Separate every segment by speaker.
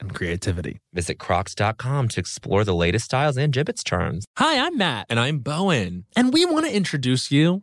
Speaker 1: and creativity.
Speaker 2: Visit crocs.com to explore the latest styles and gibbets charms.
Speaker 1: Hi, I'm Matt.
Speaker 2: And I'm Bowen.
Speaker 1: And we want to introduce you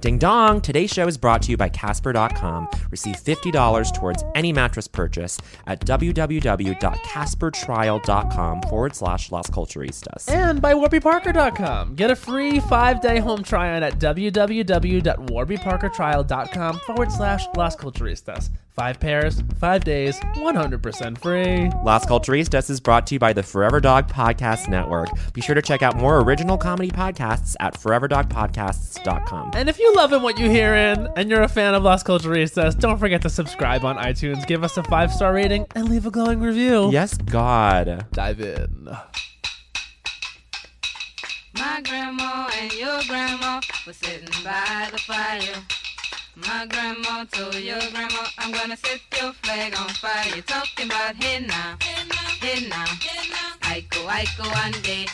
Speaker 2: Ding dong! Today's show is brought to you by Casper.com. Receive $50 towards any mattress purchase at www.caspertrial.com forward slash Las Culturistas.
Speaker 1: And by WarbyParker.com. Get a free five day home try on at www.warbyparkertrial.com forward slash Las Culturistas. Five pairs, five days, 100% free.
Speaker 2: Las Culturistas is brought to you by the Forever Dog Podcast Network. Be sure to check out more original comedy podcasts at foreverdogpodcasts.com.
Speaker 1: And if you loving what you hearing and you're a fan of Las Culturistas, don't forget to subscribe on iTunes, give us a five star rating, and leave a glowing review.
Speaker 2: Yes, God.
Speaker 1: Dive in.
Speaker 3: My grandma and your grandma were sitting by the fire. My grandma told your grandma, I'm gonna set your flag on fire. You're talking about hey now, hey now, Aiko, Aiko, Ande,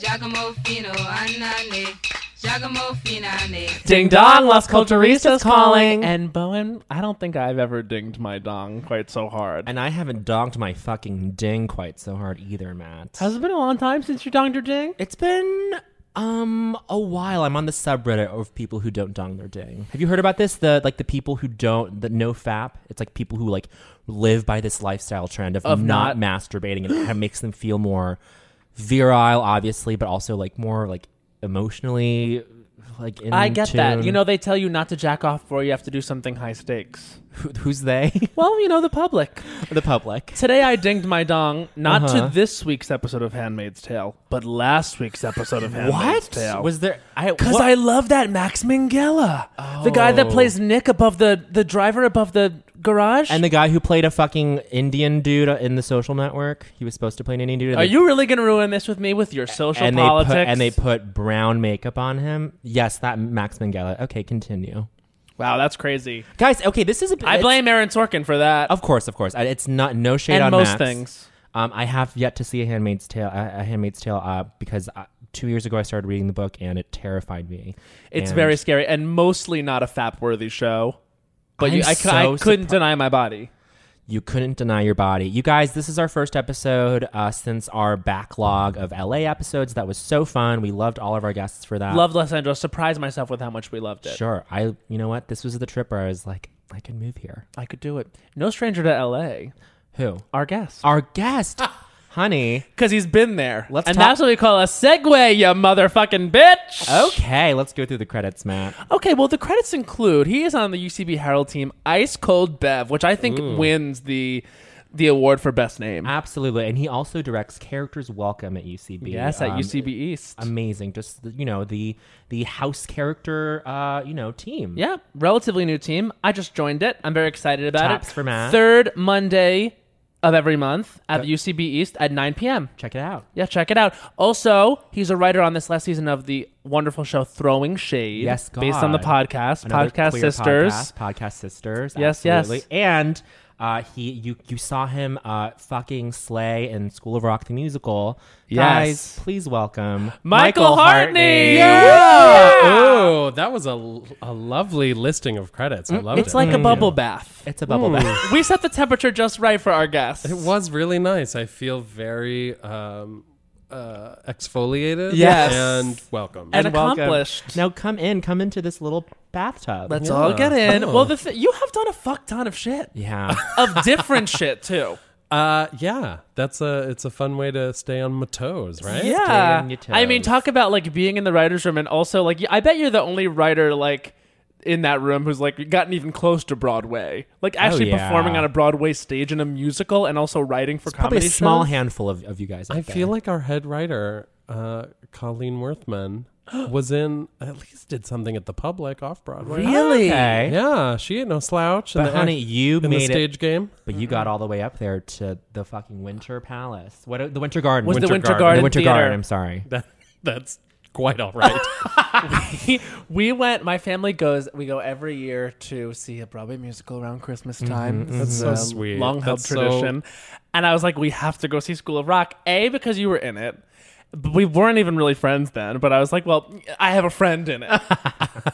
Speaker 3: Giacomo Fino, Anane, Giacomo Finane.
Speaker 1: Ding dong, Las Culturistas
Speaker 2: calling.
Speaker 1: And Bowen, I don't think I've ever dinged my dong quite so hard.
Speaker 2: And I haven't dogged my fucking ding quite so hard either, Matt.
Speaker 1: Has it been a long time since you donged your ding?
Speaker 2: It's been um a while. I'm on the subreddit of people who don't dong their ding. Have you heard about this? The like the people who don't the no fap. It's like people who like live by this lifestyle trend of,
Speaker 1: Of
Speaker 2: not,
Speaker 1: not-
Speaker 2: masturbating and it kinda makes them feel more virile, obviously, but also like more like emotionally like in
Speaker 1: I get that.
Speaker 2: tune.
Speaker 1: You know, they tell you not to jack off before you have to do something high stakes.
Speaker 2: Who- who's they?
Speaker 1: Well, you know, the public.
Speaker 2: the public.
Speaker 1: Today I dinged my dong, not
Speaker 2: Uh-huh.
Speaker 1: to this week's episode of Handmaid's Tale, but last week's episode of Handmaid's
Speaker 2: What
Speaker 1: Tale.
Speaker 2: was there? I
Speaker 1: because
Speaker 2: what-
Speaker 1: I love that Max Minghella, the guy that
Speaker 2: Oh.
Speaker 1: plays Nick above the the driver above the garage.
Speaker 2: and the guy who played a fucking Indian dude in the Social Network. He was supposed to play an Indian dude.
Speaker 1: are you really gonna ruin this with me with your social
Speaker 2: and
Speaker 1: politics?
Speaker 2: They put, and they put brown makeup on him. Yes, that Max Minghella. Okay, continue.
Speaker 1: wow, that's crazy.
Speaker 2: Guys, okay, this is a.
Speaker 1: I
Speaker 2: it's-
Speaker 1: blame Aaron Sorkin for that
Speaker 2: Of course, of course. I- It's not no shade
Speaker 1: and
Speaker 2: on Max.
Speaker 1: most things.
Speaker 2: Um, I have yet to see a Handmaid's Tale. A, a Handmaid's Tale, uh, because uh two years ago I started reading the book and it terrified me.
Speaker 1: It's
Speaker 2: And-
Speaker 1: very scary and mostly not a fap worthy show. But
Speaker 2: I'm
Speaker 1: you, I, cou- I
Speaker 2: so
Speaker 1: couldn't deny my body.
Speaker 2: You couldn't deny your body. You guys, this is our first episode uh, since our backlog of LA episodes. That was so fun. We loved all of our guests for that.
Speaker 1: Love Los Angeles. Surprised myself with how much we loved it.
Speaker 2: Sure. I. You know what? This was the trip where I was like, I can move here.
Speaker 1: I could do it. No stranger to L.A.
Speaker 2: Who?
Speaker 1: Our guest.
Speaker 2: Our guest. Honey.
Speaker 1: Because he's been there.
Speaker 2: Let's
Speaker 1: and
Speaker 2: talk-
Speaker 1: that's what we call a segue, you motherfucking bitch.
Speaker 2: Okay, let's go through the credits, Matt.
Speaker 1: Oh. Okay, well, the credits include he is on the UCB Herald team, Ice Cold Bev, which I think wins the the award for best name.
Speaker 2: Absolutely. And he also directs Characters Welcome at UCB.
Speaker 1: yes, at
Speaker 2: Um,
Speaker 1: UCB East.
Speaker 2: Amazing. Just, you know, the the house character, uh, you know, team.
Speaker 1: yeah, relatively new team. I just joined it. I'm very excited about
Speaker 2: Taps
Speaker 1: it.
Speaker 2: for Matt.
Speaker 1: Third Monday of every month at the UCB East at 9 p.m.
Speaker 2: Check it out.
Speaker 1: Yeah, check it out. Also, he's a writer on this last season of the wonderful show Throwing Shade.
Speaker 2: Yes,
Speaker 1: based on the
Speaker 2: God.
Speaker 1: podcast,
Speaker 2: Another
Speaker 1: Podcast
Speaker 2: queer
Speaker 1: Sisters.
Speaker 2: podcast, podcast sisters.
Speaker 1: Yes,
Speaker 2: absolutely.
Speaker 1: yes.
Speaker 2: And uh, he, you, you saw him uh, fucking slay in School of Rock the musical.
Speaker 1: Yes.
Speaker 2: Guys, please welcome
Speaker 1: Michael Hartney.
Speaker 4: Oh, that was a, a lovely listing of credits. I loved
Speaker 1: Mm, It's
Speaker 4: it.
Speaker 1: like a bubble bath.
Speaker 2: Mm. It's a bubble bath.
Speaker 1: we set the temperature just right for our guests.
Speaker 4: it was really nice. I feel very um, uh, exfoliated
Speaker 1: Yes.
Speaker 4: and welcome.
Speaker 1: and,
Speaker 2: And welcome.
Speaker 1: accomplished.
Speaker 2: Now come in, come into this little bathtub.
Speaker 1: Let's
Speaker 4: Yeah.
Speaker 1: all get in.
Speaker 4: Oh.
Speaker 1: Well, the th- you have done a fuck ton of shit,
Speaker 2: yeah.
Speaker 1: of different shit too.
Speaker 4: uh, yeah, that's a it's a fun way to stay on my toes, right?
Speaker 1: Yeah,
Speaker 2: on your toes.
Speaker 1: I mean, talk about like being in the writers' room, and also like I bet you're the only writer like in that room who's like gotten even close to Broadway, like actually
Speaker 2: Oh, yeah.
Speaker 1: performing on a Broadway stage in a musical, and also writing for comedy.
Speaker 2: Probably a small
Speaker 1: shows.
Speaker 2: handful of, of you guys.
Speaker 4: I feel like our head writer, uh, Colleen Worthman, was in at least did something at the public off Broadway.
Speaker 1: Really?
Speaker 2: Okay.
Speaker 4: Yeah, she ain't no slouch. in
Speaker 2: But
Speaker 4: the
Speaker 2: honey,
Speaker 4: act-
Speaker 2: you
Speaker 4: in the
Speaker 2: made it,
Speaker 4: stage game.
Speaker 2: but you got all the way up there to the fucking Winter Palace. What the Winter Garden?
Speaker 1: Was the Winter
Speaker 2: The
Speaker 1: Garden
Speaker 2: Winter
Speaker 1: Theater.
Speaker 2: Garden. I'm sorry.
Speaker 4: That that's quite all right.
Speaker 1: we went. My family goes. We go every year to see a Broadway musical around Christmas time. That's
Speaker 4: so sweet.
Speaker 1: Long held
Speaker 4: Mm-hmm. That's so-
Speaker 1: tradition. And I was like, we have to go see School of Rock. A because you were in it. But we weren't even really friends then. But I was like, well, I have a friend in it,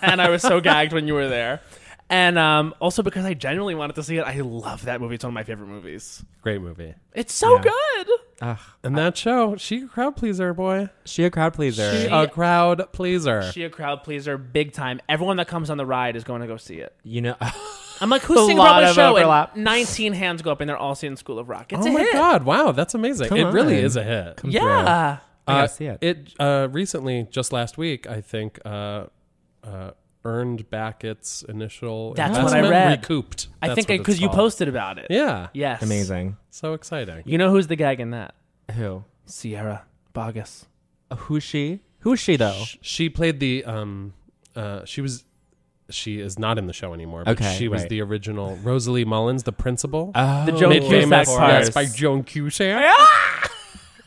Speaker 1: and I was so gagged when you were there. And um, also because I genuinely wanted to see it. I love that movie. It's one of my favorite movies.
Speaker 4: Great movie.
Speaker 1: It's so
Speaker 2: Yeah.
Speaker 1: good.
Speaker 2: Ugh.
Speaker 4: And that show, she a crowd pleaser, boy.
Speaker 2: She a crowd pleaser.
Speaker 4: She a crowd pleaser.
Speaker 1: She a crowd pleaser, big time. Everyone that comes on the ride is going to go see it.
Speaker 2: you know.
Speaker 1: I'm like,
Speaker 2: A
Speaker 1: who's singing
Speaker 2: lot
Speaker 1: Broadway
Speaker 2: of
Speaker 1: show?
Speaker 2: overlap.
Speaker 1: And 19 hands go up, and they're all seeing School of Rock. It's
Speaker 4: oh
Speaker 1: a
Speaker 4: my
Speaker 1: hit.
Speaker 4: god! Wow, that's amazing.
Speaker 2: Come
Speaker 4: it really
Speaker 2: on.
Speaker 4: is a hit.
Speaker 2: Come through.
Speaker 1: Yeah.
Speaker 2: I gotta
Speaker 4: Uh,
Speaker 2: see it.
Speaker 4: uh, recently, just last week, I think, uh, uh, earned back its initial.
Speaker 1: That's what I
Speaker 4: investment,
Speaker 1: read.
Speaker 4: Recouped.
Speaker 1: I
Speaker 4: That's
Speaker 1: think
Speaker 4: what it's
Speaker 1: because you
Speaker 4: called.
Speaker 1: posted about it.
Speaker 4: Yeah.
Speaker 1: Yes.
Speaker 2: Amazing.
Speaker 4: So exciting.
Speaker 1: You know who's the gag in that?
Speaker 2: Who?
Speaker 1: Sierra Bogus.
Speaker 2: Who's she? Who's she though?
Speaker 4: Sh- She played the. Um, uh, she was. She is not in the show anymore. But
Speaker 2: Okay,
Speaker 4: She was
Speaker 2: right.
Speaker 4: the original Rosalie Mullins, the principal.
Speaker 2: Oh,
Speaker 1: The Joan
Speaker 4: made famous
Speaker 1: Cusack
Speaker 4: yes,
Speaker 1: part.
Speaker 4: by Joan Cusack.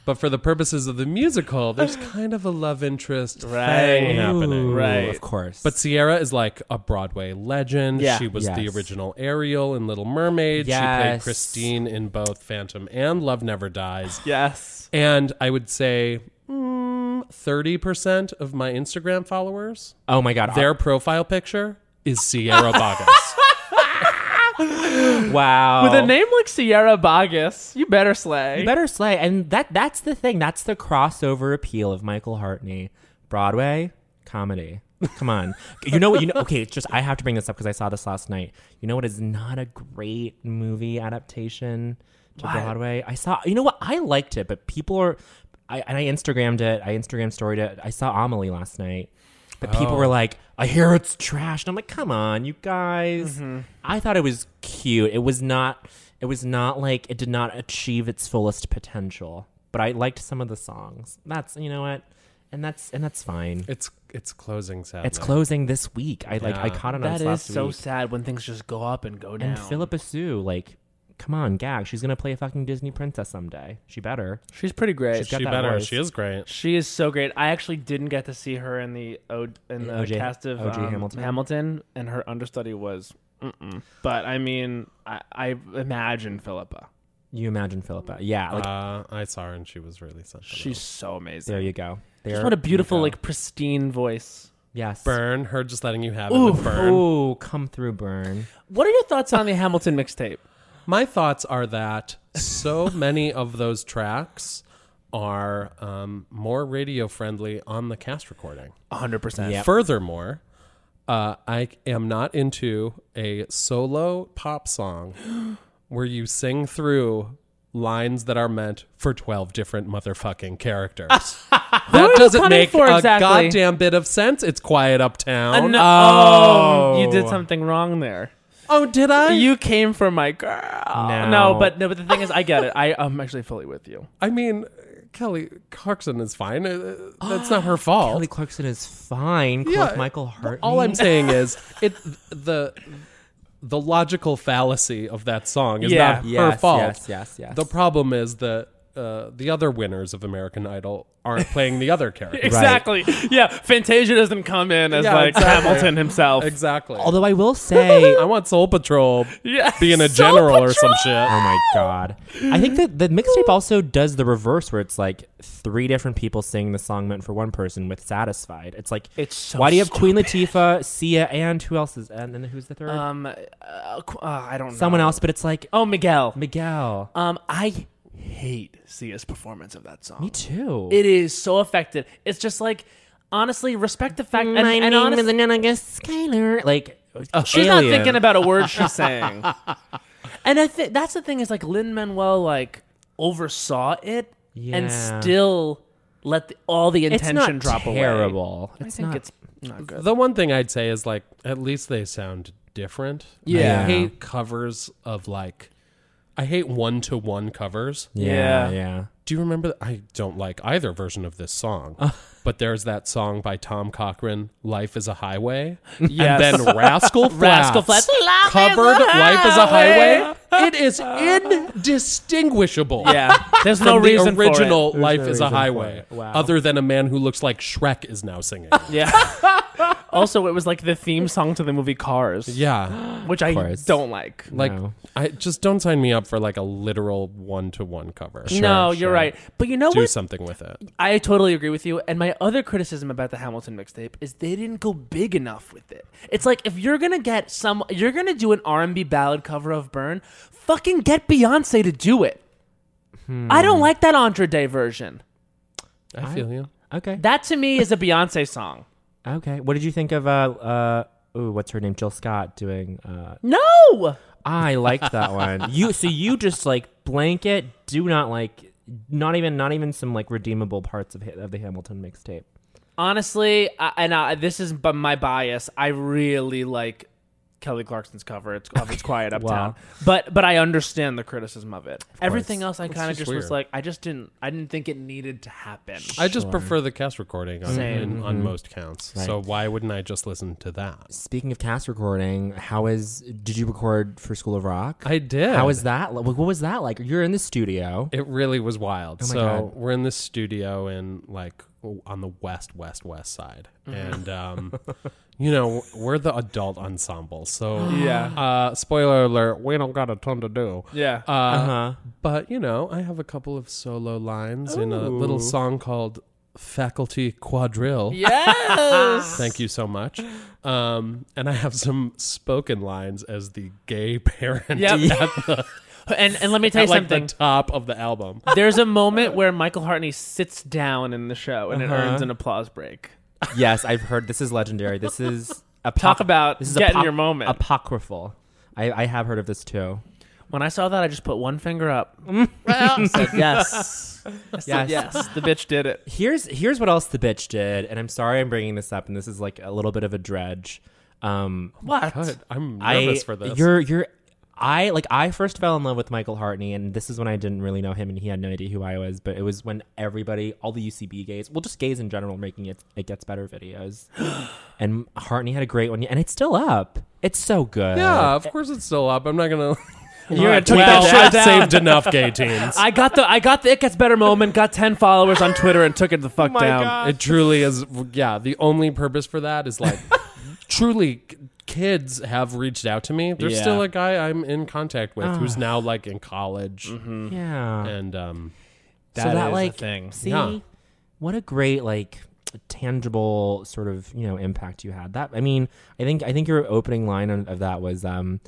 Speaker 4: But for the purposes of the musical, there's kind of a love interest
Speaker 1: Right.
Speaker 4: thing happening.
Speaker 1: Right.
Speaker 2: Of course.
Speaker 4: But Sierra is like a Broadway legend.
Speaker 1: Yeah.
Speaker 4: She was the
Speaker 2: Yes.
Speaker 4: original Ariel in Little Mermaid. She played
Speaker 2: Yes.
Speaker 4: Christine in both Phantom and Love Never Dies.
Speaker 1: Yes.
Speaker 4: And I would say mm, 30% of my Instagram followers,
Speaker 2: oh my god.
Speaker 4: their profile picture is Sierra Boggess.
Speaker 2: wow.
Speaker 1: With a name like Sierra Bogus, you better slay.
Speaker 2: You better slay. And that that's the thing. That's the crossover appeal of Michael Hartney. Broadway, comedy. Come on. you know what you know okay, it's just I have to bring this up because I saw this last night. You know what is not a great movie adaptation to Broadway? I saw you know what? I liked it, but people are I, and I Instagrammed it. I Instagram storied it. I saw Amelie last night. But people
Speaker 4: Oh.
Speaker 2: were like, I hear it's trash. And I'm like, come on, you guys.
Speaker 4: Mm-hmm.
Speaker 2: I thought it was cute. It was not it was not like it did not achieve its fullest potential. But I liked some of the songs. That's you know what? And that's and that's fine.
Speaker 4: it's it's closing sadly.
Speaker 2: It's closing this week. I like I
Speaker 4: Yeah.
Speaker 2: caught it on
Speaker 1: that
Speaker 2: this
Speaker 1: is
Speaker 2: last
Speaker 1: so
Speaker 2: week.
Speaker 1: sad when things just go up and go down.
Speaker 2: And Philippa Sue, like, come on, gag. She's gonna play a fucking Disney princess someday. She better.
Speaker 1: She's pretty great.
Speaker 2: She's got
Speaker 4: She
Speaker 2: that
Speaker 4: better.
Speaker 2: voice.
Speaker 4: She is great.
Speaker 1: She is so great. I actually didn't get to see her in the o- in the
Speaker 2: OJ
Speaker 1: cast of
Speaker 2: OJ
Speaker 1: um,
Speaker 2: Hamilton.
Speaker 1: Hamilton, and her understudy was. Mm-mm. But I mean, I, I imagine Philippa.
Speaker 2: You imagine Philippa. Yeah, like
Speaker 4: Uh, I saw her and she was really something.
Speaker 1: She's so amazing.
Speaker 2: there you go. There
Speaker 1: Just what a beautiful,
Speaker 2: you go.
Speaker 1: like pristine voice.
Speaker 2: yes.
Speaker 4: burn. Her just letting you have it. with burn.
Speaker 2: Ooh, come through, burn.
Speaker 1: What are your thoughts on the Hamilton mixtape?
Speaker 4: My thoughts are that so many of those tracks are um, more radio friendly on the cast recording.
Speaker 1: 100%.
Speaker 4: Furthermore, uh, I am not into a solo pop song where you sing through lines that are meant for 12 different motherfucking characters. that doesn't
Speaker 1: coming
Speaker 4: make
Speaker 1: for
Speaker 4: a
Speaker 1: exactly?
Speaker 4: goddamn bit of sense. It's quiet uptown.
Speaker 1: No, oh, you did something wrong there.
Speaker 4: oh, did I?
Speaker 1: You came for my girl.
Speaker 2: No.
Speaker 1: but no, but the thing is, I get it. I, I'm actually fully with you.
Speaker 4: I mean, Kelly Clarkson is fine. Uh, That's not her fault.
Speaker 2: Kelly Clarkson is fine.
Speaker 4: Yeah,
Speaker 2: Clark Michael Hart.
Speaker 4: All I'm saying is it the the logical fallacy of that song is
Speaker 1: Yeah.
Speaker 4: not her
Speaker 2: Yes,
Speaker 4: fault.
Speaker 2: yes, yes, yes.
Speaker 4: The problem is that uh, the other winners of American Idol aren't playing the other characters.
Speaker 1: Exactly. Yeah, Fantasia doesn't come in as
Speaker 4: Yeah,
Speaker 1: like
Speaker 4: exactly.
Speaker 1: Hamilton himself.
Speaker 4: Exactly.
Speaker 2: Although I will say,
Speaker 4: I want Soul Patrol
Speaker 1: Yeah,
Speaker 4: being a
Speaker 1: Soul
Speaker 4: general or some shit.
Speaker 2: Oh my god! I think that the mixtape also does the reverse, where it's like three different people singing the song meant for one person with "Satisfied." It's like
Speaker 1: It's so
Speaker 2: why do you have Queen Latifah, Sia, and who else is and then who's the third?
Speaker 1: Um, uh, qu- uh, I don't know.
Speaker 2: Someone else, but it's like
Speaker 1: Oh, Miguel.
Speaker 2: Miguel.
Speaker 1: Um, I hate Sia's performance of that song.
Speaker 2: Me too.
Speaker 1: It is so affected. It's just like, honestly, respect the fact. And, and honest-
Speaker 2: Anonymous Skyler. Like
Speaker 1: she's not
Speaker 2: alien.
Speaker 1: thinking about a word she's saying. and I think that's the thing is like Lin Manuel like oversaw it and
Speaker 2: Yeah.
Speaker 1: still let the, all the
Speaker 2: It's
Speaker 1: intention
Speaker 2: not
Speaker 1: drop away.
Speaker 2: terrible.
Speaker 1: I
Speaker 2: It's
Speaker 1: think
Speaker 2: not-
Speaker 1: it's not good.
Speaker 4: The one thing I'd say is like at least they sound different.
Speaker 1: Yeah.
Speaker 4: I hate covers of like I hate one to one covers.
Speaker 2: yeah,
Speaker 1: Yeah.
Speaker 2: yeah.
Speaker 4: Do you remember? I don't like either version of this song,
Speaker 1: Uh.
Speaker 4: but there's that song by Tom Cochran, "Life Is a Highway,"
Speaker 1: Yes.
Speaker 4: and then Rascal Flats,
Speaker 1: Rascal Flatts, "Life is a
Speaker 4: covered "Life Is a Highway." It is indistinguishable.
Speaker 1: Yeah, there's no
Speaker 4: From the
Speaker 1: reason for
Speaker 4: original
Speaker 2: There's
Speaker 4: "Life
Speaker 2: no
Speaker 4: Is
Speaker 2: reason
Speaker 4: a
Speaker 2: for
Speaker 4: Highway,"
Speaker 2: it. Wow.
Speaker 4: other than a man who looks like Shrek is now singing.
Speaker 1: it. Yeah. also, it was like the theme song to the movie Cars,
Speaker 4: yeah,
Speaker 1: which I
Speaker 2: course.
Speaker 1: don't like.
Speaker 4: like
Speaker 2: No.
Speaker 4: I just don't sign me up for like a literal one-to-one cover.
Speaker 1: no,
Speaker 2: sure.
Speaker 1: you're right. But you know
Speaker 4: Do
Speaker 1: what?
Speaker 4: something with it.
Speaker 1: I totally agree with you. And my other criticism about the Hamilton mixtape is they didn't go big enough with it. It's like if you're gonna get some, you're gonna do an R&B ballad cover of Burn. Fucking get Beyonce to do it. I
Speaker 2: Hmm.
Speaker 1: don't like that Andre Day version.
Speaker 4: I feel you.
Speaker 2: Okay,
Speaker 1: That to me is a Beyonce song.
Speaker 2: okay. What did you think of uh uh? Ooh, what's her name? Jill Scott doing uh
Speaker 1: No,
Speaker 2: I liked that one. You so you just like blanket do not like not even not even some like redeemable parts of Ha- of the Hamilton mixtape.
Speaker 1: honestly, I, and I, this is bu- my bias. I really like Kelly Clarkson's cover. It's, of it's quiet uptown,
Speaker 2: Wow.
Speaker 1: but but I understand the criticism of it. Everything else, I kind of
Speaker 4: just
Speaker 1: just was
Speaker 4: weird.
Speaker 1: like, I just didn't, I didn't think it needed to happen.
Speaker 4: I just prefer the cast recording on,
Speaker 1: Same.
Speaker 4: in-
Speaker 2: Mm-hmm.
Speaker 4: on most counts. So why wouldn't I just listen to that?
Speaker 2: Speaking of cast recording, how is did you record for School of Rock?
Speaker 4: I did.
Speaker 2: How was that? li- What was that like? You're in the studio.
Speaker 4: It really was wild. so
Speaker 2: Oh God.
Speaker 4: we're in this studio in like w- on the west, west, west side,
Speaker 1: Mm.
Speaker 4: and um, you know we're the adult ensemble. So
Speaker 1: Yeah.
Speaker 4: Uh, spoiler alert: we don't got a ton to do.
Speaker 1: Yeah.
Speaker 4: Uh,
Speaker 2: Uh-huh.
Speaker 4: But you know, I have a couple of solo lines in a little song called "Faculty Quadrille."
Speaker 1: yes.
Speaker 4: Thank you so much. Um, and I have some spoken lines as the gay parent
Speaker 1: Yep.
Speaker 4: at, the,
Speaker 1: and and let me tell you
Speaker 4: at like
Speaker 1: something.
Speaker 4: the top of the album.
Speaker 1: There's a moment where Michael Hartney sits down in the show and
Speaker 4: Uh-huh.
Speaker 1: it earns an applause break.
Speaker 2: yes, I've heard this is legendary. This is apoc-
Speaker 1: Talk about getting your moment.
Speaker 2: Apocryphal. I, I have heard of this too.
Speaker 1: When I saw that, I just put one finger up. Said yes. I
Speaker 2: Yes.
Speaker 1: said yes. The bitch did it.
Speaker 2: Here's here's what else the bitch did, and I'm sorry I'm bringing this up, and this is like a little bit of a dredge. Um,
Speaker 1: What?
Speaker 4: God, I'm
Speaker 2: I-
Speaker 4: nervous for this.
Speaker 2: You're you're I like I first fell in love with Michael Hartney, and this is when I didn't really know him, and he had no idea who I was. But it was when everybody, all the UCB gays, well, just gays in general, were making it it gets better videos, and Hartney had a great one, and it's still up. It's so good.
Speaker 4: yeah, of course it's still up. I'm not gonna.
Speaker 1: You're gonna take
Speaker 4: well,
Speaker 1: that shit
Speaker 4: I've
Speaker 1: down.
Speaker 4: saved enough gay teens.
Speaker 1: I got the I got the it gets better moment. Got ten followers on Twitter and took it the
Speaker 4: Oh
Speaker 1: fuck down.
Speaker 4: It truly is. Yeah, the only purpose for that is like, truly, k- kids have reached out to me. There's
Speaker 1: Yeah. Ah.
Speaker 4: still a guy I'm in contact with who's now like in college,
Speaker 1: Mm-hmm.
Speaker 2: yeah.
Speaker 4: and um,
Speaker 2: so
Speaker 1: That
Speaker 2: that
Speaker 1: is a
Speaker 2: like
Speaker 1: thing.
Speaker 2: see
Speaker 4: Yeah.
Speaker 2: what a great like tangible sort of you know impact you had that i mean i think i think your opening line on, of that was um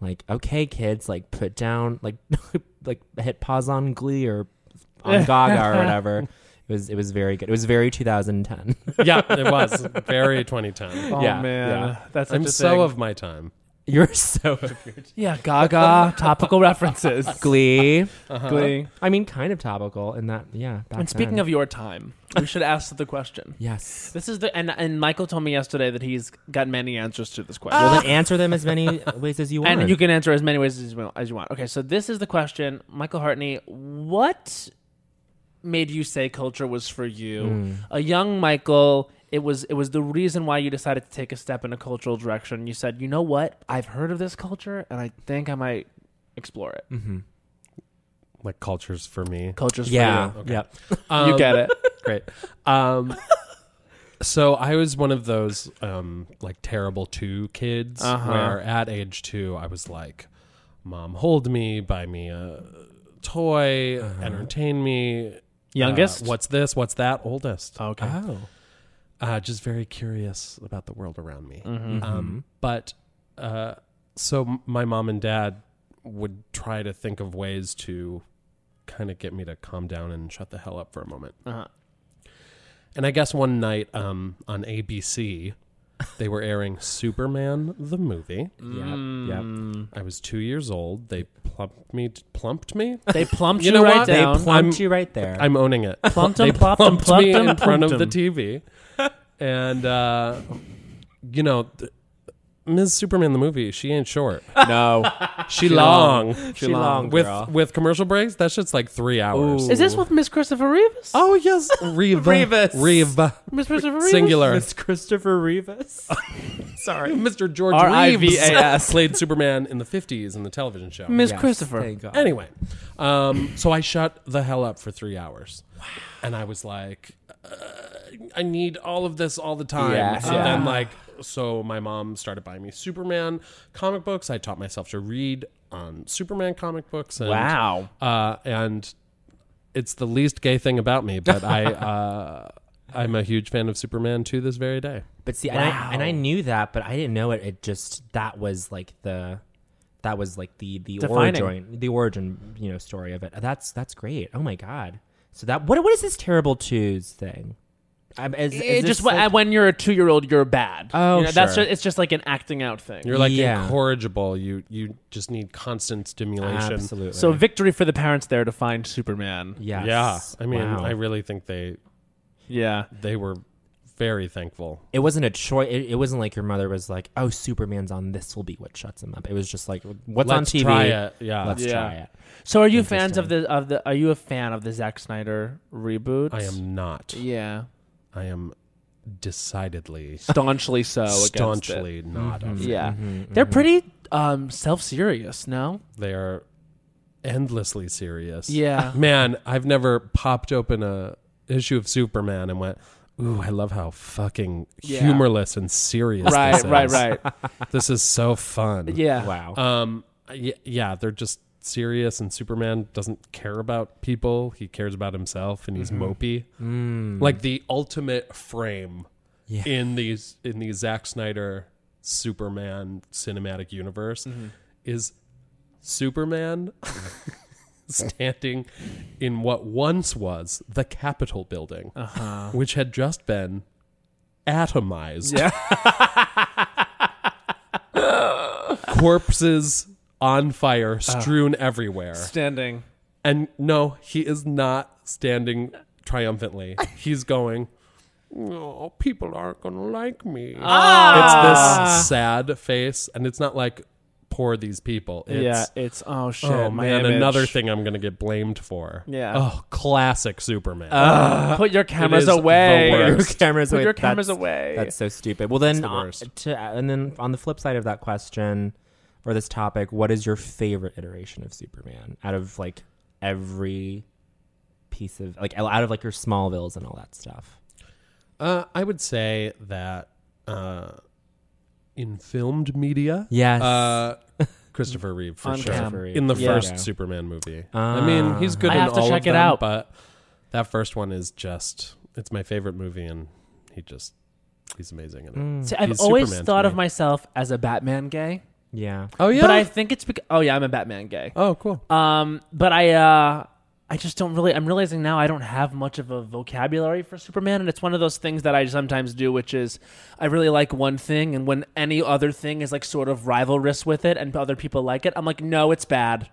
Speaker 2: like okay kids like put down like like hit pause on glee or on gaga or whatever it was it was very good it was very 2010
Speaker 4: yeah, it was very 2010.
Speaker 1: Oh
Speaker 2: Yeah,
Speaker 1: man,
Speaker 2: yeah.
Speaker 1: that's such
Speaker 4: I'm
Speaker 1: a
Speaker 4: so
Speaker 1: thing.
Speaker 4: of my time.
Speaker 2: You're so
Speaker 1: Yeah, Gaga topical references.
Speaker 2: Glee.
Speaker 1: Glee.
Speaker 2: I mean, kind of topical in that. Yeah. back
Speaker 1: And speaking
Speaker 2: then.
Speaker 1: of your time, we should ask the question.
Speaker 2: yes,
Speaker 1: This is the and and Michael told me yesterday that he's got many answers to this question.
Speaker 2: well then answer them as many ways as you want.
Speaker 1: and you can answer as many ways as you, will- as you want. Okay, so this is the question, Michael Hartney. What made you say culture was for you?
Speaker 2: Hmm. Mm.
Speaker 1: A young Michael. It was it was the reason why you decided to take a step in a cultural direction. You said, you know what? I've heard of this culture, and I think I might explore it.
Speaker 4: like cultures for me.
Speaker 1: Culture's
Speaker 2: yeah.
Speaker 1: for
Speaker 2: Yep.
Speaker 1: you. you get it.
Speaker 4: Great. Um, so I was one of those um, like terrible two kids where at age two I was like, "Mom, hold me, buy me a toy, entertain me." uh,
Speaker 1: Youngest?
Speaker 4: what's this? What's that? Oldest.
Speaker 1: Okay.
Speaker 2: Oh.
Speaker 4: Uh, just very curious about the world around me.
Speaker 2: Mm-hmm.
Speaker 4: Um, but uh, so m- my mom and dad would try to think of ways to kind of get me to calm down and shut the hell up for a moment.
Speaker 1: Uh-huh.
Speaker 4: And I guess one night um, on ABC, they were airing Superman the movie.
Speaker 1: Mm-hmm.
Speaker 2: Yep.
Speaker 1: Hmm.
Speaker 4: I was two years old. They plumped me. Plumped me.
Speaker 1: They plumped you,
Speaker 4: You know
Speaker 1: right
Speaker 4: what? They
Speaker 1: down.
Speaker 2: They plumped
Speaker 4: I'm-
Speaker 2: you right there.
Speaker 4: I'm owning it.
Speaker 1: Plumped
Speaker 4: they
Speaker 1: him, plopped him,
Speaker 4: plumped
Speaker 1: plumped
Speaker 4: me
Speaker 1: him,
Speaker 4: in front of
Speaker 1: plumped
Speaker 4: the
Speaker 1: him.
Speaker 4: TV, and uh, you know, th- Ms. Superman the movie. She ain't short.
Speaker 1: no.
Speaker 4: She, long.
Speaker 2: She long,
Speaker 4: with
Speaker 2: girl.
Speaker 4: with commercial breaks. That shit's like three hours.
Speaker 1: Is this with Miss Christopher Reeves?
Speaker 4: Oh yes, Reva.
Speaker 2: Revis.
Speaker 4: Reva.
Speaker 1: Miss Christopher Reeves.
Speaker 4: Singular.
Speaker 2: Miss Christopher Rivas. Sorry.
Speaker 4: Mr. George
Speaker 1: R.I.V.A.S..
Speaker 4: Reeves played Superman in the 50s in the television show.
Speaker 1: Miss
Speaker 2: Yes,
Speaker 1: Christopher.
Speaker 2: thank God.
Speaker 4: Anyway, um, so I shut the hell up for three hours. And I was like, uh, I need all of this all the time.
Speaker 2: Yeah.
Speaker 4: So then, like, so my mom started buying me Superman comic books. I taught myself to read on Superman comic books. And,
Speaker 1: Wow.
Speaker 4: Uh, and it's the least gay thing about me, but I, uh, I'm a huge fan of Superman to this very day.
Speaker 2: But see, and, I, and I knew that, but I didn't know it. It just that was like the that was like the the
Speaker 1: Defining.
Speaker 2: origin the origin you know story of it. That's that's great. Oh my god. So that what what is this terrible twos thing? I'm, is, is
Speaker 1: It
Speaker 2: this
Speaker 1: just when-
Speaker 2: like-
Speaker 1: when you're a two year old, you're bad.
Speaker 2: Oh,
Speaker 1: You know, that's
Speaker 2: sure.
Speaker 1: ju- it's just like an acting out thing.
Speaker 4: You're like
Speaker 2: Yeah.
Speaker 4: incorrigible. You you just need constant stimulation.
Speaker 2: absolutely
Speaker 1: so victory for the parents there to find Superman.
Speaker 2: yes.
Speaker 4: Yeah. I mean,
Speaker 2: Wow.
Speaker 4: I really think they
Speaker 1: Yeah,
Speaker 4: they were very thankful.
Speaker 2: it wasn't a choice. It, it wasn't like your mother was like, "Oh, Superman's on. This will be what shuts him up." It was just like, "What's on
Speaker 4: Let's
Speaker 2: TV?
Speaker 4: try it. Yeah.
Speaker 2: Let's
Speaker 1: Yeah.
Speaker 2: try it."
Speaker 1: So are you fans of the of the? Are you a fan of the Zack Snyder reboot?
Speaker 4: I am not.
Speaker 1: Yeah,
Speaker 4: I am decidedly
Speaker 1: staunchly so. Uh, against it. Mm-hmm.
Speaker 4: staunchly not. a fan.
Speaker 1: Yeah, they're
Speaker 4: mm-hmm.
Speaker 1: pretty um self serious. No.
Speaker 4: They are endlessly serious.
Speaker 1: Yeah.
Speaker 4: Man, I've never popped open a issue of Superman and went, "Ooh, I love how fucking
Speaker 1: Yeah.
Speaker 4: humorless and serious this
Speaker 1: right.
Speaker 4: is.
Speaker 1: Right. Right.
Speaker 4: This is so fun."
Speaker 1: Yeah.
Speaker 2: Wow.
Speaker 4: Um, y- yeah, they're just serious, and Superman doesn't care about people. He cares about himself, and he's mopey. Like the ultimate frame
Speaker 2: Yeah.
Speaker 4: in these in the Zack Snyder Superman cinematic universe is Superman standing in what once was the Capitol building, which had just been atomized. corpses on fire strewn everywhere.
Speaker 1: Standing.
Speaker 4: And no, he is not standing triumphantly. He's going, Oh, people aren't going to like me. It's this sad face. And it's not like, Poor these people. It's,
Speaker 1: yeah. It's oh shit.
Speaker 4: Oh
Speaker 1: my
Speaker 4: man,
Speaker 1: image.
Speaker 4: another thing I'm gonna get blamed for.
Speaker 1: Yeah. Uh.
Speaker 4: Oh, classic Superman.
Speaker 1: Put your cameras
Speaker 4: is the
Speaker 1: away.
Speaker 4: worst.
Speaker 2: your cameras
Speaker 1: Put
Speaker 2: away.
Speaker 1: your cameras
Speaker 2: That's-
Speaker 1: away.
Speaker 2: That's so stupid. Well, then,
Speaker 4: the
Speaker 2: uh,
Speaker 4: worst.
Speaker 2: to, and then on the flip side of that question or this topic, what is your favorite iteration of Superman out of like every piece of like out of like your Smallvilles and all that stuff?
Speaker 4: Uh, I would say that uh, in filmed media,
Speaker 2: Yes.
Speaker 4: uh, Christopher Reeve for
Speaker 1: On
Speaker 4: sure.
Speaker 1: cam.
Speaker 4: in the
Speaker 2: Yeah.
Speaker 4: first
Speaker 2: Yeah.
Speaker 4: Superman movie. I mean, he's good
Speaker 1: Ah. I
Speaker 4: in
Speaker 1: have to
Speaker 4: all
Speaker 1: check
Speaker 4: of
Speaker 1: it
Speaker 4: them,
Speaker 1: out.
Speaker 4: but that first one is just—it's my favorite movie, and he just—he's amazing in it.
Speaker 1: See, I've
Speaker 4: Mm, He's
Speaker 1: always
Speaker 4: Superman to
Speaker 1: thought of
Speaker 4: me.
Speaker 1: myself as a Batman gay.
Speaker 2: Ah, yeah.
Speaker 4: Oh yeah.
Speaker 1: But I think it's because oh yeah, I'm a Batman gay.
Speaker 4: oh cool.
Speaker 1: Um, but I uh, I just don't really. I'm realizing now I don't have much of a vocabulary for Superman, and it's one of those things that I sometimes do, which is I really like one thing, and when any other thing is like sort of rivalrous with it, and other people like it, I'm like, no, it's bad.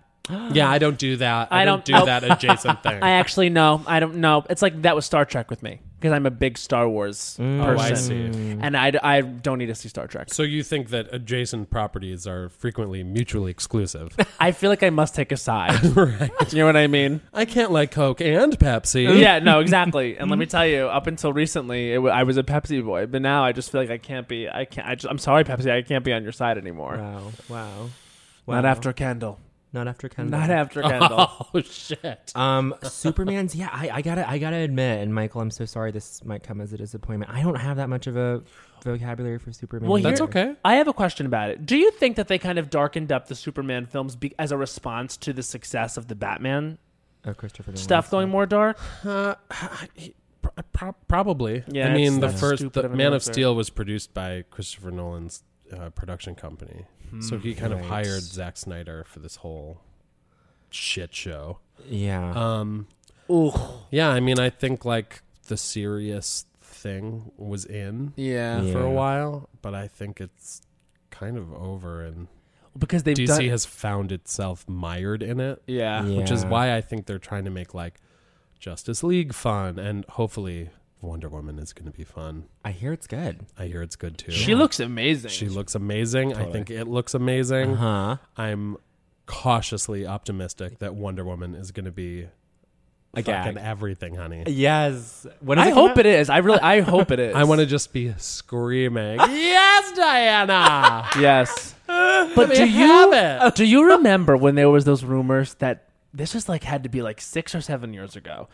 Speaker 4: Yeah, I don't do that. I,
Speaker 1: I
Speaker 4: don't,
Speaker 1: don't-
Speaker 4: do that adjacent thing.
Speaker 1: I actually know. I don't know. It's like that was Star Trek with me because I'm a big Star Wars
Speaker 4: oh,
Speaker 1: person,
Speaker 4: I see.
Speaker 1: and I, I don't need to see Star Trek.
Speaker 4: So you think that adjacent properties are frequently mutually exclusive?
Speaker 1: I feel like I must take a side. You know what I mean?
Speaker 4: I can't like Coke and Pepsi.
Speaker 1: yeah, no, exactly. And let me tell you, up until recently, it w- I was a Pepsi boy, but now I just feel like I can't be. I can't. I just, I'm sorry, Pepsi. I can't be on your side anymore.
Speaker 2: Wow. Wow.
Speaker 1: Not
Speaker 2: Wow.
Speaker 1: after Kendall.
Speaker 2: Not after Kendall.
Speaker 1: Not after Kendall.
Speaker 4: Oh shit.
Speaker 2: Um, Superman's. Yeah, I, I gotta, I gotta admit, and Michael, I'm so sorry. This might come as a disappointment. I don't have that much of a vocabulary for Superman.
Speaker 1: Well,
Speaker 2: either.
Speaker 4: That's
Speaker 1: here-
Speaker 4: okay.
Speaker 1: I have a question about it. Do you think that they kind of darkened up the Superman films be- as a response to the success of the Batman
Speaker 2: Oh, Christopher Nolan.
Speaker 1: stuff going more dark?
Speaker 4: Uh, pro- probably.
Speaker 1: Yeah,
Speaker 4: I mean,
Speaker 1: it's
Speaker 4: the
Speaker 1: not
Speaker 4: first
Speaker 1: stupid
Speaker 4: the
Speaker 1: of an
Speaker 4: Man
Speaker 1: answer.
Speaker 4: of Steel was produced by Christopher Nolan's uh, production company, so he kind of
Speaker 1: Hmm,
Speaker 2: Right.
Speaker 4: hired Zack Snyder for this whole shit show.
Speaker 2: Yeah.
Speaker 4: Um,
Speaker 1: Ooh,
Speaker 4: yeah, I mean, I think like the serious thing was in
Speaker 1: yeah.
Speaker 4: Uh, for
Speaker 2: Yeah.
Speaker 4: a while, but I think it's kind of over, and
Speaker 1: Because they've
Speaker 4: DC
Speaker 1: done.
Speaker 4: has found itself mired in it.
Speaker 1: yeah.
Speaker 2: Yeah.
Speaker 4: which is why I think they're trying to make like Justice League fun, and hopefully Wonder Woman is going to be fun.
Speaker 2: I hear it's good.
Speaker 4: I hear it's good too.
Speaker 1: She looks amazing.
Speaker 4: she looks amazing. I think it looks amazing.
Speaker 2: Huh?
Speaker 1: Uh-huh.
Speaker 4: I'm cautiously optimistic that Wonder Woman is going to be
Speaker 2: A
Speaker 4: fucking
Speaker 2: gag.
Speaker 4: everything, honey.
Speaker 2: Yes. When
Speaker 1: I hope it is. I really. I hope it is.
Speaker 4: I want to just be screaming,
Speaker 1: Ah!
Speaker 4: "Yes, Diana!"
Speaker 1: Yes. But
Speaker 4: me
Speaker 1: do
Speaker 4: have
Speaker 1: you uh,
Speaker 4: it.
Speaker 1: do you remember when there was those rumors that this was like had to be like six or seven years ago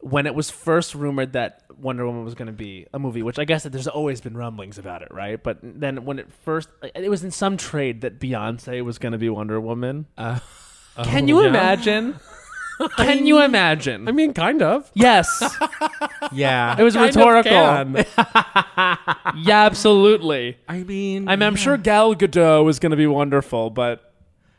Speaker 1: when it was first rumored that Wonder Woman was going to be a movie, which I guess that there's always been rumblings about it, right? But then when it first, it was in some trade that Beyonce was going to be Wonder Woman. Can you
Speaker 4: Uh, oh, yeah.
Speaker 1: imagine? Can you imagine?
Speaker 4: I mean, kind of.
Speaker 1: yes,
Speaker 2: Yeah.
Speaker 1: it was
Speaker 4: Kind of
Speaker 1: rhetorical.
Speaker 4: can.
Speaker 1: Yeah, absolutely.
Speaker 2: I mean,
Speaker 1: I mean, I'm sure Gal Gadot is going to be wonderful, but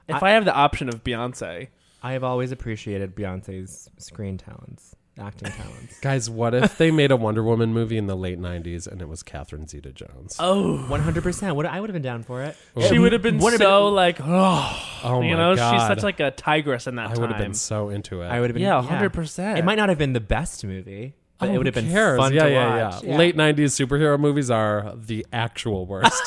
Speaker 1: if I, have the option of Beyonce,
Speaker 2: I have always appreciated Beyonce's screen talents, acting talents.
Speaker 4: Guys, what if they made a Wonder Woman movie in the late '90s and it was Catherine Zeta-Jones?
Speaker 1: oh,
Speaker 2: One hundred percent. What I would have been down for it.
Speaker 1: she would have been
Speaker 2: Would have
Speaker 1: so like, oh,
Speaker 4: Oh
Speaker 1: you
Speaker 4: my
Speaker 1: know,
Speaker 4: God.
Speaker 1: she's such like a tigress in that
Speaker 4: I would
Speaker 1: time.
Speaker 4: have been so into it.
Speaker 2: I would have been.
Speaker 1: yeah, hundred percent.
Speaker 2: It might not have been the best movie, but it would have been fun
Speaker 4: Oh, yeah,
Speaker 2: to
Speaker 4: yeah,
Speaker 2: watch.
Speaker 4: yeah, Late '90s superhero movies are the actual worst.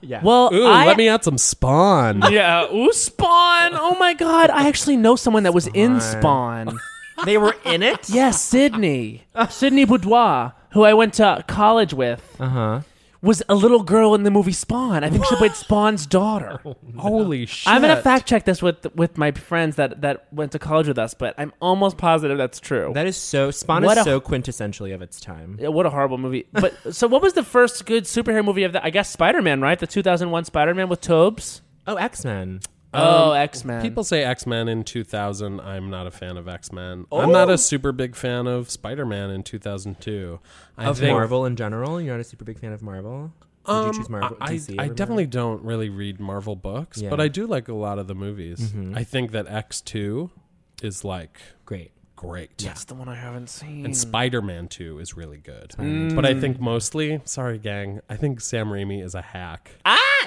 Speaker 2: Yeah.
Speaker 1: Well,
Speaker 4: Ooh,
Speaker 1: I,
Speaker 4: let me add some Spawn.
Speaker 1: Yeah, ooh, Spawn. Oh my God, I actually know someone that was in Spawn.
Speaker 2: they were in it.
Speaker 1: yes, Sydney, Sydney Boudoir, who I went to college with,
Speaker 2: Uh
Speaker 4: Uh-huh.
Speaker 2: huh.
Speaker 1: was a little girl in the movie Spawn. I think she played Spawn's daughter.
Speaker 4: Holy Oh, shit!
Speaker 1: I'm gonna fact check this with with my friends that that went to college with us, but I'm almost positive that's true.
Speaker 2: That is so. Spawn
Speaker 1: What
Speaker 2: is
Speaker 1: a-
Speaker 2: so quintessentially of its time.
Speaker 1: Yeah, what a horrible movie! But so, what was the first good superhero movie of that? I guess Spider Man, right? The 2001 Spider Man with Tobes.
Speaker 2: Oh, X Men.
Speaker 1: oh, X Men.
Speaker 4: People say X Men in 2000. I'm not a fan of X Men.
Speaker 2: Oh.
Speaker 4: I'm not a super big fan of Spider Man in 2002. I
Speaker 2: Of
Speaker 4: think-
Speaker 2: Marvel in general, you're not a super big fan of Marvel. Did
Speaker 4: Um,
Speaker 2: you choose Marvel?
Speaker 4: I,
Speaker 2: DC
Speaker 4: I
Speaker 2: over
Speaker 4: definitely don't really read Marvel books,
Speaker 2: Yeah.
Speaker 4: but I do like a lot of the movies. I think that X Two is like
Speaker 2: Marvel? great.
Speaker 4: great.
Speaker 1: That's the one I haven't seen.
Speaker 2: Hmm.
Speaker 4: And Spider Man 2 is really good. But I think mostly, sorry, gang, I think Sam Raimi is a hack.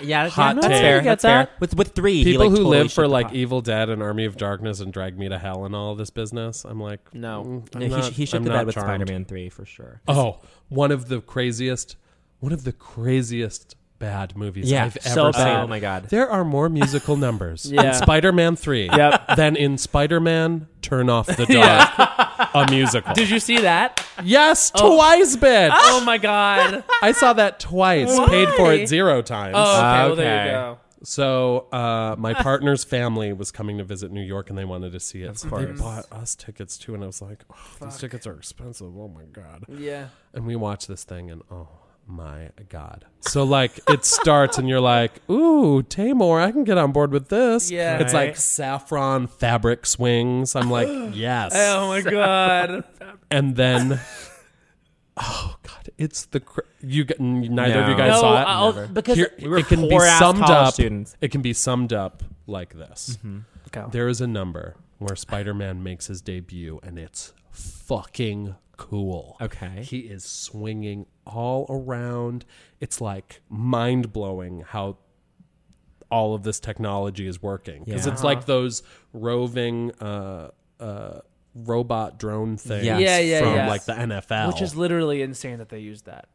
Speaker 2: Yeah,
Speaker 4: Hot
Speaker 2: that's
Speaker 4: take.
Speaker 2: fair.
Speaker 1: I get
Speaker 2: That's fair.
Speaker 1: that.
Speaker 2: With with three, Ah, he,
Speaker 4: People
Speaker 2: like,
Speaker 4: who
Speaker 2: totally
Speaker 4: live for
Speaker 2: shook the
Speaker 4: like
Speaker 2: pot.
Speaker 4: Evil Dead and Army of Darkness and Drag Me to Hell and all this business, I'm like,
Speaker 1: No.
Speaker 4: mm, I'm
Speaker 2: Yeah, he,
Speaker 4: not-
Speaker 2: he shook
Speaker 4: I'm
Speaker 2: the
Speaker 4: not
Speaker 2: bed with
Speaker 4: charmed.
Speaker 2: Spider Man three for sure.
Speaker 4: Oh, one of the craziest, one of the craziest bad movies
Speaker 2: Yeah,
Speaker 4: I've
Speaker 2: so
Speaker 4: ever
Speaker 2: bad.
Speaker 4: seen.
Speaker 2: Oh my God.
Speaker 4: There are more musical numbers
Speaker 1: Yeah.
Speaker 4: in Spider Man 3
Speaker 1: Yep.
Speaker 4: than in Spider Man Turn Off the Dark, a musical.
Speaker 1: Did you see that?
Speaker 4: yes, twice, bitch.
Speaker 1: oh my God.
Speaker 4: I saw that twice. Paid for it zero times.
Speaker 1: Oh, okay. Well, there
Speaker 2: Okay.
Speaker 1: you go.
Speaker 4: So uh, my partner's family was coming to visit New York, and they wanted to see it. so they
Speaker 2: course.
Speaker 4: bought us tickets too, and I was like, oh, "These tickets are expensive. Oh my god!"
Speaker 1: Yeah.
Speaker 4: And we watched this thing, and oh my god! So like, it starts, and you're like, "Ooh, Tamor, I can get on board with this."
Speaker 1: Yeah.
Speaker 4: it's like saffron fabric swings. I'm like, "Yes."
Speaker 1: Oh my God.
Speaker 4: and then oh god it's the cr- you g- neither of you
Speaker 2: No.
Speaker 4: guys
Speaker 1: No,
Speaker 4: saw it
Speaker 1: I'll-
Speaker 4: Never.
Speaker 1: because-
Speaker 2: We were
Speaker 4: it can be
Speaker 2: poor-ass
Speaker 4: summed
Speaker 2: college Mm-hmm.
Speaker 4: up
Speaker 2: students.
Speaker 4: it can be summed up like this
Speaker 1: Go.
Speaker 4: there is a number where Spider Man makes his debut, and it's fucking cool.
Speaker 2: Okay.
Speaker 4: He is swinging all around. It's like mind blowing how all of this technology is working because
Speaker 2: Yeah.
Speaker 4: it's like those roving uh, uh, robot drone things
Speaker 2: Yes.
Speaker 1: Yeah, yeah,
Speaker 4: from
Speaker 1: yeah.
Speaker 4: like the NFL,
Speaker 1: Which is literally insane that they used that.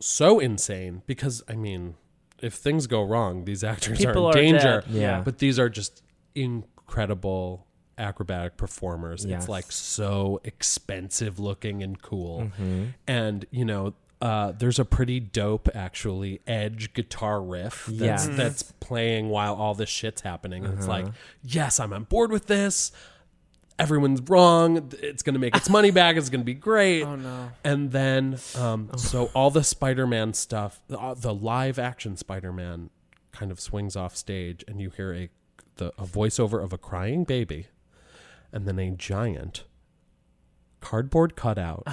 Speaker 4: so insane because I mean, if things go wrong, these actors
Speaker 1: People
Speaker 4: are in
Speaker 1: are
Speaker 4: danger.
Speaker 1: dead. Yeah.
Speaker 4: But these are just incredible acrobatic performers.
Speaker 2: Yes.
Speaker 4: It's like so expensive looking and cool. And, you know, uh, there's a pretty dope actually edge guitar riff that's
Speaker 2: Yes.
Speaker 4: that's playing while all this shit's happening. And it's like, yes, I'm on board with this everyone's wrong. It's going to make its money back. It's going to be great. Oh no! And then, um, so all the Spider-Man stuff, the, uh, the live-action Spider-Man, kind of swings off stage, and you hear a the, a voiceover of a crying baby, and then a giant cardboard cutout,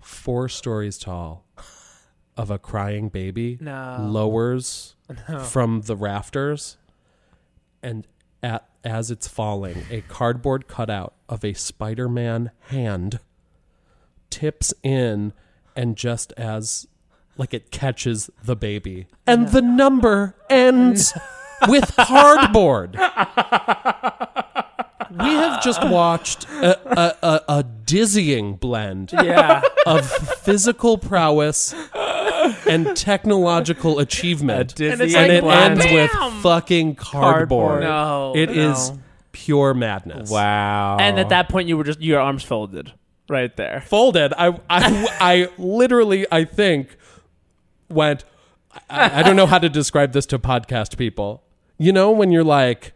Speaker 4: four stories tall, of a crying baby
Speaker 1: No.
Speaker 4: lowers from the rafters and at, as it's falling, a cardboard cutout of a Spider Man hand tips in, and just as like it catches the baby, and the number ends with cardboard. We have just watched a, a, a, a dizzying blend
Speaker 1: Yeah.
Speaker 4: of physical prowess and technological achievement
Speaker 2: Dizzy
Speaker 1: it's
Speaker 4: and
Speaker 1: like,
Speaker 4: it
Speaker 1: wow.
Speaker 4: ends with
Speaker 1: Bam!
Speaker 4: fucking cardboard.
Speaker 2: Cardboard.
Speaker 1: No,
Speaker 4: it
Speaker 1: no.
Speaker 4: is pure madness.
Speaker 2: Wow.
Speaker 1: And at that point, you were just your arms folded right there.
Speaker 4: Folded. I, I, I literally, I think, went. I, I don't know how to describe this to podcast people. You know when you're like,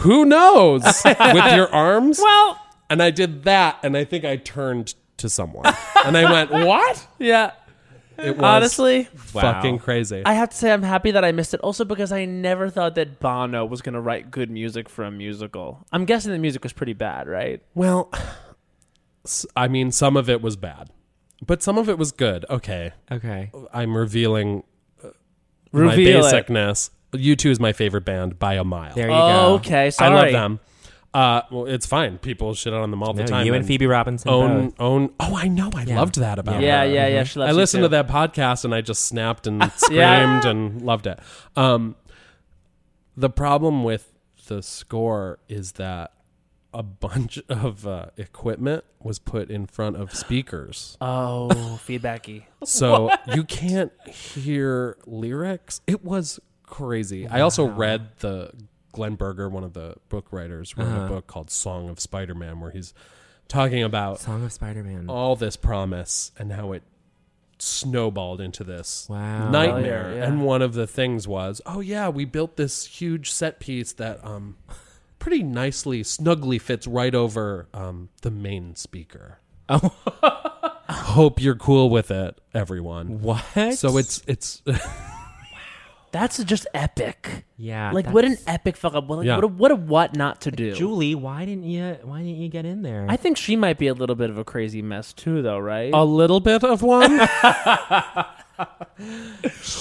Speaker 4: who knows, with your arms.
Speaker 1: Well,
Speaker 4: and I did that, and I think I turned to someone, and I went, "What?"
Speaker 1: yeah.
Speaker 4: It was
Speaker 1: Honestly,
Speaker 4: fucking crazy.
Speaker 1: I have to say I'm happy that I missed it. Also because I never thought that Bono was going to write good music for a musical. I'm guessing the music was pretty bad, right?
Speaker 4: Well, s- I mean, some of it was bad, but some of it was good. Okay,
Speaker 2: Okay.
Speaker 4: I'm revealing
Speaker 1: Reveal
Speaker 4: my
Speaker 1: it.
Speaker 4: basicness. U2 is my favorite band by a mile.
Speaker 2: There you
Speaker 1: Oh,
Speaker 2: go.
Speaker 1: okay,
Speaker 4: I
Speaker 1: sorry.
Speaker 4: love them. Uh, well, it's fine. People shit on them all the
Speaker 2: No,
Speaker 4: time.
Speaker 2: you and Phoebe Robinson.
Speaker 4: own
Speaker 2: both.
Speaker 4: own. Oh, I know. I loved that about.
Speaker 1: Yeah,
Speaker 4: her.
Speaker 1: yeah, yeah. She loves
Speaker 4: Mm-hmm. I
Speaker 1: you
Speaker 4: listened
Speaker 1: too.
Speaker 4: to that podcast and I just snapped and screamed
Speaker 1: Yeah.
Speaker 4: and loved it. Um, the problem with the score is that a bunch of uh, equipment was put in front of speakers,
Speaker 1: Oh, feedbacky.
Speaker 4: so you can't hear lyrics. It was crazy. I also read the Glenn Berger, one of the book writers, wrote
Speaker 1: Uh-huh.
Speaker 4: a book called "Song of Spider-Man," where he's talking about
Speaker 2: Song of Spider Man.
Speaker 4: all this promise and how it snowballed into this
Speaker 2: Wow.
Speaker 4: nightmare.
Speaker 1: Failure, yeah.
Speaker 4: And one of the things was, oh yeah, we built this huge set piece that um pretty nicely, snugly fits right over um the main speaker. Oh. Hope you're cool with it, everyone.
Speaker 2: What?
Speaker 4: So it's it's
Speaker 1: That's just epic.
Speaker 2: yeah.
Speaker 1: Like what an
Speaker 2: that's-
Speaker 1: epic fuck up. What, like,
Speaker 4: Yeah.
Speaker 1: what, a, what a what not to do.
Speaker 2: Julie, why didn't you? Why didn't you get in there?
Speaker 1: I think she might be a little bit of a crazy mess too, though, right?
Speaker 4: a little bit of one.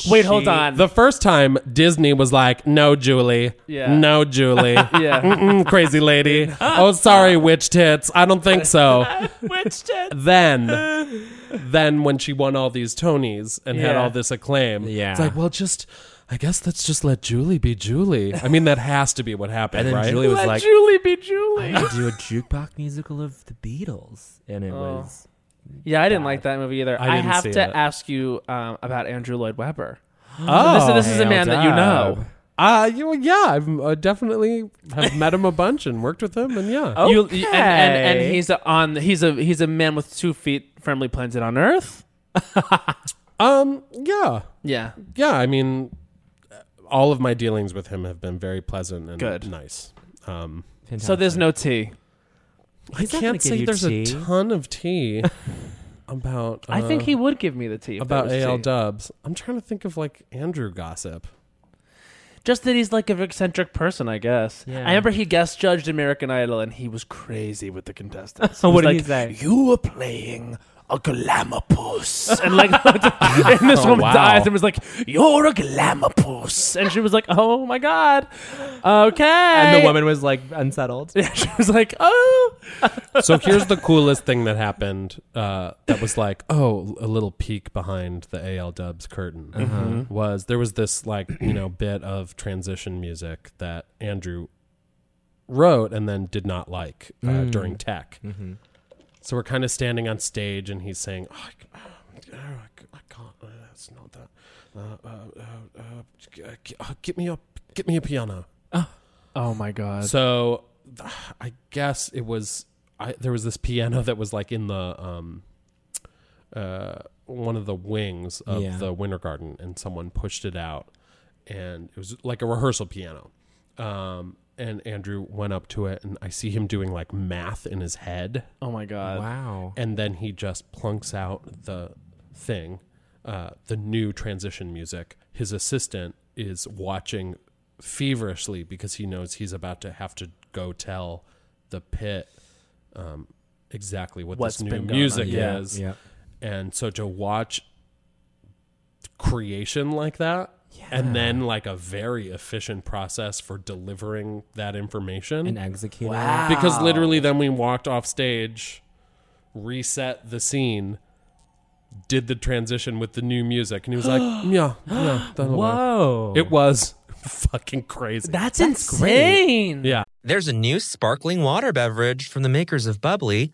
Speaker 1: Wait, hold on.
Speaker 4: The first time Disney was like, "No, Julie.
Speaker 1: Yeah.
Speaker 4: No, Julie.
Speaker 1: yeah.
Speaker 4: Mm, crazy lady. Oh, sorry, witch tits. I don't think so.
Speaker 1: Which
Speaker 4: then then when she won all these Tonys and had
Speaker 1: Yeah.
Speaker 4: all this acclaim.
Speaker 2: Yeah.
Speaker 4: It's like, well, just I guess let's just let Julie be Julie. I mean, that has to be what happened,
Speaker 2: and then
Speaker 4: right?
Speaker 2: Julie was like,
Speaker 1: Julie be Julie.
Speaker 2: "I'm gonna do a jukebox musical of the Beatles," and it was
Speaker 1: Yeah, I didn't like that movie either.
Speaker 4: I
Speaker 1: I,
Speaker 4: didn't
Speaker 1: have
Speaker 4: see
Speaker 1: to
Speaker 4: it.
Speaker 1: ask you um, about Andrew Lloyd Webber.
Speaker 4: oh,
Speaker 1: So this, this is a
Speaker 2: hell
Speaker 1: man that you
Speaker 2: no.
Speaker 1: know.
Speaker 4: uh, you, yeah, I've uh, definitely have met him a bunch and worked with him, and yeah,
Speaker 1: You, and, and,
Speaker 2: Okay.
Speaker 1: and he's a, on. He's a he's a man with two feet firmly planted on Earth.
Speaker 4: um, yeah,
Speaker 1: Yeah,
Speaker 4: yeah. I mean, all of my dealings with him have been very pleasant and
Speaker 1: Good.
Speaker 4: nice. Um,
Speaker 2: Fantastic.
Speaker 1: so there's no T.
Speaker 2: He's
Speaker 4: I
Speaker 2: not gonna
Speaker 4: can't
Speaker 2: give
Speaker 4: say
Speaker 2: you
Speaker 4: there's
Speaker 2: tea.
Speaker 4: a ton of tea about.
Speaker 1: I think
Speaker 4: uh,
Speaker 1: he would give me the T if
Speaker 4: about
Speaker 1: there was
Speaker 4: AL
Speaker 1: tea.
Speaker 4: Dubs. I'm trying to think of like Andrew gossip.
Speaker 1: Just that he's like an eccentric person, I guess.
Speaker 2: Yeah.
Speaker 1: I remember he guest judged American Idol, and he was crazy with the contestants. He
Speaker 2: What
Speaker 1: was
Speaker 2: did
Speaker 1: like,
Speaker 2: he say?
Speaker 1: You were playing a glamapus. Oh, And like, and this woman
Speaker 5: wow.
Speaker 1: dies and was like, you're a glamapus. And she was like, oh my God. Okay.
Speaker 5: And the woman was like unsettled.
Speaker 1: she was like, oh.
Speaker 4: So here's the coolest thing that happened. Uh, that was like, oh, a little peek behind the AL Dubs curtain
Speaker 2: Uh-huh.
Speaker 4: was there was this like you know bit of transition music that Andrew wrote and then did not like uh, during tech. So we're kind of standing on stage and he's saying, oh, I, c- oh, I c- oh, I can't. uh, It's not that. Uh, uh, uh, uh, g- uh, g- uh, get me a get me a piano.
Speaker 1: Oh my God.
Speaker 4: So th- I guess it was I there was this piano that was like in the um uh one of the wings of
Speaker 5: Yeah.
Speaker 4: the winter garden and someone pushed it out and it was like a rehearsal piano. Um and Andrew went up to it and I see him doing like math in his head
Speaker 1: Oh my
Speaker 2: Uh,
Speaker 1: God.
Speaker 5: Wow.
Speaker 4: and then he just plunks out the thing, uh, the new transition music. His assistant is watching feverishly because he knows he's about to have to go tell the pit um, exactly what
Speaker 1: What's
Speaker 4: this new
Speaker 1: been going
Speaker 4: music
Speaker 1: on.
Speaker 5: Yeah,
Speaker 4: is.
Speaker 5: yeah.
Speaker 4: And so to watch creation like that. And then, like a very efficient process for delivering that information
Speaker 5: An executor.
Speaker 4: because literally then we walked off stage reset the scene did the transition with the new music and he was like yeah yeah that'll work."
Speaker 5: Whoa.
Speaker 4: it was fucking crazy
Speaker 1: That's, insane.
Speaker 4: yeah
Speaker 2: There's a new sparkling water beverage from the makers of Bubbly,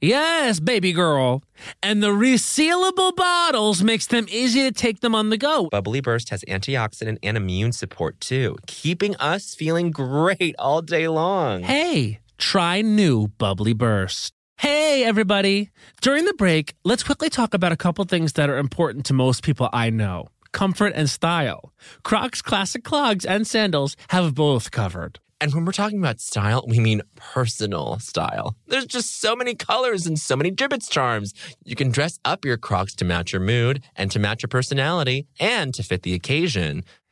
Speaker 6: Yes, baby girl. And the resealable bottles makes them easy to take them on the go.
Speaker 2: Bubbly Burst has antioxidant and immune support too, keeping us feeling great all day long.
Speaker 6: Hey, try new Bubbly Burst. Hey, everybody. During the break, let's quickly talk about a couple things that are important to most people I know comfort and style. Crocs classic clogs and sandals have both covered.
Speaker 2: And when we're talking about style, we mean personal style. There's just so many colors and so many gibbets charms. You can dress up your crocs to match your mood and to match your personality and to fit the occasion.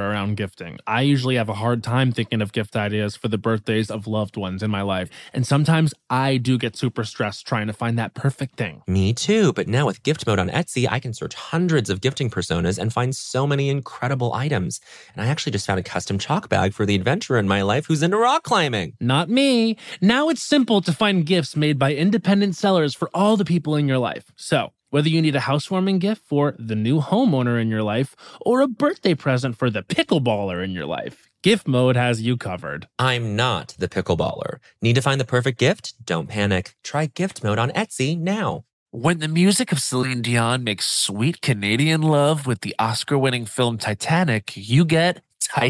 Speaker 6: around gifting. I usually have a hard time thinking of gift ideas for the birthdays of loved ones in my life, and sometimes I do get super stressed trying to find that perfect thing.
Speaker 2: Me too, but now with gift mode on Etsy, I can search hundreds of gifting personas and find so many incredible items. And I actually just found a custom chalk bag for the adventurer in my life who's into rock climbing.
Speaker 6: Not me. Now it's simple to find gifts made by independent sellers for all the people in your life. So, whether you need a housewarming gift for the new homeowner in your life or a birthday present for the pickleballer in your life, Gift Mode has you covered.
Speaker 2: I'm not the pickleballer. Need to find the perfect gift? Don't panic. Try gift mode on Etsy now.
Speaker 7: When the music of Celine Dion makes sweet Canadian love with the Oscar winning film Titanic, you get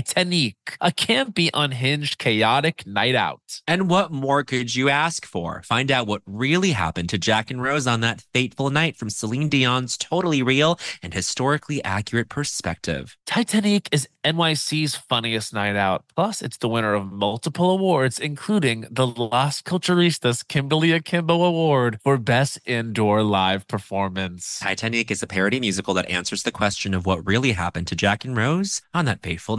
Speaker 7: Titanic, a campy, unhinged, chaotic night out.
Speaker 2: And what more could you ask for? Find out what really happened to Jack and Rose on that fateful night from Celine Dion's totally real and historically accurate perspective.
Speaker 7: Titanic is NYC's funniest night out. Plus, it's the winner of multiple awards, including the Las Culturistas Kimberly Akimbo Award for Best Indoor Live Performance.
Speaker 2: Titanic is a parody musical that answers the question of what really happened to Jack and Rose on that fateful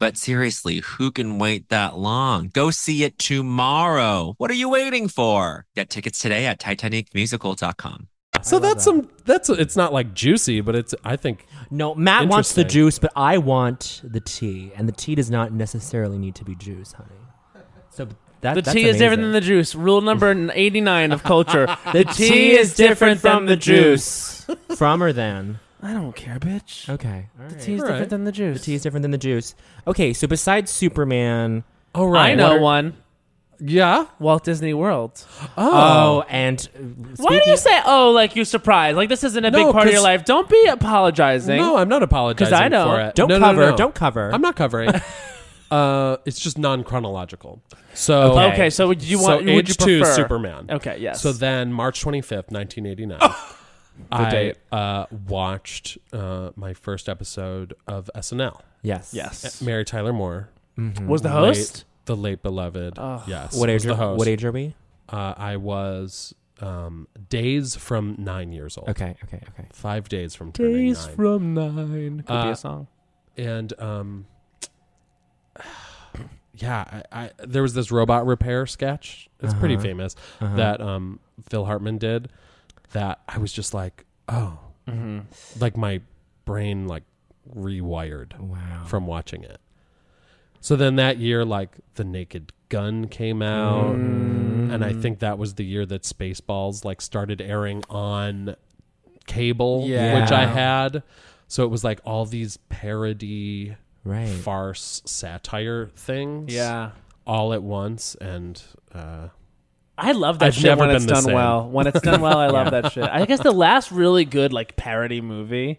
Speaker 8: But seriously, who can wait that long? Go see it tomorrow. What are you waiting for? Get tickets today at TitanicMusical.com.
Speaker 4: So that's some. That's it's not like juicy, but it's. I think
Speaker 2: No, Matt wants the
Speaker 4: Interesting.
Speaker 2: juice, but I want the tea, and the tea does not necessarily need to be juice, honey. So that
Speaker 1: The
Speaker 2: that's
Speaker 1: tea is different than
Speaker 2: amazing.
Speaker 1: the juice. Rule number 89 of culture.
Speaker 2: The tea is different from the juice. From or than?
Speaker 1: I don't care, bitch.
Speaker 2: Okay. all
Speaker 1: The
Speaker 2: right.
Speaker 1: tea is
Speaker 4: All
Speaker 1: different
Speaker 4: right.
Speaker 1: than the
Speaker 2: The
Speaker 1: juice.
Speaker 2: tea is different than the juice. Okay, so besides Superman,
Speaker 4: Oh right,
Speaker 1: I know
Speaker 4: What are-
Speaker 1: one.
Speaker 4: yeah.
Speaker 1: Walt Disney World.
Speaker 2: oh, and uh,
Speaker 1: Why do
Speaker 2: speaking-
Speaker 1: you say, oh, like you surprised? Like this isn't a
Speaker 4: No,
Speaker 1: big part of your
Speaker 4: 'cause-
Speaker 1: life. Don't be apologizing.
Speaker 4: No, I'm not apologizing
Speaker 1: 'Cause I know.
Speaker 4: for it.
Speaker 2: Don't
Speaker 4: No, no,
Speaker 2: cover.
Speaker 4: no, no.
Speaker 2: Don't cover.
Speaker 4: I'm not covering. uh, it's just non chronological. So
Speaker 1: okay. so would you want
Speaker 4: so
Speaker 1: would
Speaker 4: age
Speaker 1: you
Speaker 4: two
Speaker 1: prefer-
Speaker 4: Superman.
Speaker 1: Okay, yes.
Speaker 4: So then March 25th, 1989.
Speaker 2: Oh.
Speaker 4: I
Speaker 1: date.
Speaker 4: Uh, watched uh, my first episode of SNL.
Speaker 2: Yes. Mm-hmm.
Speaker 1: yes.
Speaker 4: uh, Mary Tyler Moore,
Speaker 1: Was the host?
Speaker 4: Late, the late beloved. yes,
Speaker 2: What age?
Speaker 4: was The
Speaker 2: Are,
Speaker 4: host.
Speaker 2: what age are we?
Speaker 4: Uh, I was um, days from nine years old.
Speaker 2: Okay. Okay. Okay.
Speaker 4: Five days from turning nine.
Speaker 1: from nine. Could be
Speaker 4: Uh,
Speaker 1: a song.
Speaker 4: and um yeah I, I there was this robot repair sketch it's pretty famous that um phil hartman did that i was just like oh like my brain like rewired
Speaker 2: Wow.
Speaker 4: from watching it so then that year like the naked gun came out and i think that was the year that spaceballs like started airing on cable
Speaker 2: Yeah.
Speaker 4: which i had so it was like all these parody
Speaker 2: Right.
Speaker 4: farce satire things all at once and uh
Speaker 1: I love that
Speaker 4: I've
Speaker 1: shit
Speaker 4: never
Speaker 1: when
Speaker 4: been
Speaker 1: it's
Speaker 4: the
Speaker 1: done
Speaker 4: same.
Speaker 1: well. When it's done well, I love that shit. I guess the last really good like parody movie.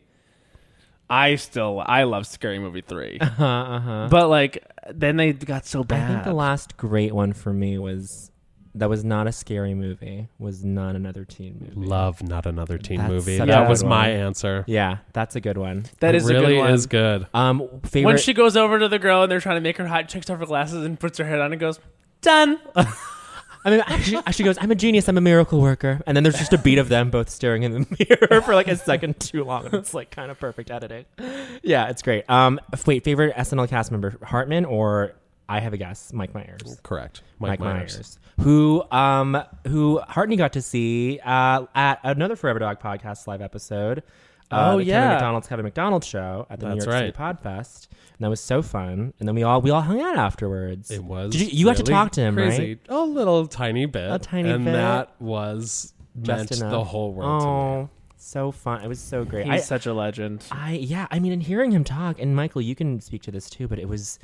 Speaker 1: I still I love Scary Movie three,
Speaker 2: Uh huh. Uh-huh.
Speaker 1: but like then they got so
Speaker 2: I
Speaker 1: bad.
Speaker 2: think the last great one for me was that was not a scary movie. Was not another teen movie.
Speaker 4: love not another teen
Speaker 2: That's
Speaker 4: movie
Speaker 2: such a
Speaker 4: that
Speaker 1: good
Speaker 4: was my
Speaker 2: one.
Speaker 4: answer
Speaker 2: Yeah, that's a good one.
Speaker 1: that
Speaker 4: It
Speaker 1: is
Speaker 4: really
Speaker 1: a good one.
Speaker 4: is good
Speaker 2: Um, favorite.
Speaker 1: when she goes over to the girl and they're trying to make her hot, takes off her glasses and puts her head on and goes, "Done."
Speaker 2: I mean, actually, she goes, "I'm a genius. I'm a miracle worker," and then there's just a beat of them both staring in the mirror for like a second too long. And it's like kind of perfect editing. Yeah, it's great. Um, f- wait, favorite SNL cast member Hartman or I have a guess, Mike Myers.
Speaker 4: correct mike, myers,
Speaker 2: who um who Hartney got to see uh, at another Forever Dog podcast live episode. Uh,
Speaker 1: Oh,
Speaker 2: the
Speaker 1: yeah.
Speaker 2: Kevin McDonald's Kevin McDonald show at the
Speaker 4: That's
Speaker 2: New York City Podfest, and that was so fun. And then we all we all hung out afterwards.
Speaker 4: it was
Speaker 2: Did you, you got to
Speaker 4: really
Speaker 2: talk to him,
Speaker 4: crazy.
Speaker 2: right?
Speaker 4: a little tiny bit
Speaker 2: A tiny
Speaker 4: and
Speaker 2: bit.
Speaker 4: that was meant
Speaker 2: Just enough.
Speaker 4: the whole world to me.
Speaker 2: Oh, uh, so fun! It was so great.
Speaker 1: He's
Speaker 2: I,
Speaker 1: such a legend.
Speaker 2: I, yeah, I mean, and hearing him talk, and Michael, you can speak to this too, but it was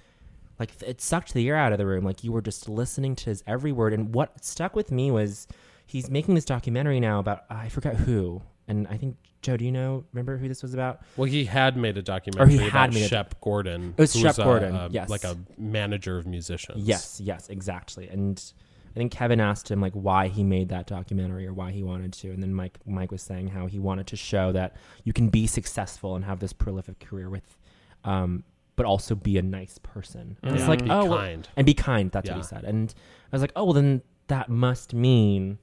Speaker 2: like it sucked the air out of the room. Like you were just listening to his every word, and what stuck with me was he's making this documentary now about uh, I forgot who, and I think Joe, do you know? Remember who this was about?
Speaker 4: Well, he had made a documentary
Speaker 2: had
Speaker 4: about
Speaker 2: made a-
Speaker 4: Shep Gordon.
Speaker 2: was
Speaker 4: who
Speaker 2: Shep
Speaker 4: a-
Speaker 2: Gordon,
Speaker 4: a-
Speaker 2: yes.
Speaker 4: Like a manager of musicians.
Speaker 2: Yes, yes, exactly. And I think Kevin asked him like why he made that documentary or why he wanted to, and then Mike Mike was saying how he wanted to show that you can be successful and have this prolific career with, um, but also be a nice person. And It's
Speaker 4: Yeah.
Speaker 2: like
Speaker 4: Be
Speaker 2: oh, well-
Speaker 4: kind.
Speaker 2: and be kind. That's what he
Speaker 4: Yeah.
Speaker 2: said. And I was like, oh well, then that must mean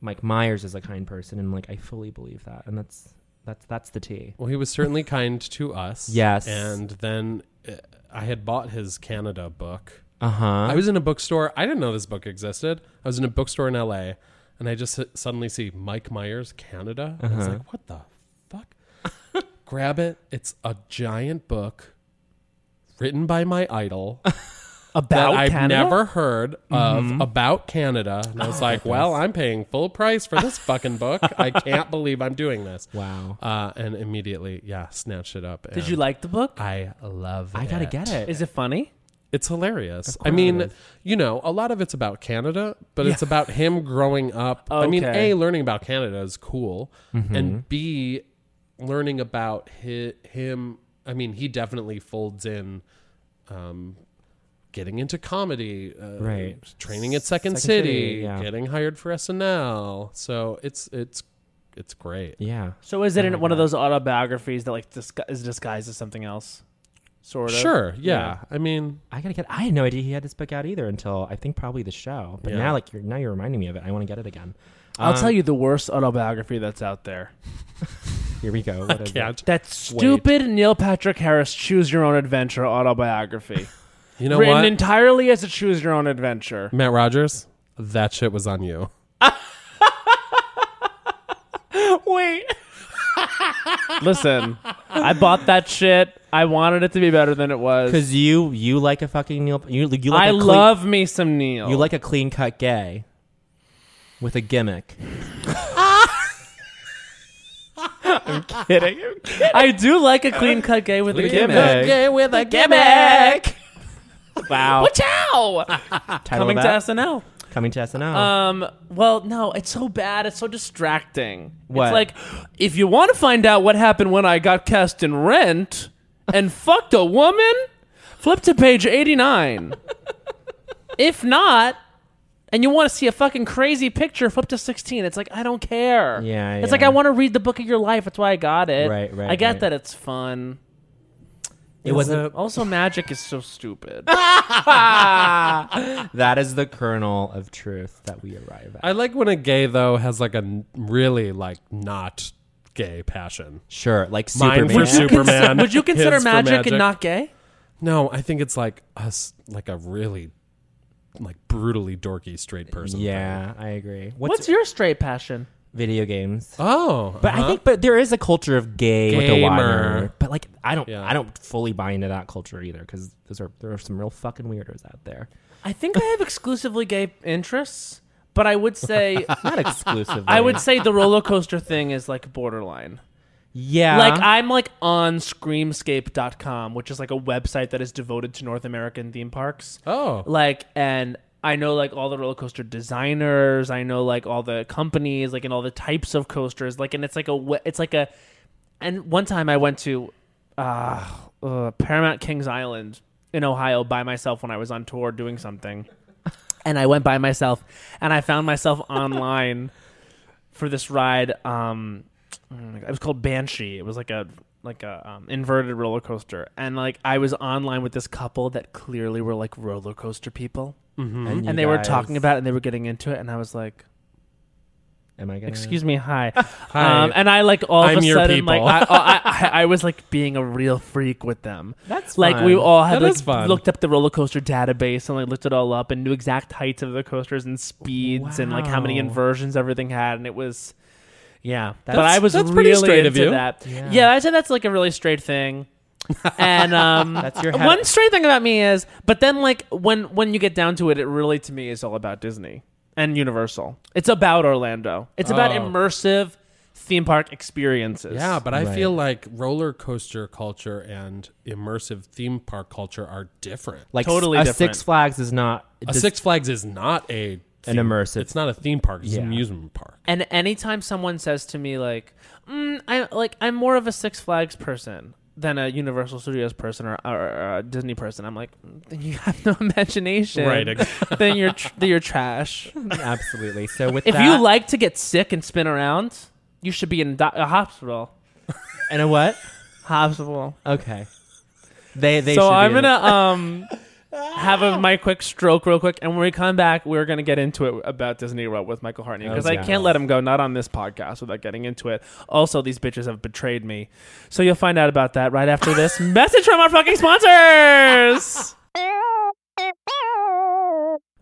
Speaker 2: Mike Myers is a kind person, and like I fully believe that, and that's that's that's the tea.
Speaker 4: Well, he was certainly kind to us.
Speaker 2: Yes.
Speaker 4: And then uh, I had bought his Canada book.
Speaker 2: Uh
Speaker 4: I
Speaker 1: Uh-huh.
Speaker 2: huh.
Speaker 4: was in a bookstore. I didn't know this book existed. I was in a bookstore in LA and I just s- suddenly see Mike Myers Canada. And
Speaker 2: Uh-huh.
Speaker 4: I was like, what the fuck? Grab it. It's a giant book written by my idol.
Speaker 1: About
Speaker 4: that I've
Speaker 1: Canada?
Speaker 4: never heard of
Speaker 2: Mm-hmm.
Speaker 4: about Canada. And I was
Speaker 2: Oh,
Speaker 4: like, well, I'm paying full price for this fucking book. I can't believe I'm doing this.
Speaker 2: Wow.
Speaker 4: Uh, and immediately, yeah, snatched it up.
Speaker 1: Did
Speaker 4: and
Speaker 1: you like the book?
Speaker 4: I love it.
Speaker 2: I gotta get it.
Speaker 1: Is it funny?
Speaker 4: It's hilarious. I mean, you know, a lot of it's about Canada, but it's about him growing up. I mean,
Speaker 1: Okay.
Speaker 4: A, learning about Canada is cool, and B, learning about hi him. I mean, he definitely folds in um, getting into comedy, uh,
Speaker 2: Right.
Speaker 4: Training at Second,
Speaker 2: Second
Speaker 4: City,
Speaker 2: City, yeah.
Speaker 4: getting hired for SNL. So it's it's it's great.
Speaker 2: Yeah.
Speaker 1: So is it in one of those autobiographies that like disgu- is disguised as something else? Sort of.
Speaker 4: Sure, yeah. I mean,
Speaker 2: I gotta get. I had no idea he had this book out either until I think probably the show. But
Speaker 4: Yeah.
Speaker 2: now, like, you're now you're reminding me of it. I want to get it again.
Speaker 1: I'll
Speaker 2: Um,
Speaker 1: tell you the worst autobiography that's out there.
Speaker 2: Here we go. What is it?
Speaker 4: can't
Speaker 1: That stupid Neil Patrick Harris choose your own adventure autobiography.
Speaker 4: you know
Speaker 1: Written
Speaker 4: what?
Speaker 1: entirely as a choose your own adventure.
Speaker 4: Matt Rogers, that shit was on you.
Speaker 1: Wait. Listen, I bought that shit. I wanted it to be better than it was.
Speaker 2: Because you you like a fucking Neil. You, you like
Speaker 1: I
Speaker 2: a clean,
Speaker 1: love me some Neil.
Speaker 2: you like a clean cut gay with a gimmick. I'm kidding. I'm kidding.
Speaker 1: I do like a clean cut gay with a gimmick.
Speaker 2: Gay with a gimmick. Wow. Watch
Speaker 1: Ow!
Speaker 2: out. Title
Speaker 1: Coming
Speaker 2: of
Speaker 1: to
Speaker 2: that?
Speaker 1: SNL.
Speaker 2: Coming to SNL.
Speaker 1: Um. Well, no, it's so bad. It's so distracting.
Speaker 2: What?
Speaker 1: It's like if you want to find out what happened when I got cast in Rent and fucked a woman, flip to page eighty-nine. if not. And you want to see a fucking crazy picture? Flip to sixteen. It's like I don't care.
Speaker 2: Yeah,
Speaker 1: It's
Speaker 2: yeah.
Speaker 1: like I want to read the book of your life. That's why I got it.
Speaker 2: Right, right,
Speaker 1: I get
Speaker 2: right.
Speaker 1: that it's fun.
Speaker 2: it wasn't.
Speaker 1: Also, magic is so stupid.
Speaker 2: That is the kernel of truth that we arrive at.
Speaker 4: I like when a gay though has like a n- really like not gay passion.
Speaker 2: Sure, like
Speaker 4: Mine
Speaker 2: Superman.
Speaker 4: for Superman.
Speaker 1: Would you
Speaker 4: his
Speaker 1: consider
Speaker 4: for
Speaker 1: magic, and not gay?
Speaker 4: No, I think it's like us, like a really, like brutally dorky straight person. thing.
Speaker 2: yeah, I agree. What's,
Speaker 1: What's your straight passion?
Speaker 2: video games?
Speaker 4: Oh,
Speaker 2: But I think, but there is a culture of gay with a
Speaker 4: Gamer.
Speaker 2: wire. But like, I don't,
Speaker 4: Yeah.
Speaker 2: I don't fully buy into that culture either because those are there are some real fucking weirdos out there.
Speaker 1: I think I have exclusively gay interests, but I would say
Speaker 2: Not exclusively.
Speaker 1: I would say the roller coaster thing is like borderline.
Speaker 2: yeah,
Speaker 1: Like I'm like on screamscape.com, which is like a website that is devoted to North American theme parks.
Speaker 4: oh,
Speaker 1: Like and I know like all the roller coaster designers, I know like all the companies, like and all the types of coasters, like and it's like a we- it's like a and one time I went to uh, uh Paramount Kings Island in Ohio by myself when I was on tour doing something. and I went by myself, and I found myself online for this ride. Um, oh my God, it was called Banshee. It was like a like a um, inverted roller coaster, and like I was online with this couple that clearly were like roller coaster people,
Speaker 2: and, you
Speaker 1: and they were
Speaker 2: guys-
Speaker 1: talking about it, and they were getting into it, and I was like,
Speaker 2: Am I gonna?
Speaker 1: "Excuse me, hi."
Speaker 4: Hi.
Speaker 1: Um, and I like all
Speaker 4: I'm
Speaker 1: of a
Speaker 4: your
Speaker 1: sudden
Speaker 4: people.
Speaker 1: like I, I, I, I was like being a real freak with them.
Speaker 2: That's
Speaker 1: Like
Speaker 2: fun.
Speaker 1: we all had
Speaker 4: That
Speaker 1: like
Speaker 4: is fun.
Speaker 1: looked up the roller coaster database and like looked it all up and knew exact heights of the coasters and speeds and like how many
Speaker 2: Wow.
Speaker 1: inversions everything had and it was yeah. but
Speaker 4: That's-
Speaker 1: I was
Speaker 4: that's pretty
Speaker 1: really
Speaker 4: straight
Speaker 1: into
Speaker 4: of you.
Speaker 1: that.
Speaker 2: Yeah.
Speaker 1: Yeah. I said that's like a really straight thing. and um
Speaker 2: That's your hat.
Speaker 1: one straight thing about me is but then like when when you get down to it it really to me is all about Disney and Universal. It's about Orlando. It's about
Speaker 4: Oh.
Speaker 1: immersive theme park experiences.
Speaker 4: yeah. But I
Speaker 2: Right.
Speaker 4: feel like roller coaster culture and immersive theme park culture are different.
Speaker 2: Like
Speaker 1: Totally
Speaker 2: a
Speaker 1: different.
Speaker 2: Six Flags is not
Speaker 4: A
Speaker 2: does-
Speaker 4: Six Flags is not a
Speaker 2: An
Speaker 4: theme-
Speaker 2: immersive-
Speaker 4: It's not a theme park. It's
Speaker 2: Yeah.
Speaker 4: an amusement park.
Speaker 1: And anytime someone says to me like, mm, "I like I'm more of a Six Flags person than a Universal Studios person or, or, or a Disney person," I'm like, "Mm, then "You have no imagination,
Speaker 4: Right, ex-
Speaker 1: then you're tr- then you're trash.
Speaker 2: absolutely. So with
Speaker 1: If
Speaker 2: that,
Speaker 1: you like to get sick and spin around, you should be in do- a hospital.
Speaker 2: and a what?
Speaker 1: Hospital.
Speaker 2: Okay. They they.
Speaker 1: so
Speaker 2: should be
Speaker 1: I'm
Speaker 2: in-
Speaker 1: gonna um." Have a, my quick stroke, real quick, and when we come back, we're gonna get into it about Disney World with Michael Hartney because I
Speaker 2: yeah.
Speaker 1: can't let him go, not on this podcast, without getting into it. Also, these bitches have betrayed me, so you'll find out about that right after this message from our fucking sponsors.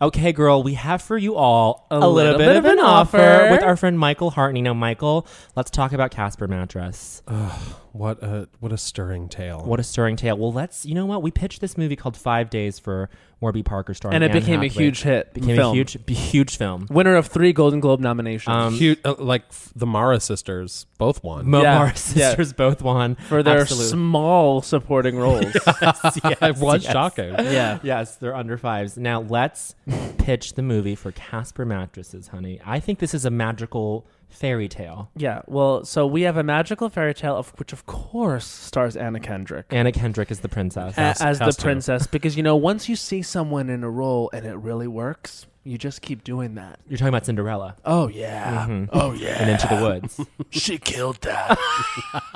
Speaker 2: Okay, girl, we have for you all a, little, bit, of an offer. with our friend Michael Hartney. Now, Michael, let's talk about Casper Mattress.
Speaker 1: Oh.
Speaker 4: What a what a stirring tale.
Speaker 2: What a stirring tale. Well, let's, you know what? We pitched this movie called Five Days for Warby Parker starring
Speaker 1: And it
Speaker 2: Anne
Speaker 1: became a
Speaker 2: Hathaway.
Speaker 1: huge hit
Speaker 2: Became
Speaker 1: film.
Speaker 2: a huge, b- huge film.
Speaker 1: Winner of three Golden Globe nominations
Speaker 2: Um,
Speaker 4: Cute, uh, like f- the Mara sisters both won.
Speaker 2: Mo
Speaker 1: Yeah,
Speaker 2: Mara
Speaker 1: yeah.
Speaker 2: sisters both won
Speaker 1: for their
Speaker 2: Absolute-
Speaker 1: small supporting roles.
Speaker 2: yes,
Speaker 4: it was
Speaker 2: yes.
Speaker 4: shocking.
Speaker 1: yeah,
Speaker 2: Yes, they're under fives. Now let's pitch the movie for Casper Mattresses, honey. I think this is a magical fairy tale.
Speaker 1: Yeah, well, so we have a magical fairy tale, of which, of course, stars Anna Kendrick.
Speaker 2: Anna Kendrick is the princess.
Speaker 1: a- as
Speaker 4: has
Speaker 1: the
Speaker 4: to.
Speaker 1: princess because you know once you see someone in a role and it really works you just keep doing that
Speaker 2: You're talking about Cinderella
Speaker 1: oh yeah oh
Speaker 2: Mm-hmm. and
Speaker 1: yeah
Speaker 2: Into the Woods.
Speaker 1: she killed that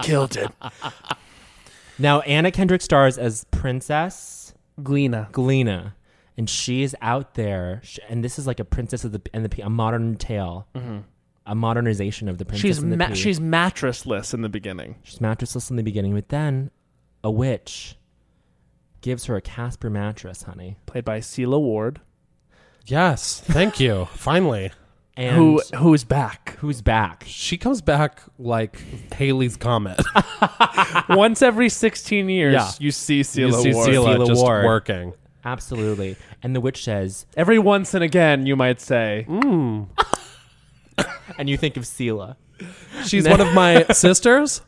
Speaker 1: killed it
Speaker 2: now, Anna Kendrick stars as Princess
Speaker 1: glena
Speaker 2: Galena, and she is out there, sh- and this is like a princess of the and the Pea- a modern tale, a modernization of the princess.
Speaker 1: she's
Speaker 2: and the
Speaker 1: ma-
Speaker 2: Pea.
Speaker 1: she's mattressless in the beginning
Speaker 2: she's mattressless in the beginning, but then a witch gives her a Casper mattress, honey,
Speaker 1: played by Celia Ward
Speaker 4: Yes, thank you. Finally,
Speaker 2: and
Speaker 1: who who's back
Speaker 2: who's back?
Speaker 4: she comes back like Haley's comet.
Speaker 1: once every 16 years
Speaker 4: Yeah.
Speaker 1: you see
Speaker 4: you
Speaker 1: Celia
Speaker 4: see
Speaker 1: Ward
Speaker 4: Sela
Speaker 2: Sela
Speaker 4: just
Speaker 2: Ward.
Speaker 4: working.
Speaker 2: Absolutely, and the witch says,
Speaker 1: every once and again you might say
Speaker 2: and you think of Sela.
Speaker 4: She's one of my sisters.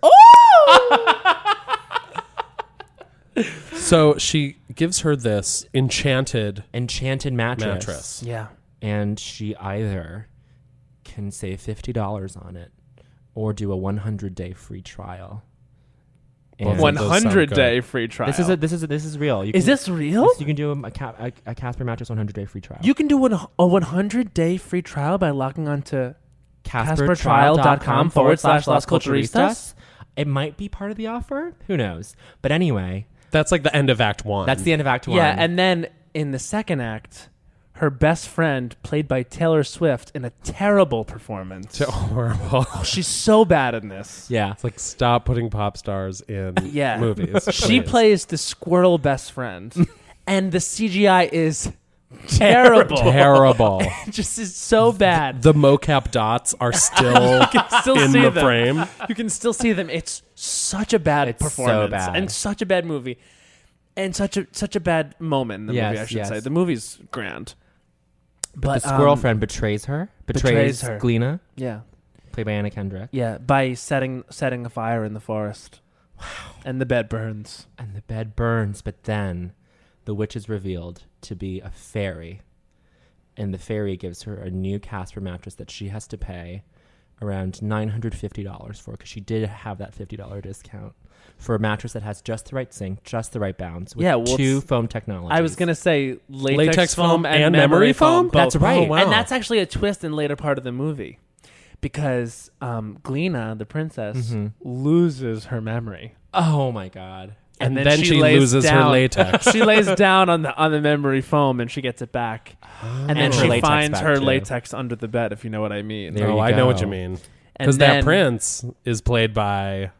Speaker 4: so she gives her this enchanted
Speaker 2: Enchanted mattress.
Speaker 4: mattress.
Speaker 1: yeah
Speaker 2: and she either can save fifty dollars on it or do a one hundred day free trial. And
Speaker 4: Both of those sound
Speaker 1: 100
Speaker 4: good.
Speaker 1: day free trial
Speaker 2: this is a, this is a, this is real. You
Speaker 1: is
Speaker 2: can-
Speaker 1: this real
Speaker 2: You can do a, a, Ca- a, a Casper mattress one hundred day free trial.
Speaker 1: you can do an, a 100 day free trial by logging onto
Speaker 2: CasperTrial.com
Speaker 1: CasperTrial.com
Speaker 2: forward slash Las
Speaker 1: Culturistas.
Speaker 2: Culturistas. It might be part of the offer. Who knows? But anyway,
Speaker 4: That's like the end of Act One.
Speaker 2: that's the end of Act One.
Speaker 1: Yeah, and then in the second act, her best friend, played by Taylor Swift, in a terrible performance.
Speaker 4: horrible.
Speaker 1: She's so bad in this.
Speaker 2: yeah,
Speaker 4: It's like stop putting pop stars in
Speaker 1: Yeah.
Speaker 4: movies.
Speaker 1: She
Speaker 4: please.
Speaker 1: plays the squirrel best friend, and the CGI is terrible.
Speaker 4: terrible.
Speaker 1: It Just is so bad.
Speaker 4: the mocap dots are still
Speaker 1: Still
Speaker 4: in
Speaker 1: see
Speaker 4: the
Speaker 1: them.
Speaker 4: frame.
Speaker 1: You can still see them. It's such a bad
Speaker 2: so
Speaker 1: performance
Speaker 2: bad.
Speaker 1: and such a bad movie. And such a such a bad moment in the
Speaker 2: Yes,
Speaker 1: movie, I should
Speaker 2: yes.
Speaker 1: say. The movie's grand. But,
Speaker 2: the squirrel
Speaker 1: um,
Speaker 2: friend betrays her. Betrays,
Speaker 1: betrays her.
Speaker 2: Glena,
Speaker 1: Yeah.
Speaker 2: played by Anna Kendrick,
Speaker 1: Yeah, by setting setting a fire in the forest. Wow. And the bed burns.
Speaker 2: and the bed burns. But then, the witch is revealed to be a fairy, and the fairy gives her a new Casper mattress that she has to pay around nine hundred fifty dollars for because she did have that fifty dollar discount for a mattress that has just the right sink, just the right bounds. With
Speaker 1: Yeah, well,
Speaker 2: two
Speaker 1: it's-
Speaker 2: foam technologies.
Speaker 1: I was gonna say latex,
Speaker 4: Latex
Speaker 1: foam
Speaker 4: foam
Speaker 1: and,
Speaker 4: and
Speaker 1: memory,
Speaker 4: memory
Speaker 1: foam.
Speaker 4: foam?
Speaker 1: both.
Speaker 2: That's right.
Speaker 4: Oh, wow.
Speaker 1: And that's actually a twist in later part of the movie, because um, Glena, the princess,
Speaker 4: Mm-hmm.
Speaker 1: loses her memory,
Speaker 2: Oh my god.
Speaker 4: And then she
Speaker 1: lays
Speaker 4: loses her
Speaker 1: down-
Speaker 4: latex.
Speaker 1: she lays down on the on the memory foam, and she gets it back.
Speaker 4: Ah.
Speaker 1: And then
Speaker 2: And her
Speaker 1: she
Speaker 2: latex
Speaker 1: finds
Speaker 2: back,
Speaker 1: her
Speaker 2: too.
Speaker 1: latex under the bed, if you know what I mean.
Speaker 2: There
Speaker 4: oh,
Speaker 2: you
Speaker 4: I know what
Speaker 2: go.
Speaker 4: you mean.
Speaker 1: And
Speaker 4: Because that
Speaker 1: then
Speaker 4: prince is played by.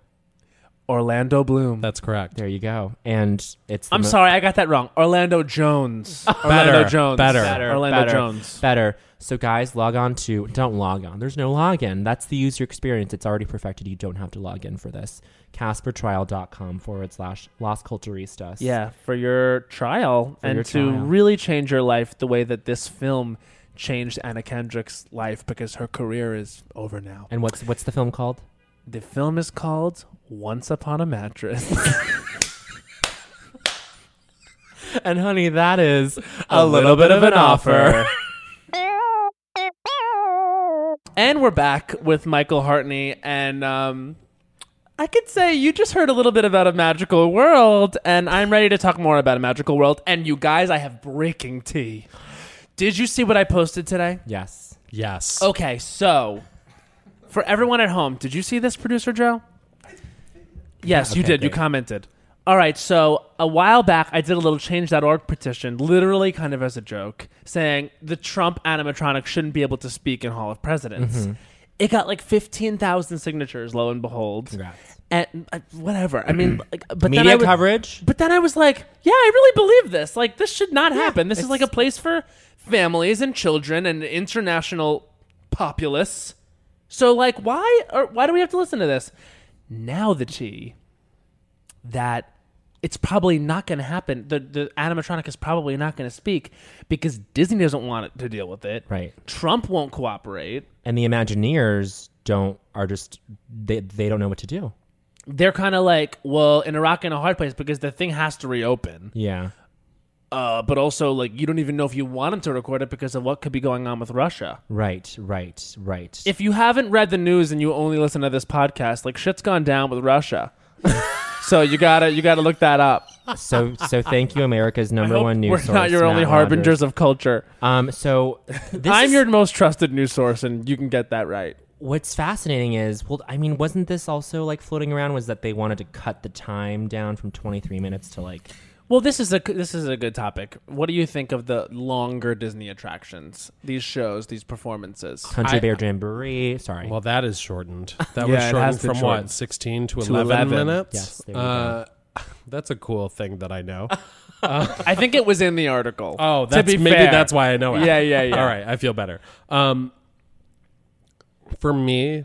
Speaker 1: Orlando Bloom.
Speaker 4: That's correct.
Speaker 2: There you go. And it's the
Speaker 1: I'm
Speaker 2: mo-
Speaker 1: sorry, I got that wrong. Orlando Jones. Orlando
Speaker 4: Better,
Speaker 1: Jones.
Speaker 4: better.
Speaker 1: Orlando
Speaker 2: better,
Speaker 1: Jones.
Speaker 2: Better. So guys, log on to don't log on. There's no login. That's the user experience. It's already perfected. You don't have to log in for this. CasperTrial.com forward slash Las Culturistas.
Speaker 1: Yeah, for your trial and
Speaker 2: your
Speaker 1: to
Speaker 2: trial.
Speaker 1: really change your life the way that this film changed Anna Kendrick's life because her career is over now.
Speaker 2: And what's what's the film called?
Speaker 1: The film is called Once Upon a Mattress.
Speaker 2: And honey, that is a,
Speaker 1: and we're back with Michael Hartney and um I could say you just heard a little bit about a magical world, and I'm ready to talk more about a magical world. And you guys, I have breaking tea. Did you see what I posted today?
Speaker 2: yes.
Speaker 4: Yes.
Speaker 1: Okay, so for everyone at home, did you see this, producer Joe? Yes, you
Speaker 2: okay,
Speaker 1: did. You
Speaker 2: great.
Speaker 1: commented. All right, so a while back, I did a little change.org petition, literally kind of as a joke, saying the Trump animatronic shouldn't be able to speak in Hall of Presidents.
Speaker 2: Mm-hmm.
Speaker 1: It got like 15,000 signatures, lo and behold.
Speaker 2: Congrats.
Speaker 1: And uh, whatever. I mean, like, but then I
Speaker 2: Media
Speaker 1: would-
Speaker 2: coverage.
Speaker 1: but then I was like, yeah, I really believe this. Like, this should not happen. This is like a place for families and children and international populace. So, like, why or why do we have to listen to this? Now the tea that it's probably not going to happen. The the animatronic is probably not going to speak because Disney doesn't want it to deal with it.
Speaker 2: Right.
Speaker 1: Trump won't cooperate.
Speaker 2: And the Imagineers don't are just they they don't know what to do.
Speaker 1: They're kind of like, well, in Iraq in a hard place because the thing has to reopen.
Speaker 2: Yeah.
Speaker 1: Uh, but also, like, you don't even know if you want him to record it because of what could be going on with Russia.
Speaker 2: Right, right, right.
Speaker 1: If you haven't read the news and you only listen to this podcast, like, shit's gone down with Russia. so you gotta you gotta look that up.
Speaker 2: so, so thank you, America's number
Speaker 1: Hope
Speaker 2: one news
Speaker 1: We're
Speaker 2: source.
Speaker 1: not your only
Speaker 2: Matt
Speaker 1: harbingers of culture.
Speaker 2: Rogers. Um, so this
Speaker 1: I'm
Speaker 2: is-
Speaker 1: your most trusted news source, and you can get that right.
Speaker 2: What's fascinating is, well, I mean, wasn't this also like floating around? Was that they wanted to cut the time down from 23 minutes to like
Speaker 1: Well, this is a this is a good topic. What do you think of the longer Disney attractions? These shows, these performances.
Speaker 2: Country
Speaker 4: I-
Speaker 2: Bear Jamboree? Sorry.
Speaker 4: Well, that is shortened. That
Speaker 1: Yeah,
Speaker 4: was
Speaker 1: it
Speaker 4: shortened
Speaker 1: has been
Speaker 4: from
Speaker 1: shortened.
Speaker 4: what, 16 to, 11,
Speaker 1: 11.
Speaker 4: minutes?
Speaker 2: Yes, there we
Speaker 4: Uh, that's a cool thing that I know.
Speaker 1: I think it was in the article.
Speaker 4: Oh,
Speaker 1: to
Speaker 4: that's
Speaker 1: be
Speaker 4: maybe
Speaker 1: fair.
Speaker 4: that's why I know it.
Speaker 1: Yeah, yeah, yeah.
Speaker 4: All right, I feel better. Um, for me,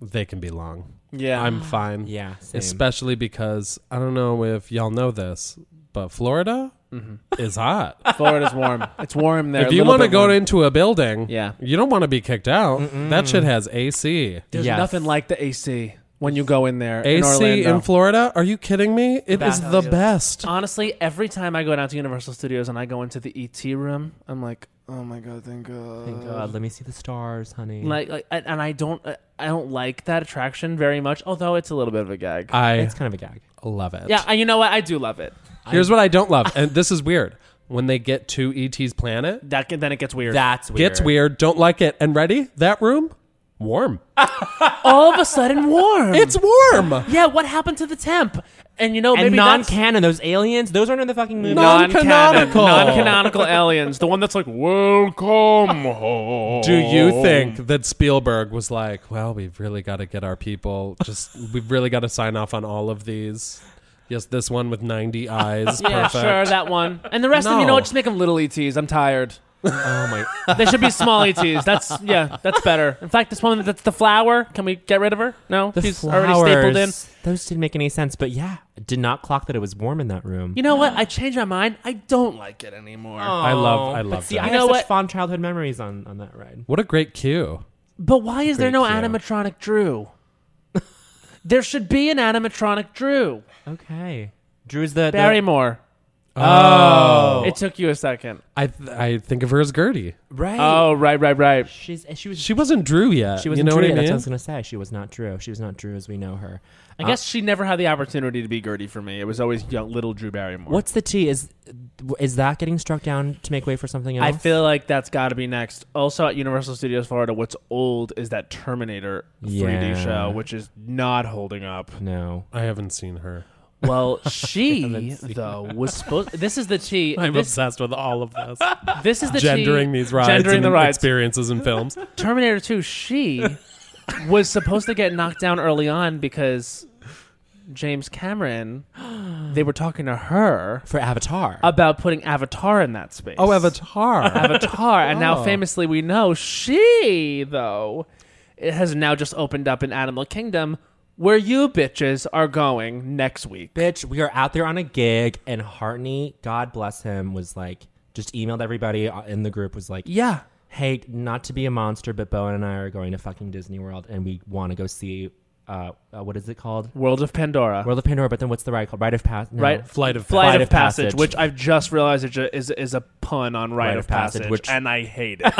Speaker 4: they can be long.
Speaker 1: Ah, Yeah,
Speaker 4: I'm fine.
Speaker 2: yeah, same.
Speaker 4: especially because I don't know if y'all know this, but Florida
Speaker 1: Mm-hmm.
Speaker 4: is hot.
Speaker 1: Florida's warm. It's warm there.
Speaker 4: if
Speaker 1: a
Speaker 4: you
Speaker 1: little
Speaker 4: want to
Speaker 1: bit
Speaker 4: go
Speaker 1: warm.
Speaker 4: into a building,
Speaker 1: Yeah.
Speaker 4: you don't want to be kicked out. That shit has AC.
Speaker 1: there's
Speaker 2: Yes.
Speaker 1: nothing like the AC when you go in there. in
Speaker 4: AC
Speaker 1: Orlando. Oh,
Speaker 4: in Florida? Are you kidding me? It is the best.
Speaker 1: Honestly, every time I go down to Universal Studios and I go into the ET room, I'm like, oh my god, thank God.
Speaker 2: Thank God. Let me see the stars, honey.
Speaker 1: Like, like, and and I don't, I don't like that attraction very much. Although it's a little bit of a gag.
Speaker 4: I
Speaker 2: it's kind of a gag.
Speaker 4: love it.
Speaker 1: yeah, and you know what? I do love it.
Speaker 4: Here's what I don't love, and this is weird. When they get to ET's planet,
Speaker 1: That then it gets weird.
Speaker 2: That's weird.
Speaker 4: gets weird, don't like it, and ready? That room? Warm.
Speaker 1: all of a sudden warm.
Speaker 4: It's warm.
Speaker 1: yeah. What happened to the temp? And you know,
Speaker 2: And
Speaker 1: maybe that's-
Speaker 2: non-canon, those aliens, those aren't in the fucking movie.
Speaker 4: Non-canonical.
Speaker 1: non-canonical aliens. The one that's like, welcome home.
Speaker 4: Do you
Speaker 1: Oh.
Speaker 4: think that Spielberg was like, well, we've really got to get our people, just, we've really got to sign off on all of these? Yes, this one with 90 eyes.
Speaker 1: Yeah,
Speaker 4: perfect.
Speaker 1: sure, that one. And the rest of them, you know
Speaker 4: No.
Speaker 1: what? Just make them little ETs. I'm tired.
Speaker 2: Oh my.
Speaker 1: They should be small ETs. That's yeah, that's better. In fact, this one that's the flower. Can we get rid of her? No,
Speaker 2: The
Speaker 1: she's
Speaker 2: flowers,
Speaker 1: already stapled in.
Speaker 2: Those didn't make any sense, but yeah, did not clock that it was warm in that room.
Speaker 1: You know what? I changed my mind. I don't like it anymore.
Speaker 4: I love, I
Speaker 2: But
Speaker 4: love
Speaker 2: see,
Speaker 4: that.
Speaker 2: I
Speaker 1: You
Speaker 2: have
Speaker 1: know
Speaker 2: such
Speaker 1: what?
Speaker 2: fond childhood memories on, on that ride.
Speaker 4: what a great cue.
Speaker 1: But why is there
Speaker 2: Pretty
Speaker 1: no
Speaker 2: cute.
Speaker 1: animatronic Drew? there should be an animatronic Drew.
Speaker 2: Okay. Drew's the, the
Speaker 1: Barrymore.
Speaker 4: Oh.
Speaker 1: It took you a second.
Speaker 4: I, th- I think of her as Gertie.
Speaker 2: right.
Speaker 1: Oh, right, right, right.
Speaker 2: she's she was
Speaker 4: She wasn't Drew yet.
Speaker 2: she was
Speaker 4: you know
Speaker 2: Drew.
Speaker 4: what I
Speaker 2: That's
Speaker 4: mean?
Speaker 2: what I was gonna say. She was not Drew. She was not Drew as we know her.
Speaker 1: I guess she never had the opportunity to be Gertie for me. It was always young, little Drew Barrymore.
Speaker 2: What's the T? Is is that getting struck down to make way for something else?
Speaker 1: I feel like that's got to be next. Also at Universal Studios Florida, what's old is that Terminator 3D
Speaker 2: Yeah.
Speaker 1: show, which is not holding up.
Speaker 2: no.
Speaker 4: I haven't seen her.
Speaker 1: Well, she though was supposed. This is the tea.
Speaker 4: I'm
Speaker 1: This,
Speaker 4: obsessed with all of this.
Speaker 1: this is the tea-
Speaker 4: gendering these rides,
Speaker 1: Gendering
Speaker 4: and
Speaker 1: the rides.
Speaker 4: experiences and films.
Speaker 1: Terminator 2. She was supposed to get knocked down early on because James Cameron. They were talking to her
Speaker 2: For Avatar.
Speaker 1: about putting Avatar in that space.
Speaker 4: Avatar.
Speaker 1: oh, Avatar, and now famously we know she though it has now just opened up in Animal Kingdom, where you bitches are going next week.
Speaker 2: Bitch, we are out there on a gig, and Hartney, God bless him, was like, just emailed everybody uh, in the group, was like,
Speaker 1: Yeah,
Speaker 2: hey, not to be a monster, but Bowen and I are going to fucking Disney World, and we want to go see, uh, uh, what is it called?
Speaker 1: World of Pandora,
Speaker 2: World of Pandora, but then what's the ride called? Rite of Pass? no.
Speaker 1: right?
Speaker 4: Flight of
Speaker 1: Flight,
Speaker 2: Flight
Speaker 1: of
Speaker 2: of
Speaker 1: passage,
Speaker 2: Passage.
Speaker 1: which I've just realized is a, is, is a pun on rite, of passage,
Speaker 2: which-
Speaker 1: and I hate it.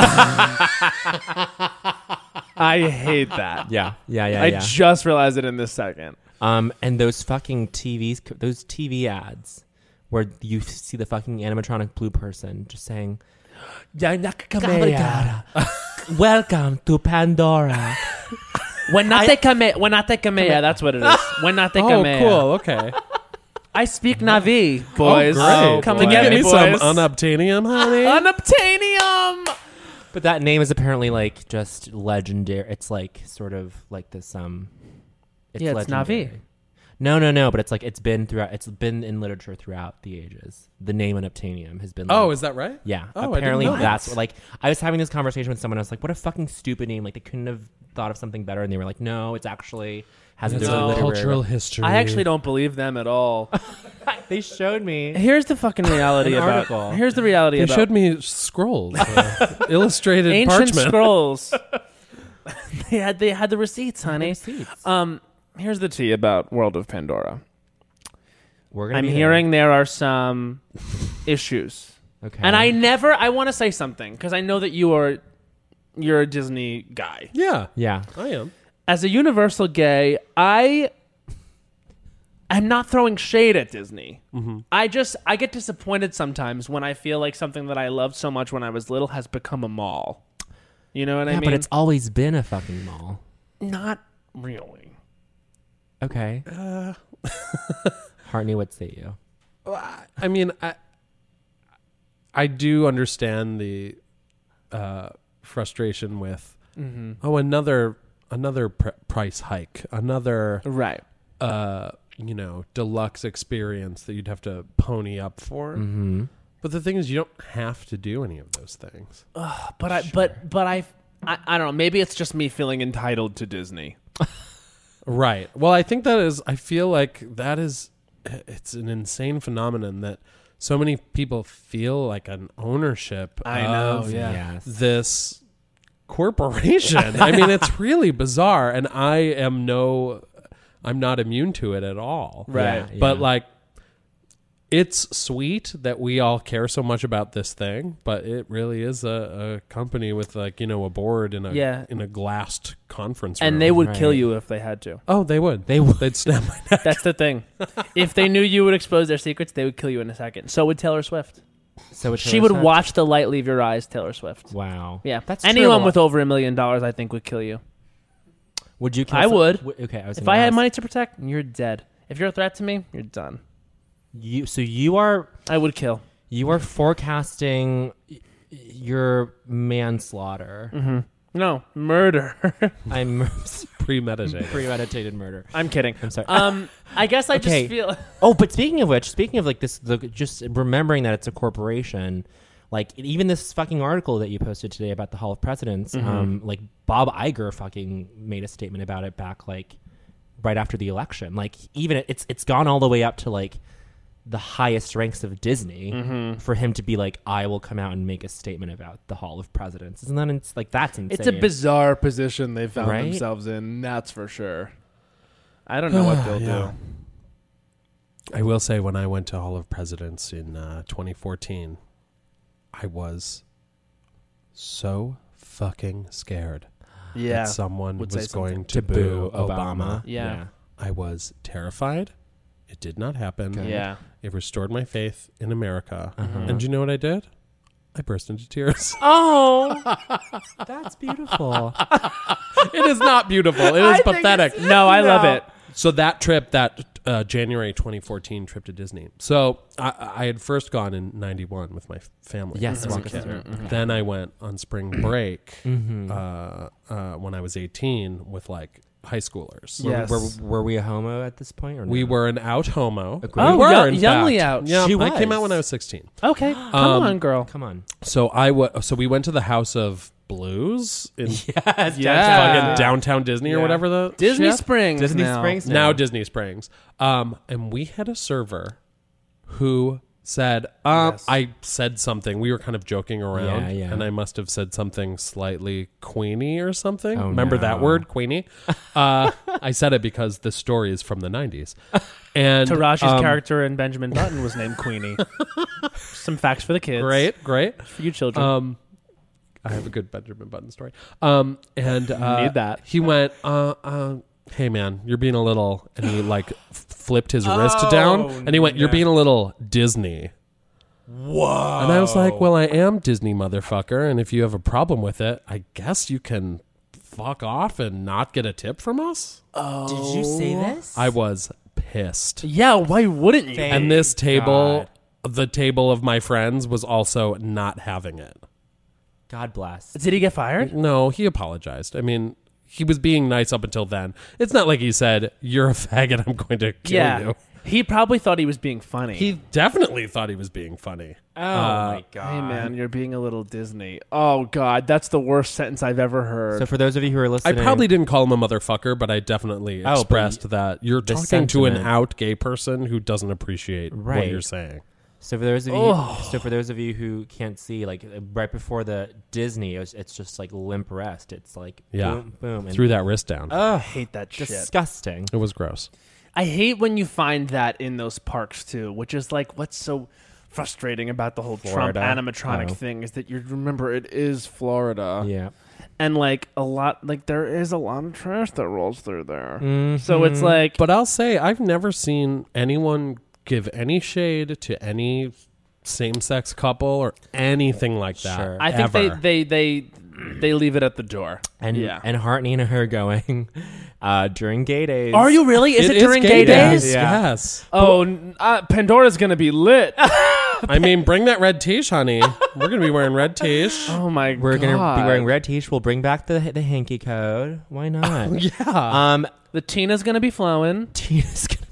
Speaker 1: I hate that.
Speaker 2: Yeah, yeah, yeah,
Speaker 1: I
Speaker 2: yeah.
Speaker 1: just realized it in this second.
Speaker 2: um, and those fucking TVs, co- those TV ads where you see the fucking animatronic blue person just saying, Kamehameha. Welcome to Pandora.
Speaker 1: When not they come, when not they come, yeah, that's what it is. When not they
Speaker 4: Oh,
Speaker 1: come,
Speaker 4: cool. Okay.
Speaker 1: I speak Navi, boys.
Speaker 4: Oh,
Speaker 1: Come
Speaker 4: boy.
Speaker 1: and
Speaker 4: Can
Speaker 1: get
Speaker 4: you
Speaker 1: me,
Speaker 4: give
Speaker 1: boys.
Speaker 4: some unobtainium, honey.
Speaker 1: Unobtainium.
Speaker 2: But that name is apparently like just legendary. It's like sort of like this um.
Speaker 1: Yeah, it's
Speaker 2: legendary.
Speaker 1: Na'vi.
Speaker 2: No, no, no. But it's like it's been throughout. It's been in literature throughout the ages. The name unobtainium has been.
Speaker 4: oh,
Speaker 2: like-
Speaker 4: is that right?
Speaker 2: yeah.
Speaker 4: Oh, I didn't
Speaker 2: apparently
Speaker 4: know that.
Speaker 2: that's what, like I was having this conversation with someone. I was like, "What a fucking stupid name! Like they couldn't have thought of something better." And they were like, "No, it's actually has a
Speaker 4: It's
Speaker 2: different
Speaker 4: a
Speaker 2: literary-
Speaker 4: cultural history.
Speaker 1: I actually don't believe them at all.
Speaker 2: They showed me.
Speaker 1: Here's the fucking reality
Speaker 2: An
Speaker 1: about.
Speaker 2: article.
Speaker 1: Here's the reality
Speaker 4: They
Speaker 1: about
Speaker 4: showed me scrolls, uh, illustrated
Speaker 1: ancient
Speaker 4: parchment.
Speaker 1: scrolls. they had they had the receipts, honey. Um, here's the tea about World of Pandora.
Speaker 2: We're gonna.
Speaker 1: I'm
Speaker 2: be there.
Speaker 1: hearing there are some issues.
Speaker 2: Okay.
Speaker 1: And I never I want to say something because I know that you are you're a Disney guy.
Speaker 4: Yeah,
Speaker 2: yeah.
Speaker 4: I am.
Speaker 1: As a universal gay, I I'm not throwing shade at Disney.
Speaker 2: Mm-hmm.
Speaker 1: I just I get disappointed sometimes when I feel like something that I loved so much when I was little has become a mall. You know what I
Speaker 2: yeah,
Speaker 1: mean?
Speaker 2: but it's always been a fucking mall.
Speaker 1: not really.
Speaker 2: Okay.
Speaker 1: Uh.
Speaker 2: Hartney, what say you?
Speaker 4: I mean, I I do understand the uh, frustration with
Speaker 1: Mm-hmm.
Speaker 4: oh another another pr- price hike, another
Speaker 1: Right.
Speaker 4: uh, you know deluxe experience that you'd have to pony up for.
Speaker 1: Mm-hmm.
Speaker 4: But the thing is, you don't have to do any of those things.
Speaker 1: But I but but I I, I don't know. Maybe it's just me feeling entitled to Disney.
Speaker 4: Right. Well, I think that is. I feel like that is. It's an insane phenomenon that so many people feel like an ownership.
Speaker 1: I know,
Speaker 4: of
Speaker 2: Yes.
Speaker 4: This corporation. I mean, it's really bizarre, and I am no. I'm not immune to it at all.
Speaker 1: Right.
Speaker 2: Yeah,
Speaker 4: But
Speaker 2: yeah.
Speaker 4: like. It's sweet that we all care so much about this thing, but it really is a, a company with like you know a board in a
Speaker 1: Yeah.
Speaker 4: in a glassed conference room,
Speaker 1: And they would kill
Speaker 2: Right.
Speaker 1: you if they had to.
Speaker 4: oh they would they would they'd snap my neck.
Speaker 1: That's the thing. if they knew you would expose their secrets, they would kill you in a second. So would Taylor Swift.
Speaker 2: So would
Speaker 1: she
Speaker 2: Taylor
Speaker 1: would
Speaker 2: Swift?
Speaker 1: watch the light leave your eyes, Taylor Swift.
Speaker 2: Wow.
Speaker 1: Yeah,
Speaker 2: That's
Speaker 1: anyone
Speaker 2: true.
Speaker 1: with over a million dollars, I think, would kill you.
Speaker 2: Would you? Kill
Speaker 1: I
Speaker 2: some-
Speaker 1: would.
Speaker 2: w- okay. I was.
Speaker 1: If
Speaker 2: gonna
Speaker 1: I had
Speaker 2: ask-
Speaker 1: money to protect, you're dead. If you're a threat to me, you're done.
Speaker 2: you so you are
Speaker 1: I would kill.
Speaker 2: you are forecasting y- your
Speaker 1: Mm-hmm.
Speaker 2: manslaughter.
Speaker 1: No, murder.
Speaker 2: I'm
Speaker 4: premeditated.
Speaker 2: premeditated murder.
Speaker 1: I'm kidding.
Speaker 2: I'm sorry.
Speaker 1: Um, I guess I
Speaker 2: Okay.
Speaker 1: just feel.
Speaker 2: Oh, but speaking of which, speaking of like this, the, just remembering that it's a corporation, like even this fucking article that you posted today about the Hall of Presidents, um, like Bob Iger fucking made a statement about it back like right after the election. Like even it- it's it's gone all the way up to like the highest ranks of Disney for him to be like, I will come out and make a statement about the Hall of Presidents. Isn't that ins- like that's insane?
Speaker 1: It's a bizarre position they found
Speaker 2: Right?
Speaker 1: themselves in. That's for sure. I don't know what they'll
Speaker 4: Ah, Yeah.
Speaker 1: do.
Speaker 4: I will say, when I went to Hall of Presidents in uh, 2014, I was so fucking scared
Speaker 1: Yeah.
Speaker 4: that someone
Speaker 1: Would say
Speaker 4: was
Speaker 1: something.
Speaker 4: going to, boo Obama.
Speaker 1: Yeah.
Speaker 4: I was terrified. It did not happen.
Speaker 1: Yeah.
Speaker 4: It restored my faith in America.
Speaker 1: Uh-huh.
Speaker 4: And do you know what I did? I burst into tears.
Speaker 2: Oh, that's beautiful.
Speaker 4: it is not beautiful. It is pathetic.
Speaker 1: No, I love
Speaker 2: No.
Speaker 1: it.
Speaker 4: So that trip, that uh, January 2014 trip to Disney. So I, I had first gone in '91 with my f- family.
Speaker 2: Yes,
Speaker 4: as a
Speaker 2: walk us
Speaker 4: kid.
Speaker 2: through it.
Speaker 4: Then I went on spring break uh, uh, when I was 18 with like high schoolers.
Speaker 1: Yes.
Speaker 2: Were, were we a homo at this point? Or no?
Speaker 4: We were an out homo.
Speaker 2: Agreed.
Speaker 1: Oh,
Speaker 4: we were
Speaker 1: yo-
Speaker 4: in
Speaker 1: youngly
Speaker 4: fact.
Speaker 1: out.
Speaker 4: Yeah,
Speaker 2: She
Speaker 4: I came
Speaker 2: was.
Speaker 4: out when I was 16.
Speaker 1: Okay, come
Speaker 2: Um,
Speaker 1: on, girl.
Speaker 2: Come on.
Speaker 4: So I was. So we went to the House of Blues in
Speaker 1: Yeah.
Speaker 4: fucking downtown Disney or whatever the
Speaker 1: Disney
Speaker 4: shit.
Speaker 1: Springs.
Speaker 2: Disney
Speaker 1: now.
Speaker 2: Springs
Speaker 4: now Disney Springs. Um, and we had a server who said, um, I said something. We were kind of joking around,
Speaker 2: Yeah, yeah.
Speaker 4: and I must have said something slightly queenie or something.
Speaker 2: Oh,
Speaker 4: Remember
Speaker 2: no.
Speaker 4: that word, queenie? Uh, I said it because this story is from the 90s. And
Speaker 1: Tarashi's
Speaker 4: um,
Speaker 1: character in Benjamin Button was named Queenie. Some facts for the kids.
Speaker 4: Great, great.
Speaker 1: For you children.
Speaker 4: Um, I have a good Benjamin Button story. Um, and uh,
Speaker 1: Need that.
Speaker 4: he went, uh, uh, "Hey man, you're being a little," and he like f- flipped his wrist
Speaker 1: Oh,
Speaker 4: down, and he went, "You're being a little Disney." Whoa! And I was like, "Well, I am Disney, motherfucker, and if you have a problem with it, I guess you can fuck off and not get a tip from us."
Speaker 2: Did you
Speaker 1: Oh.
Speaker 2: say this?
Speaker 4: I was pissed.
Speaker 1: yeah, why wouldn't you?
Speaker 4: And this table, the table of my friends, was also not having it.
Speaker 2: God bless.
Speaker 1: Did he get fired?
Speaker 4: No, he apologized. I mean, he was being nice up until then. It's not like he said, "You're a faggot. I'm going to kill
Speaker 1: yeah.
Speaker 4: you."
Speaker 1: He probably thought he was being funny.
Speaker 4: He definitely thought he was being funny.
Speaker 2: Oh my
Speaker 1: hey,
Speaker 2: god.
Speaker 1: man, you're being a little Disney. Oh, God, that's the worst sentence I've ever heard.
Speaker 2: So for those of you who are
Speaker 4: I
Speaker 2: listening,
Speaker 4: probably didn't call him a motherfucker, but I definitely
Speaker 2: Oh, but
Speaker 4: expressed
Speaker 2: y-
Speaker 4: that you're
Speaker 2: the
Speaker 4: talking to an
Speaker 2: sentiment.
Speaker 4: out gay person who doesn't appreciate what
Speaker 2: Right.
Speaker 4: you're saying.
Speaker 2: so for those of you,
Speaker 1: Oh.
Speaker 2: so for those of you who can't see, like uh, right before the Disney, it was, it's just like limp rest. It's like
Speaker 4: Yeah.
Speaker 2: boom, boom, and Uh,
Speaker 4: Threw that wrist down.
Speaker 1: I hate that shit.
Speaker 2: disgusting.
Speaker 4: it was gross.
Speaker 1: I hate when you find that in those parks, too, which is like, what's so. frustrating about the whole
Speaker 2: Florida.
Speaker 1: Trump animatronic
Speaker 2: Oh.
Speaker 1: thing is that you remember it is Florida.
Speaker 2: Yeah.
Speaker 1: And like a lot like there is a lot of trash that rolls through there. So it's like
Speaker 4: But I'll say I've never seen anyone give any shade to any same-sex couple or anything like that.
Speaker 2: Sure.
Speaker 1: I think
Speaker 4: ever.
Speaker 1: they they they they leave it at the door.
Speaker 2: And
Speaker 1: yeah.
Speaker 2: and Hartney and her going uh, during gay days.
Speaker 1: Are you really? Is it, during gay, days?
Speaker 2: days? Yeah.
Speaker 4: Yes.
Speaker 1: Oh, n- uh, Pandora's gonna be lit.
Speaker 4: I mean, bring that red tish, honey. We're gonna be wearing red tish.
Speaker 1: oh my
Speaker 2: We're
Speaker 1: god.
Speaker 2: gonna be wearing red tees. We'll bring back the the hanky code. Why
Speaker 1: Oh,
Speaker 2: not?
Speaker 4: Yeah.
Speaker 2: Um,
Speaker 1: The Tina's gonna be flowing.
Speaker 2: Tina's gonna be.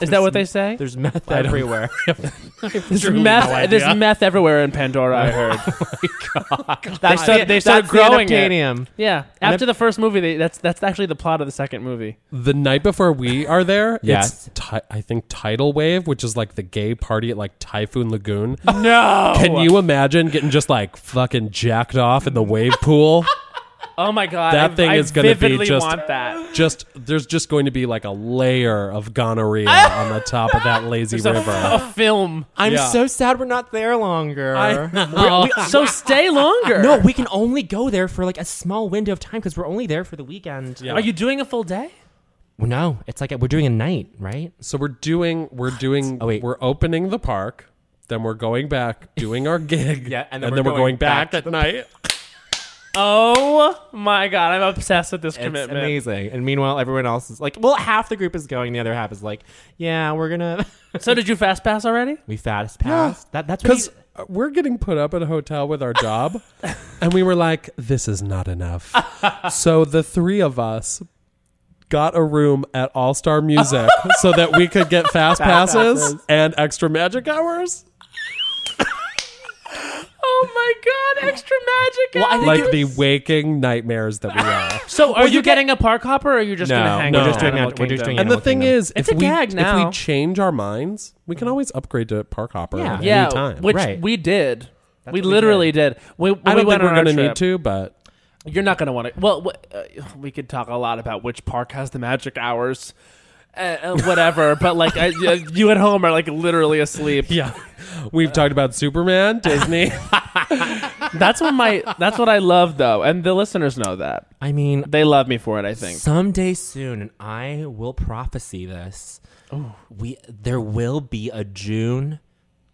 Speaker 1: Is that what they say?
Speaker 2: There's meth everywhere.
Speaker 1: There's meth. there's meth everywhere in Pandora. I heard.
Speaker 2: They
Speaker 1: start- they start growing it.
Speaker 2: unobtainium.
Speaker 1: yeah. After the first movie, they, that's that's actually the plot of the second movie.
Speaker 4: the night before we are there,
Speaker 2: Yes.
Speaker 4: it's ti- I think Tidal Wave, which is like the gay party at like Typhoon Lagoon.
Speaker 1: No.
Speaker 4: Can you imagine getting just like fucking jacked off in the wave pool?
Speaker 1: Oh my god.
Speaker 4: That
Speaker 1: I-
Speaker 4: thing
Speaker 1: I
Speaker 4: is gonna be
Speaker 1: vividly
Speaker 4: just-
Speaker 1: want that.
Speaker 4: Just there's just going to be like a layer of gonorrhea on the top of that lazy
Speaker 1: It's a,
Speaker 4: river.
Speaker 1: a film.
Speaker 2: I'm
Speaker 4: Yeah.
Speaker 2: so sad we're not there longer.
Speaker 1: Oh. so stay longer.
Speaker 2: no, we can only go there for like a small window of time because we're only there for the weekend.
Speaker 4: Yeah.
Speaker 1: Are you doing a full day?
Speaker 2: Well, no, it's like we're doing a night, right?
Speaker 4: So we're doing we're doing
Speaker 2: Oh, wait.
Speaker 4: we're opening the park, then we're going back doing our gig,
Speaker 2: Yeah, and then
Speaker 4: and
Speaker 2: we're
Speaker 4: then we're
Speaker 2: going
Speaker 4: going back,
Speaker 2: back
Speaker 4: at night.
Speaker 1: Oh my god, I'm obsessed with this
Speaker 2: It's
Speaker 1: commitment.
Speaker 2: amazing. And meanwhile, everyone else is like, well, half the group is going, the other half is like, yeah, we're gonna.
Speaker 1: So did you fast pass already?
Speaker 2: we fast passed. That, that's what
Speaker 4: Because
Speaker 2: he-
Speaker 4: we're getting put up at a hotel with our job, and we were like, "This is not enough." so the three of us got a room at All Star Music so that we could get fast passes, and extra magic hours,
Speaker 1: Oh my god, extra magic.
Speaker 2: Well, I think
Speaker 4: like
Speaker 2: it-
Speaker 4: the waking nightmares that we are.
Speaker 1: So are you, getting a park hopper or are you just
Speaker 2: No,
Speaker 1: gonna hang
Speaker 2: we're
Speaker 1: out?
Speaker 2: just doing
Speaker 1: Animal
Speaker 2: that- we're just
Speaker 1: Kingdom?
Speaker 2: doing
Speaker 4: And the thing
Speaker 2: Kingdom.
Speaker 4: is,
Speaker 1: It's
Speaker 4: if
Speaker 1: a
Speaker 4: we
Speaker 1: gag
Speaker 4: if
Speaker 1: now.
Speaker 4: we change our minds, we can always upgrade to Park Hopper
Speaker 2: Yeah.
Speaker 4: at
Speaker 1: yeah,
Speaker 4: any time.
Speaker 1: which
Speaker 2: Right.
Speaker 1: we did. we
Speaker 2: what we
Speaker 1: literally did. We, we
Speaker 4: I don't
Speaker 1: went
Speaker 4: think we're
Speaker 1: going
Speaker 4: gonna need to, but
Speaker 1: You're not going to want to. Well, wh- uh, we could talk a lot about which park has the magic hours, uh, uh, whatever. but like, I, uh, you at home are like literally asleep.
Speaker 4: yeah, we've talked about Superman, Disney.
Speaker 1: That's what my. That's what I love though, and the listeners know that
Speaker 2: I mean,
Speaker 1: they love me for it. I think.
Speaker 2: someday soon, and I will prophecy this. We there will be a June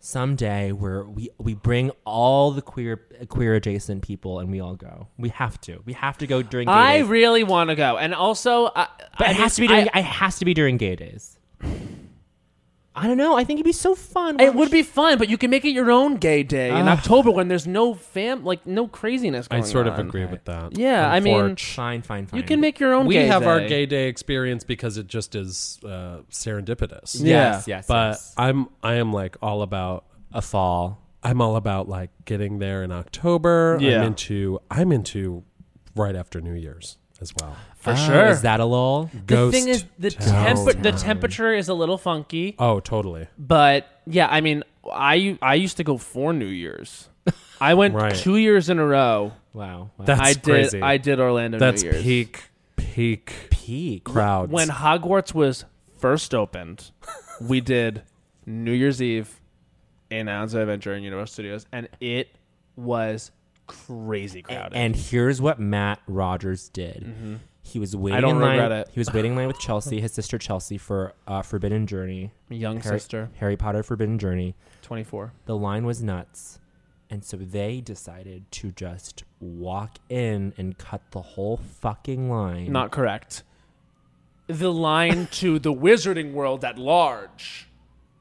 Speaker 2: someday where we we bring all the queer queer adjacent people and we all go. We have to. We have to go during. Gay
Speaker 1: I
Speaker 2: days.
Speaker 1: really want to go, and also, I,
Speaker 2: But
Speaker 1: I
Speaker 2: it has to be
Speaker 1: mean,
Speaker 2: during.
Speaker 1: I-
Speaker 2: it has to be during gay days. I don't know. I think it'd be so fun.
Speaker 1: it would be fun, but you can make it your own gay day in
Speaker 2: Ugh.
Speaker 1: October when there's no fam, like no craziness.
Speaker 4: Ah. I
Speaker 1: Going
Speaker 4: sort of
Speaker 1: on.
Speaker 4: agree with that.
Speaker 1: Yeah, I mean,
Speaker 2: fine, fine, fine.
Speaker 1: you can make your own.
Speaker 4: we
Speaker 1: gay
Speaker 4: have our
Speaker 1: day.
Speaker 4: gay day experience because it just is uh, serendipitous.
Speaker 2: Yes,
Speaker 1: Yeah.
Speaker 2: yes,
Speaker 4: but
Speaker 2: yes.
Speaker 4: I'm I am like all about uh,
Speaker 2: a fall.
Speaker 4: I'm all about like getting there in October.
Speaker 1: Yeah.
Speaker 4: I'm into I'm into right after New Year's as well.
Speaker 1: for sure.
Speaker 2: Is that a lull?
Speaker 1: The
Speaker 4: Ah, Ghost
Speaker 1: thing is, the
Speaker 4: town.
Speaker 1: temp- the temperature is a little funky,
Speaker 4: Oh, totally.
Speaker 1: but yeah, I mean, I I used to go for New Year's. I went
Speaker 4: Right.
Speaker 1: two years in a row.
Speaker 2: Wow. wow.
Speaker 4: That's
Speaker 1: I did
Speaker 4: crazy.
Speaker 1: I did Orlando
Speaker 4: That's
Speaker 1: New Year's
Speaker 4: peak peak
Speaker 2: peak.
Speaker 4: crowds.
Speaker 1: when Hogwarts was first opened. we did New Year's Eve in Anza Adventure in Universal Studios, and it was crazy crowded.
Speaker 2: And here's what Matt Rogers did. He was waiting.
Speaker 1: Mm-hmm. I don't
Speaker 2: in line,
Speaker 1: regret it.
Speaker 2: He was waiting in line with Chelsea, his sister Chelsea, for uh, Forbidden Journey.
Speaker 1: Young
Speaker 2: Harry,
Speaker 1: sister,
Speaker 2: Harry Potter Forbidden Journey.
Speaker 1: twenty four.
Speaker 2: The line was nuts. And so they decided to just walk in and cut the whole fucking line.
Speaker 1: Not correct. The line to the wizarding world at large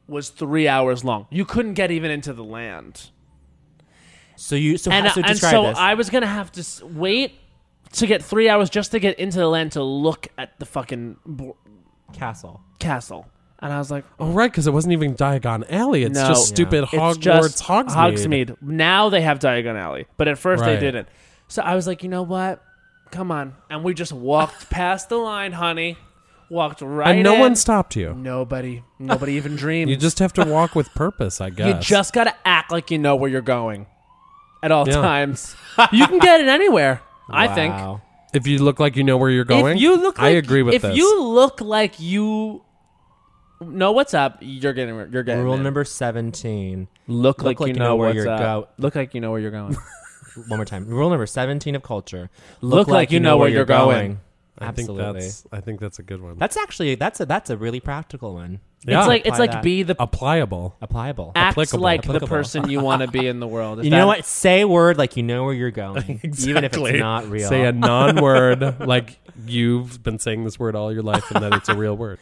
Speaker 1: was three hours long. You couldn't get even into the land.
Speaker 2: so you so,
Speaker 1: And, uh,
Speaker 2: so
Speaker 1: and
Speaker 2: describe
Speaker 1: so
Speaker 2: this.
Speaker 1: I was going to have to s- wait to get three hours just to get into the land to look at the fucking bo-
Speaker 2: castle.
Speaker 1: castle. And I was like,
Speaker 4: oh right, because it wasn't even Diagon Alley. It's
Speaker 1: No.
Speaker 4: just stupid
Speaker 1: it's
Speaker 4: Hogwarts
Speaker 1: just
Speaker 4: Hogsmeade.
Speaker 1: Hogsmeade. Now they have Diagon Alley, but at first
Speaker 4: Right.
Speaker 1: they didn't. So I was like, you know what? Come on. And we just walked past the line, honey. Walked right
Speaker 4: And no
Speaker 1: in.
Speaker 4: one stopped you.
Speaker 1: Nobody, nobody even dreams.
Speaker 4: You just have to walk with purpose, I
Speaker 1: You
Speaker 4: guess.
Speaker 1: just gotta act like you know where you're going at all
Speaker 4: Yeah.
Speaker 1: times. you can get it anywhere. I think.
Speaker 2: Wow.
Speaker 4: if you look like you know where you're going.
Speaker 1: If you look, like,
Speaker 4: I agree with
Speaker 1: If
Speaker 4: this.
Speaker 1: you look like you know what's up, you're getting you're getting
Speaker 2: Rule
Speaker 1: it.
Speaker 2: number 17
Speaker 1: Look, like, you know, where you're
Speaker 2: go-
Speaker 1: going. Look like you know where you're going.
Speaker 2: One more time. Rule number 17 of culture.
Speaker 1: Look like you know where you're going.
Speaker 4: I think
Speaker 2: Absolutely. that's,
Speaker 4: that's I think that's a good one.
Speaker 2: actually that's a that's a really practical one.
Speaker 4: Yeah.
Speaker 1: It's like it's
Speaker 2: Apply
Speaker 1: like
Speaker 2: that.
Speaker 1: be the
Speaker 4: applicable.
Speaker 2: Applicable.
Speaker 1: act
Speaker 4: applicable,
Speaker 1: like the
Speaker 4: applicable.
Speaker 1: person you want to be in the world. If
Speaker 2: you know
Speaker 1: that-
Speaker 2: what? Say a word like you know where you're going, even if it's
Speaker 4: Exactly.
Speaker 2: not real.
Speaker 4: Say a non-word like you've been saying this word all your life, and that it's a real word.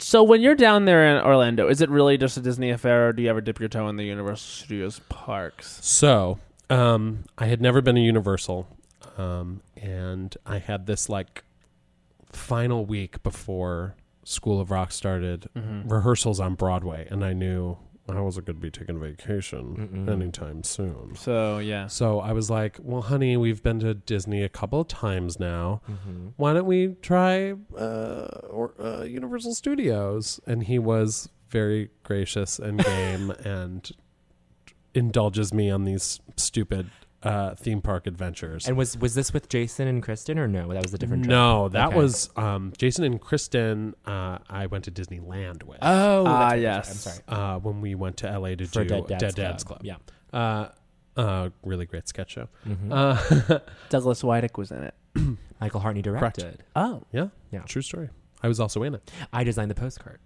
Speaker 1: So when you're down there in Orlando, is it really just a Disney affair, or do you ever dip your toe in the Universal Studios parks?
Speaker 4: So, um, I had never been a Universal, um, and I had this like final week before School of Rock started
Speaker 1: Mm-hmm.
Speaker 4: rehearsals on Broadway, and I knew I wasn't going to be taking vacation anytime soon.
Speaker 1: So yeah,
Speaker 4: So I was like, "Well, honey, we've been to Disney a couple of times now.
Speaker 2: Mm-hmm.
Speaker 4: Why don't we try uh, or uh, Universal Studios?" And he was very gracious and game and indulges me on these stupid uh, theme park adventures.
Speaker 2: And was was this with Jason and Kristen or no? That was a different trip.
Speaker 4: no, that
Speaker 2: Okay.
Speaker 4: was um, Jason and Kristen. Uh, I went to Disneyland with
Speaker 2: Oh, that's
Speaker 1: Ah,
Speaker 2: what it was.
Speaker 1: yes.
Speaker 2: I'm sorry.
Speaker 4: uh, when we went to LA to
Speaker 2: For
Speaker 4: do
Speaker 2: Dead Dad's,
Speaker 4: Club.
Speaker 2: Yeah.
Speaker 4: Uh, uh, really great sketch show. Uh,
Speaker 1: Douglas Wydick was in it.
Speaker 2: Michael Hartney directed.
Speaker 1: Oh,
Speaker 4: Yeah.
Speaker 2: Yeah.
Speaker 4: True story. I was also in it.
Speaker 2: I designed the postcard.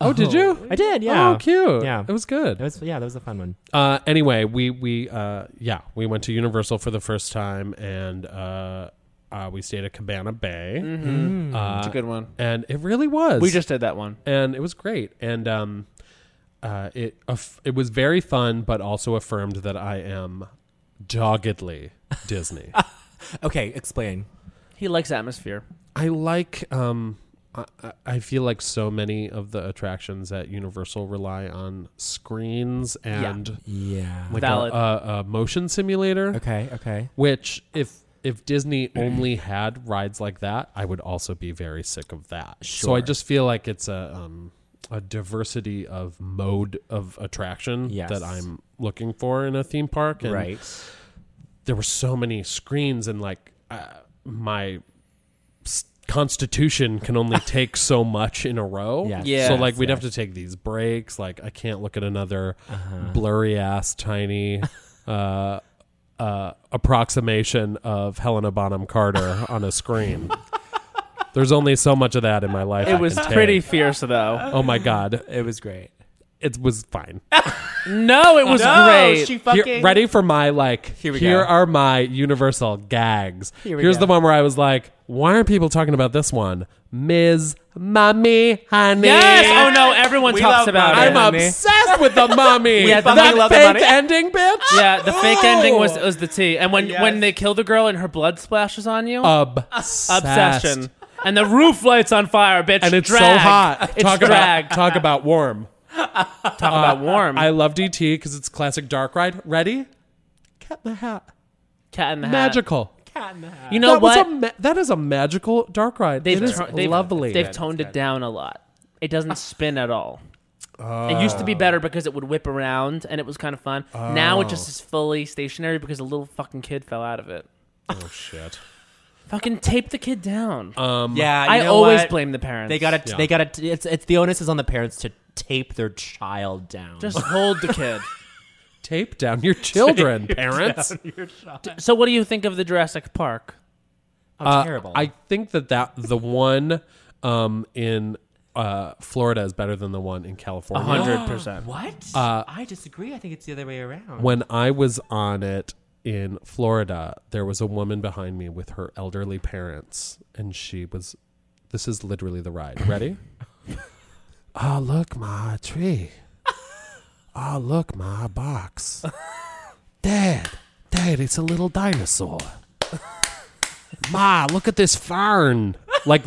Speaker 4: Oh, did you?
Speaker 2: I did, yeah.
Speaker 4: Oh, cute.
Speaker 2: Yeah.
Speaker 4: It was good.
Speaker 2: That was yeah, that was a fun one.
Speaker 4: Uh, anyway, we we uh, yeah, we went to Universal for the first time, and uh, uh, we stayed at Cabana Bay,
Speaker 1: Mm-hmm.
Speaker 4: Mm. Uh,
Speaker 1: it's a good one.
Speaker 4: and it really was.
Speaker 1: We just did that one.
Speaker 4: and it was great, and um, uh, it aff- it was very fun, but also affirmed that I am doggedly Disney.
Speaker 2: Okay, explain.
Speaker 1: He likes atmosphere.
Speaker 4: I like. Um, I, I- I feel like so many of the attractions at Universal rely on screens and
Speaker 2: Yeah.
Speaker 4: like
Speaker 1: Valid.
Speaker 4: A, a, a uh, motion simulator.
Speaker 2: okay, okay.
Speaker 4: Which, if if Disney only had rides like that, I would also be very sick of that. So I
Speaker 2: Sure.
Speaker 4: just feel like it's a um, a diversity of mode of attraction
Speaker 2: Yes.
Speaker 4: that I'm looking for in a theme park. And
Speaker 2: right.
Speaker 4: there were so many screens and like uh, my s- constitution can only take so much in a row
Speaker 2: Yes.
Speaker 1: Yeah.
Speaker 4: so like we'd
Speaker 2: Yes,
Speaker 4: have to take these breaks like i can't look at another
Speaker 2: Uh-huh.
Speaker 4: blurry ass tiny uh uh approximation of helena bonham carter on a screen there's only so much of that in my life I
Speaker 1: It was
Speaker 4: can take.
Speaker 1: pretty fierce though.
Speaker 4: oh my god
Speaker 2: It was great.
Speaker 4: it was fine
Speaker 1: No, it was great.
Speaker 4: Here- ready for my like here,
Speaker 2: we go.
Speaker 4: are my universal gags
Speaker 2: Here we
Speaker 4: here's
Speaker 2: go.
Speaker 4: the one where i was like why aren't people talking about this one ms mommy honey
Speaker 1: yes. Oh no, everyone talks about
Speaker 4: i'm
Speaker 1: it.
Speaker 4: obsessed with the mommy
Speaker 1: Yeah, the
Speaker 4: that
Speaker 1: mommy love the
Speaker 4: fake
Speaker 1: mommy.
Speaker 4: ending bitch
Speaker 1: yeah, the fake ending was was the tea. And when when they kill the girl and her blood splashes on
Speaker 2: Oh,
Speaker 1: you,
Speaker 4: obsessed.
Speaker 1: obsession. And the roof lights on fire, bitch.
Speaker 4: and it's so
Speaker 1: Drag.
Speaker 4: hot
Speaker 1: It's
Speaker 4: talk
Speaker 1: drag.
Speaker 4: about talk about warm
Speaker 1: Talk about warm.
Speaker 4: Uh, i love dt because it's classic dark ride ready cat in the hat
Speaker 1: Cat in the Hat.
Speaker 4: magical
Speaker 1: You know
Speaker 4: that was
Speaker 1: what?
Speaker 4: a ma- that is a magical dark ride
Speaker 1: They've
Speaker 4: It is
Speaker 1: tur- they've,
Speaker 4: lovely
Speaker 1: They've toned it down a lot. It doesn't spin at all. It used to be
Speaker 4: Oh.
Speaker 1: better because it would whip around and it was kind of fun. Now it just is fully stationary because a little fucking kid fell out of it.
Speaker 4: oh shit Uh,
Speaker 1: Fucking tape the kid down.
Speaker 2: yeah, you
Speaker 1: I
Speaker 2: know
Speaker 1: always
Speaker 2: what?
Speaker 1: blame the parents.
Speaker 2: They gotta.
Speaker 4: Yeah.
Speaker 2: They gotta. It's it's the onus is on the parents to tape their child down.
Speaker 1: just hold the kid.
Speaker 4: tape down your children, parents.
Speaker 1: So what do you think of the Jurassic Park?
Speaker 2: How
Speaker 4: Uh,
Speaker 2: oh, terrible.
Speaker 4: I think that that the one um, in uh, Florida is better than the one in California.
Speaker 1: Hundred percent.
Speaker 2: what? I disagree. I think it's the other way around.
Speaker 4: When I was on it in Florida, there was a woman behind me with her elderly parents, and she was. This is literally the ride. Ready? oh, look, my tree. Oh, look, my box. Dad, Dad, it's a little dinosaur. Ma, look at this fern. Like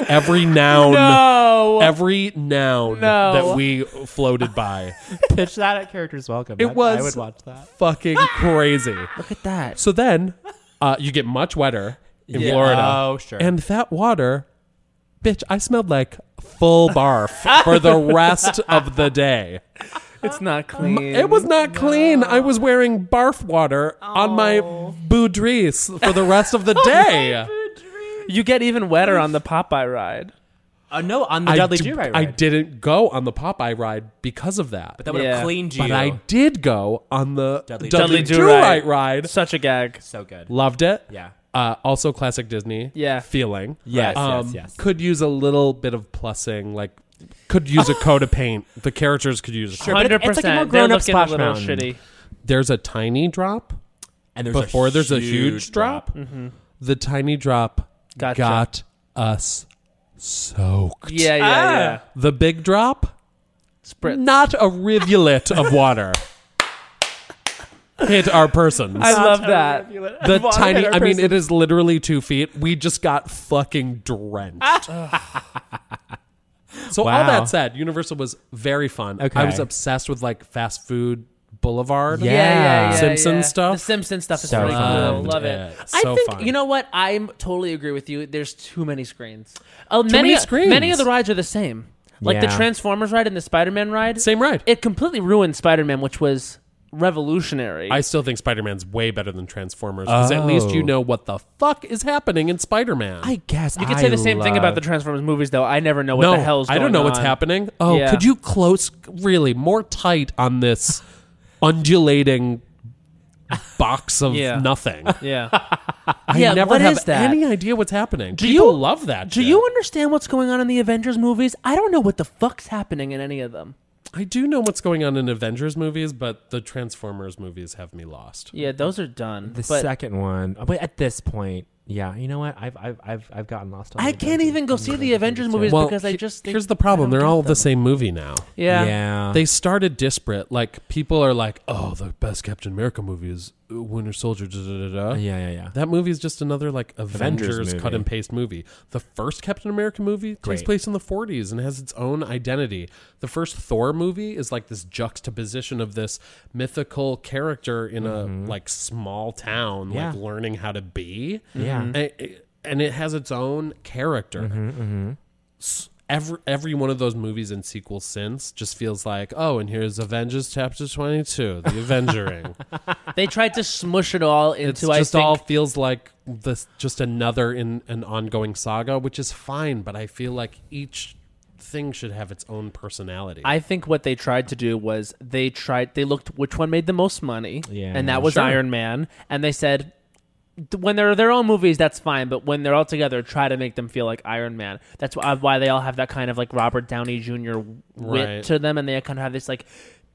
Speaker 4: every noun,
Speaker 1: No.
Speaker 4: every noun
Speaker 1: No.
Speaker 4: that we floated by.
Speaker 2: pitch that at characters welcome.
Speaker 4: It was fucking crazy.
Speaker 1: Look at that.
Speaker 4: So then uh, you get much wetter in
Speaker 2: Yeah.
Speaker 4: Florida.
Speaker 2: Oh, sure.
Speaker 4: And that water, bitch, I smelled like full barf for the rest of the day.
Speaker 1: It's not clean.
Speaker 4: It was not clean. I was wearing barf water on my
Speaker 2: Oh.
Speaker 4: boudrisse for the rest of the day.
Speaker 1: You get even wetter on the Popeye ride.
Speaker 2: Uh, no, on the Dudley
Speaker 4: I, d-
Speaker 2: Do Right
Speaker 4: I
Speaker 2: ride.
Speaker 4: didn't go on the Popeye ride because of that.
Speaker 2: But that would have
Speaker 1: Yeah.
Speaker 2: cleaned you.
Speaker 4: But I did go on the
Speaker 2: Dudley
Speaker 4: Dudley,
Speaker 1: Do
Speaker 4: Do
Speaker 1: Right.
Speaker 4: Right ride.
Speaker 1: Such a gag.
Speaker 2: so good.
Speaker 4: Loved it.
Speaker 2: Yeah.
Speaker 4: Uh, also classic Disney.
Speaker 1: Yeah.
Speaker 4: Feeling.
Speaker 2: Yes, yes,
Speaker 4: Um,
Speaker 2: yes.
Speaker 4: Could use a little bit of plussing. Like, could use a coat of paint. The characters could use. Sure.
Speaker 2: but it-
Speaker 1: Hundred
Speaker 2: it's like a
Speaker 1: percent.
Speaker 2: more grown-up
Speaker 1: They're looking
Speaker 2: Splash
Speaker 1: a little
Speaker 2: Mountain.
Speaker 1: shitty.
Speaker 4: There's a tiny drop.
Speaker 2: And there's
Speaker 4: Before
Speaker 2: a
Speaker 4: there's a huge drop, the tiny drop
Speaker 1: Gotcha.
Speaker 4: got us soaked.
Speaker 1: Yeah, yeah,
Speaker 4: Ah.
Speaker 1: yeah.
Speaker 4: The big drop,
Speaker 1: Spritz.
Speaker 4: not a rivulet of water. Hit our persons.
Speaker 1: I love that.
Speaker 4: the tiny, I mean, it is literally two feet. We just got fucking drenched.
Speaker 1: Ah.
Speaker 4: so, all
Speaker 2: Wow.
Speaker 4: that said, Universal was very fun. I
Speaker 2: Okay.
Speaker 4: was obsessed with like fast food boulevard.
Speaker 2: Yeah.
Speaker 4: Simpson stuff?
Speaker 1: The Simpson stuff is
Speaker 2: So
Speaker 1: really cool.
Speaker 2: fun.
Speaker 1: Love it.
Speaker 4: Yeah,
Speaker 1: I
Speaker 4: so
Speaker 1: think
Speaker 4: fun.
Speaker 1: you know what? I'm totally agree with you. There's too many screens. Oh, many,
Speaker 4: many screens.
Speaker 1: Many of the rides are the same. Like the
Speaker 2: Yeah.
Speaker 1: Transformers ride and the Spider-Man ride.
Speaker 4: Same ride.
Speaker 1: It completely ruined Spider-Man, which was revolutionary.
Speaker 4: I still think Spider Man's way better than Transformers because at least you
Speaker 2: Oh.
Speaker 4: know what the fuck is happening in Spider Man.
Speaker 2: I guess
Speaker 1: you could say the same thing about the Transformers movies, though. I never know what
Speaker 4: no,
Speaker 1: the hell's.
Speaker 4: I
Speaker 1: Going
Speaker 4: don't know what's
Speaker 1: on.
Speaker 4: happening. Oh,
Speaker 1: Yeah.
Speaker 4: could you close really more tight on this undulating box of
Speaker 1: Yeah.
Speaker 4: nothing?
Speaker 1: Yeah.
Speaker 4: I
Speaker 1: Yeah,
Speaker 4: never
Speaker 1: what
Speaker 4: have
Speaker 1: is that?
Speaker 4: any idea what's happening. People
Speaker 1: you-
Speaker 4: love that?
Speaker 1: Do
Speaker 4: shit.
Speaker 1: you understand what's going on in the Avengers movies? I don't know what the fuck's happening in any of them.
Speaker 4: I do know what's going on in Avengers movies, but the Transformers movies have me lost.
Speaker 1: Yeah, those are done.
Speaker 2: the
Speaker 1: but
Speaker 2: second one. But at this point, yeah, you know what? I've I've I've, I've gotten lost. On
Speaker 1: I
Speaker 2: the
Speaker 1: can't
Speaker 2: Avengers
Speaker 1: even go see the Avengers
Speaker 2: too.
Speaker 1: movies
Speaker 4: Well,
Speaker 1: because I
Speaker 4: he-
Speaker 1: just
Speaker 4: here's the problem: they're all the
Speaker 1: them.
Speaker 4: same movie now.
Speaker 1: yeah.
Speaker 2: yeah.
Speaker 4: They started disparate. Like people are like, "Oh, the best Captain America movie is uh, Winter Soldier." Da, da, da, da.
Speaker 2: yeah, yeah, yeah.
Speaker 4: That movie is just another like Avengers,
Speaker 2: movie.
Speaker 4: cut and paste movie. The first Captain America movie takes
Speaker 2: Great.
Speaker 4: place in the 40s and has its own identity. The first Thor movie is like this juxtaposition of this mythical character in a like small town,
Speaker 2: Mm-hmm. Yeah.
Speaker 4: like learning how to be.
Speaker 2: Yeah. Mm-hmm,
Speaker 4: And it, and it has its own character. S- Every, every one of those movies and sequels since just feels like, oh, and here's Avengers Chapter 22, The Avengering.
Speaker 1: They tried to smush it all into
Speaker 4: It's
Speaker 1: I
Speaker 4: just
Speaker 1: think
Speaker 4: all feels like this just another in an ongoing saga, which is fine, but I feel like each thing should have its own personality.
Speaker 1: I think what they tried to do was they tried they looked which one made the most money,
Speaker 2: Yeah.
Speaker 1: and that was
Speaker 2: Sure.
Speaker 1: Iron Man, and they said "Th- when they're their own movies that's fine, but when they're all together, try to make them feel like Iron Man. That's why, why they all have that kind of like Robert Downey Jr. wit
Speaker 4: Right.
Speaker 1: to them, and they kind of have this like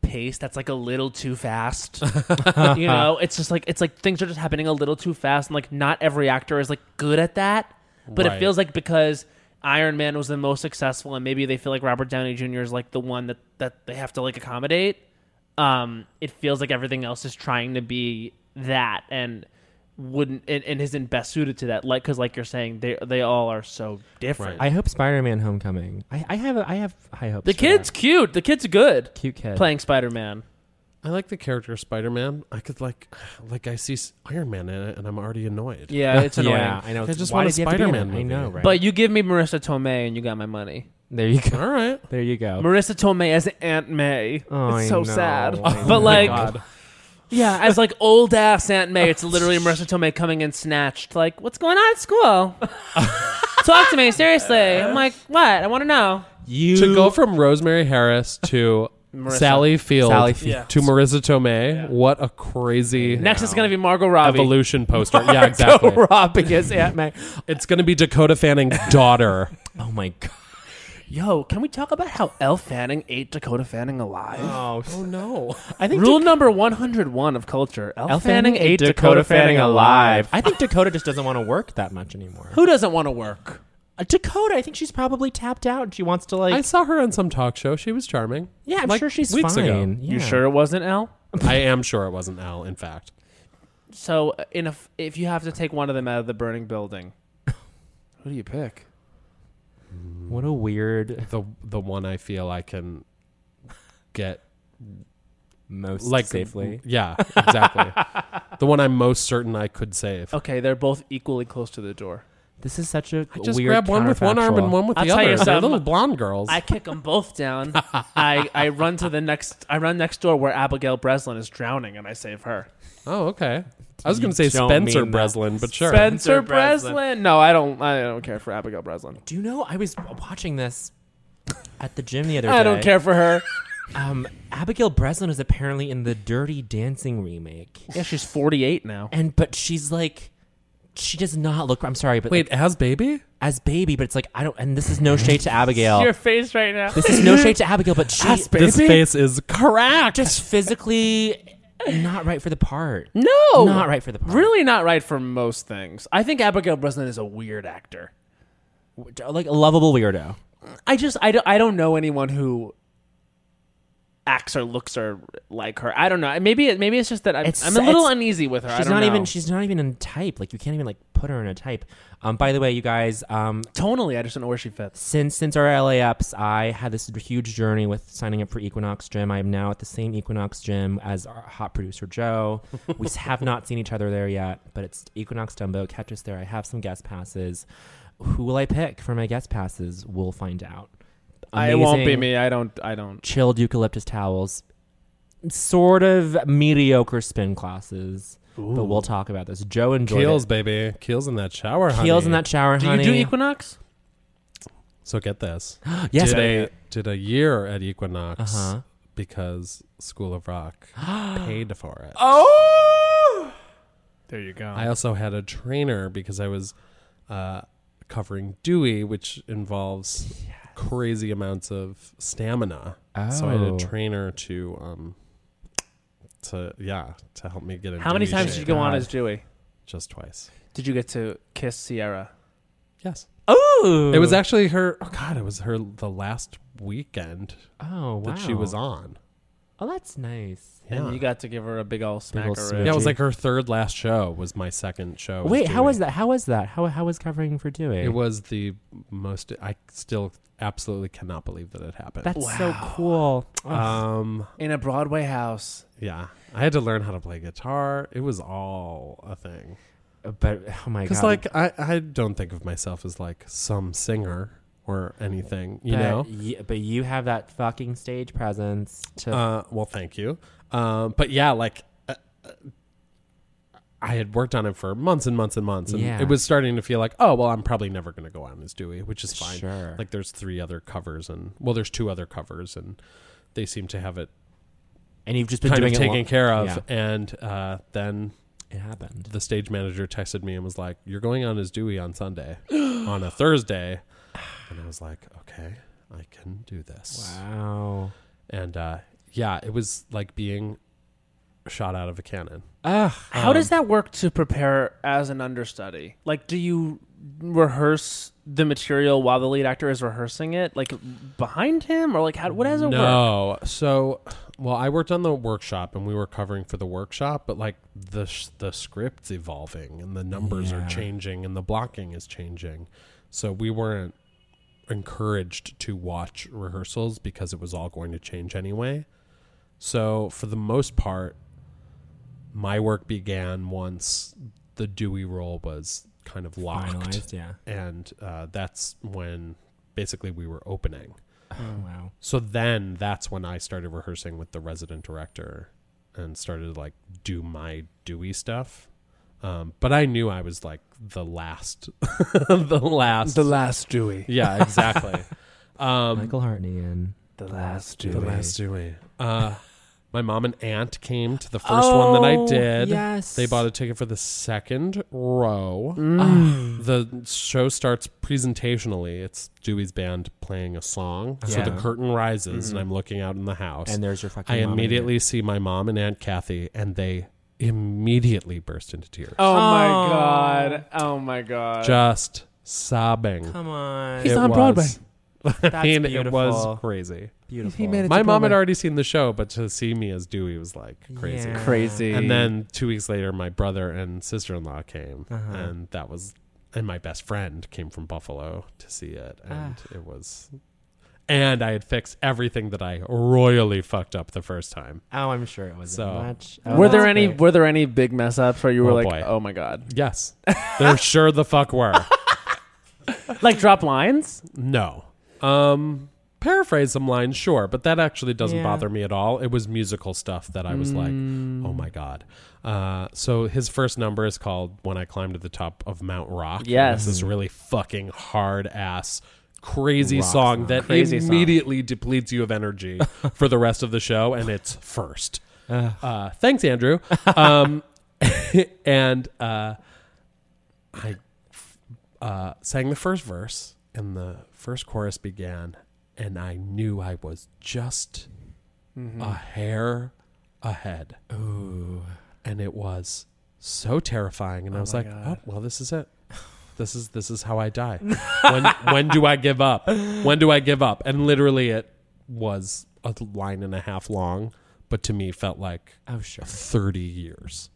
Speaker 1: pace that's like a little too fast. you know, it's just like it's like things are just happening a little too fast, and like not every actor is like good at that. But it
Speaker 4: Right.
Speaker 1: feels like because Iron Man was the most successful, and maybe they feel like Robert Downey Jr. is like the one that that they have to like accommodate. Um, it feels like everything else is trying to be that, and wouldn't and, and isn't best suited to that. Like because like you're saying, they they all are so different.
Speaker 2: I hope Spider-Man: Homecoming. I, I have I have high hopes.
Speaker 1: the
Speaker 2: for
Speaker 1: kid's cute. The kid's good.
Speaker 2: that. cute kid.
Speaker 1: Playing Spider Man.
Speaker 4: I like the character of Spider Man. I could like like I see S- Iron Man in it and I'm already annoyed.
Speaker 1: Yeah, it's annoying.
Speaker 2: Yeah, I know.
Speaker 4: I
Speaker 2: It's-
Speaker 4: just
Speaker 2: why
Speaker 4: want a
Speaker 2: does he have to be in
Speaker 4: Spider-Man
Speaker 2: it? I know,
Speaker 4: movie.
Speaker 2: right?
Speaker 1: But you give me Marissa Tomei and you got my money.
Speaker 2: there you go.
Speaker 4: All right.
Speaker 2: There you go.
Speaker 1: Marissa Tomei as Aunt May.
Speaker 2: Oh,
Speaker 1: it's
Speaker 2: I
Speaker 1: so
Speaker 2: know.
Speaker 1: sad.
Speaker 2: I know.
Speaker 1: but like,
Speaker 2: God.
Speaker 1: yeah, as like old ass Aunt May, it's literally Marissa Tomei coming in snatched. Like, what's going on at school? Talk to me seriously. I'm like, what? I want to know.
Speaker 2: you
Speaker 4: To go from Rosemary Harris to
Speaker 1: Marissa.
Speaker 4: Sally Field
Speaker 2: Sally Field. Yeah.
Speaker 4: to Marissa Tomei, what a crazy
Speaker 1: Next, it's gonna be Margot Robbie.
Speaker 4: evolution poster. yeah, exactly.
Speaker 2: robbing his Aunt May.
Speaker 4: It's gonna be Dakota Fanning's daughter.
Speaker 2: Oh my god.
Speaker 1: Yo, can we talk about how Elle Fanning ate Dakota Fanning alive?
Speaker 2: Oh,
Speaker 4: no.
Speaker 2: I think
Speaker 1: Rule number 101 of culture: Elle,
Speaker 2: Elle
Speaker 1: Fanning, ate Dakota, Fanning alive.
Speaker 2: I think Dakota just doesn't want to work that much anymore.
Speaker 1: Who doesn't want to work?
Speaker 2: Uh, Dakota, I think she's probably tapped out. She wants to like.
Speaker 4: I saw her on some talk show. She was charming.
Speaker 2: yeah, I'm
Speaker 4: like,
Speaker 2: sure she's
Speaker 4: weeks
Speaker 2: fine.
Speaker 4: ago.
Speaker 1: You
Speaker 2: Yeah.
Speaker 1: sure it wasn't Elle?
Speaker 4: I am sure it wasn't Al, in fact.
Speaker 1: So, uh, in a f if you have to take one of them out of the burning building, who do you pick?
Speaker 2: What a weird
Speaker 4: The the one I feel I can get
Speaker 2: most
Speaker 4: like
Speaker 2: safely.
Speaker 4: Yeah, exactly. the one I'm most certain I could save.
Speaker 1: Okay, they're both equally close to the door.
Speaker 2: This is such a
Speaker 4: I just
Speaker 2: weird
Speaker 4: grab one with one arm and
Speaker 2: counterfactual.
Speaker 4: one with
Speaker 1: I'll
Speaker 4: the
Speaker 1: tell you
Speaker 4: other. They're
Speaker 1: something.
Speaker 4: little blonde girls.
Speaker 1: I kick them both down. I, I run to the next. I run next door where Abigail Breslin is drowning, and I save her.
Speaker 4: oh, okay. I was going to say
Speaker 2: don't
Speaker 4: Spencer
Speaker 2: mean that.
Speaker 4: Breslin, but sure.
Speaker 1: Spencer
Speaker 2: Spencer Breslin.
Speaker 1: Breslin. No, I don't. I don't care for Abigail Breslin.
Speaker 2: Do you know I was watching this at the gym the other day?
Speaker 1: I don't care for her.
Speaker 2: Um, Abigail Breslin is apparently in the Dirty Dancing remake,
Speaker 1: Yeah, she's 48 now.
Speaker 2: and but she's like, she does not look. I'm sorry, but
Speaker 4: Wait,
Speaker 2: like,
Speaker 4: as baby?
Speaker 2: as baby, but it's like I don't. And this is no shade to Abigail.
Speaker 1: Your face right now.
Speaker 2: this is no shade to Abigail, but she
Speaker 4: This face is cracked.
Speaker 2: just physically not right for the part.
Speaker 1: No,
Speaker 2: Not right for the part.
Speaker 1: Really, not right for most things. I think Abigail Breslin is a weird actor.
Speaker 2: Like a lovable weirdo.
Speaker 1: I just I don't I don't know anyone who acts or looks or like her. I don't know. Maybe it, maybe it's just that I'm,
Speaker 2: It's-
Speaker 1: I'm a little
Speaker 2: it's-
Speaker 1: uneasy with her. I
Speaker 2: She's
Speaker 1: don't
Speaker 2: not even.
Speaker 1: know.
Speaker 2: She's not even in type. Like you can't even like put her in a type. Um. By the way, you guys. Um.
Speaker 1: tonally. I just don't know where she fits.
Speaker 2: Since since our LA ups, I had this huge journey with signing up for Equinox Gym. I am now at the same Equinox Gym as our hot producer Joe. We s- have not seen each other there yet, but it's Equinox Dumbo. Catch us there. I have some guest passes. Who will I pick for my guest passes? We'll find out.
Speaker 1: I won't be
Speaker 2: Amazing
Speaker 1: me. I don't. I don't.
Speaker 2: chilled eucalyptus towels, sort of mediocre spin classes. But we'll talk about this. Joe enjoyed
Speaker 4: Keels,
Speaker 2: it.
Speaker 4: baby. Keels in that shower, honey.
Speaker 2: Keels in that shower,
Speaker 1: Do
Speaker 2: honey.
Speaker 1: you do Equinox?
Speaker 4: So get this.
Speaker 2: Yes.
Speaker 4: did a did a year at Equinox
Speaker 2: Uh-huh.
Speaker 4: because School of Rock paid for it.
Speaker 1: Oh, there you go.
Speaker 4: I also had a trainer because I was uh, covering Dewey, which involves crazy amounts of stamina. So I had
Speaker 2: Oh.
Speaker 4: a trainer to um to yeah to help me get in.
Speaker 1: How many
Speaker 4: Dewey
Speaker 1: times did you
Speaker 4: shape.
Speaker 1: go on as Dewey?
Speaker 4: Just twice.
Speaker 1: Did you get to kiss Sierra?
Speaker 4: Yes.
Speaker 2: Oh,
Speaker 4: It was actually her. Oh God, it was her the last weekend
Speaker 2: oh wow.
Speaker 4: that she was on.
Speaker 2: Oh, that's nice.
Speaker 1: And you got to give her a big old
Speaker 2: Big ol'
Speaker 1: smackaroo.
Speaker 4: Yeah, it was
Speaker 2: Gee.
Speaker 4: like her third last show was my second show. as
Speaker 2: Wait, how
Speaker 4: Dewey.
Speaker 2: was that? How was that? How how was covering for Dewey?
Speaker 4: It was the most. I still absolutely cannot believe that it happened.
Speaker 2: That's so cool.
Speaker 4: um,
Speaker 1: in a Broadway house.
Speaker 4: yeah. I had to learn how to play guitar. It was all a thing.
Speaker 2: Uh, but oh my god.
Speaker 4: Because like I, I don't think of myself as like some singer or anything. You
Speaker 2: but,
Speaker 4: know.
Speaker 2: y- but you have that fucking stage presence to
Speaker 4: Uh, well, thank you. Um, but yeah, like uh, uh, I had worked on it for months and months and months, and
Speaker 2: Yeah.
Speaker 4: it was starting to feel like, oh, well, I'm probably never going to go on as Dewey, which is fine.
Speaker 2: Sure.
Speaker 4: Like there's three other covers, and well, there's two other covers, and they seem to have it
Speaker 2: and you've just been
Speaker 4: kind of
Speaker 2: doing it
Speaker 4: taken
Speaker 2: long-
Speaker 4: care of.
Speaker 2: Yeah,
Speaker 4: And uh, then
Speaker 2: it happened.
Speaker 4: the stage manager texted me and was like, "You're going on as Dewey on Sunday, on a Thursday," and I was like, "Okay, I can do this."
Speaker 2: Wow.
Speaker 4: and uh, yeah, it was like being shot out of a cannon.
Speaker 2: Ugh.
Speaker 1: How does
Speaker 4: Um,
Speaker 1: that work to prepare as an understudy? Like, do you rehearse the material while the lead actor is rehearsing it, like behind him, or like how? What does it work?
Speaker 4: no, so well, I worked on the workshop and we were covering for the workshop, but like the sh- the script's evolving and the numbers
Speaker 2: Yeah.
Speaker 4: are changing and the blocking is changing, so we weren't encouraged to watch rehearsals because it was all going to change anyway. So for the most part, my work began once the Dewey role was kind of locked.
Speaker 2: Finalized, yeah.
Speaker 4: and uh, that's when basically we were opening.
Speaker 2: Oh, wow.
Speaker 4: So then that's when I started rehearsing with the resident director and started to, like do my Dewey stuff. Um, but I knew I was like the last, the last,
Speaker 1: last Dewey.
Speaker 4: yeah, exactly. um,
Speaker 2: Michael Hartney and
Speaker 1: The last
Speaker 4: the
Speaker 1: Dewey.
Speaker 4: last Dewey. Uh, my mom and aunt came to the first one that I
Speaker 2: Oh,
Speaker 4: did.
Speaker 2: yes.
Speaker 4: They bought a ticket for the second row. Ah, The show starts presentationally. It's Dewey's band playing a song. So
Speaker 2: Yeah.
Speaker 4: the curtain rises, and I'm looking out in the house.
Speaker 2: and there's your fucking.
Speaker 4: I
Speaker 2: mom in
Speaker 4: immediately see my mom and Aunt Kathy, and they immediately burst into tears,
Speaker 1: Oh my god! Oh my god!
Speaker 4: just sobbing.
Speaker 2: there. Come on.
Speaker 1: He's
Speaker 4: It
Speaker 1: on
Speaker 4: was-
Speaker 1: Broadway.
Speaker 4: I mean, it
Speaker 2: beautiful.
Speaker 4: was crazy.
Speaker 2: beautiful.
Speaker 1: He made it.
Speaker 4: my
Speaker 1: to
Speaker 4: mom had
Speaker 1: Broadway.
Speaker 4: already seen the show, but to see me as Dewey was like crazy.
Speaker 2: Yeah.
Speaker 1: crazy,
Speaker 4: And then two weeks later, my brother and sister in law came,
Speaker 2: Uh-huh.
Speaker 4: and that was, and my best friend came from Buffalo to see it, and
Speaker 2: Ah.
Speaker 4: it was, and I had fixed everything that I royally fucked up the first time.
Speaker 2: Oh, I'm sure it wasn't
Speaker 4: So-
Speaker 2: much. Oh,
Speaker 1: were there
Speaker 2: that's
Speaker 1: any
Speaker 2: great.
Speaker 1: were there any big mess ups where you were
Speaker 4: Oh,
Speaker 1: like,
Speaker 4: boy.
Speaker 1: oh my god,
Speaker 4: Yes, there sure the fuck were.
Speaker 1: like drop lines?
Speaker 4: No, um, paraphrase some lines, sure, but that actually doesn't
Speaker 2: Yeah.
Speaker 4: bother me at all. It was musical stuff that I was like, oh my God. Uh, so his first number is called When I Climbed to the Top of Mount Rock. and
Speaker 1: Yes.
Speaker 4: This is really fucking hard ass. Crazy
Speaker 2: Rock
Speaker 4: song
Speaker 2: song.
Speaker 4: that
Speaker 1: Crazy song.
Speaker 4: immediately depletes you of energy for the rest of the show, and it's first. Uh, thanks, Andrew. Um, and uh, I uh, sang the first verse, and the first chorus began, and I knew I was just a hair ahead. Mm-hmm. Ooh. And it was so terrifying, and I was like, "Oh, well, this is it. This is this is how I die. when when do I give up? When do I give up?" And literally, it was a line and a half long, but to me, felt like
Speaker 2: Oh sure.
Speaker 4: thirty years.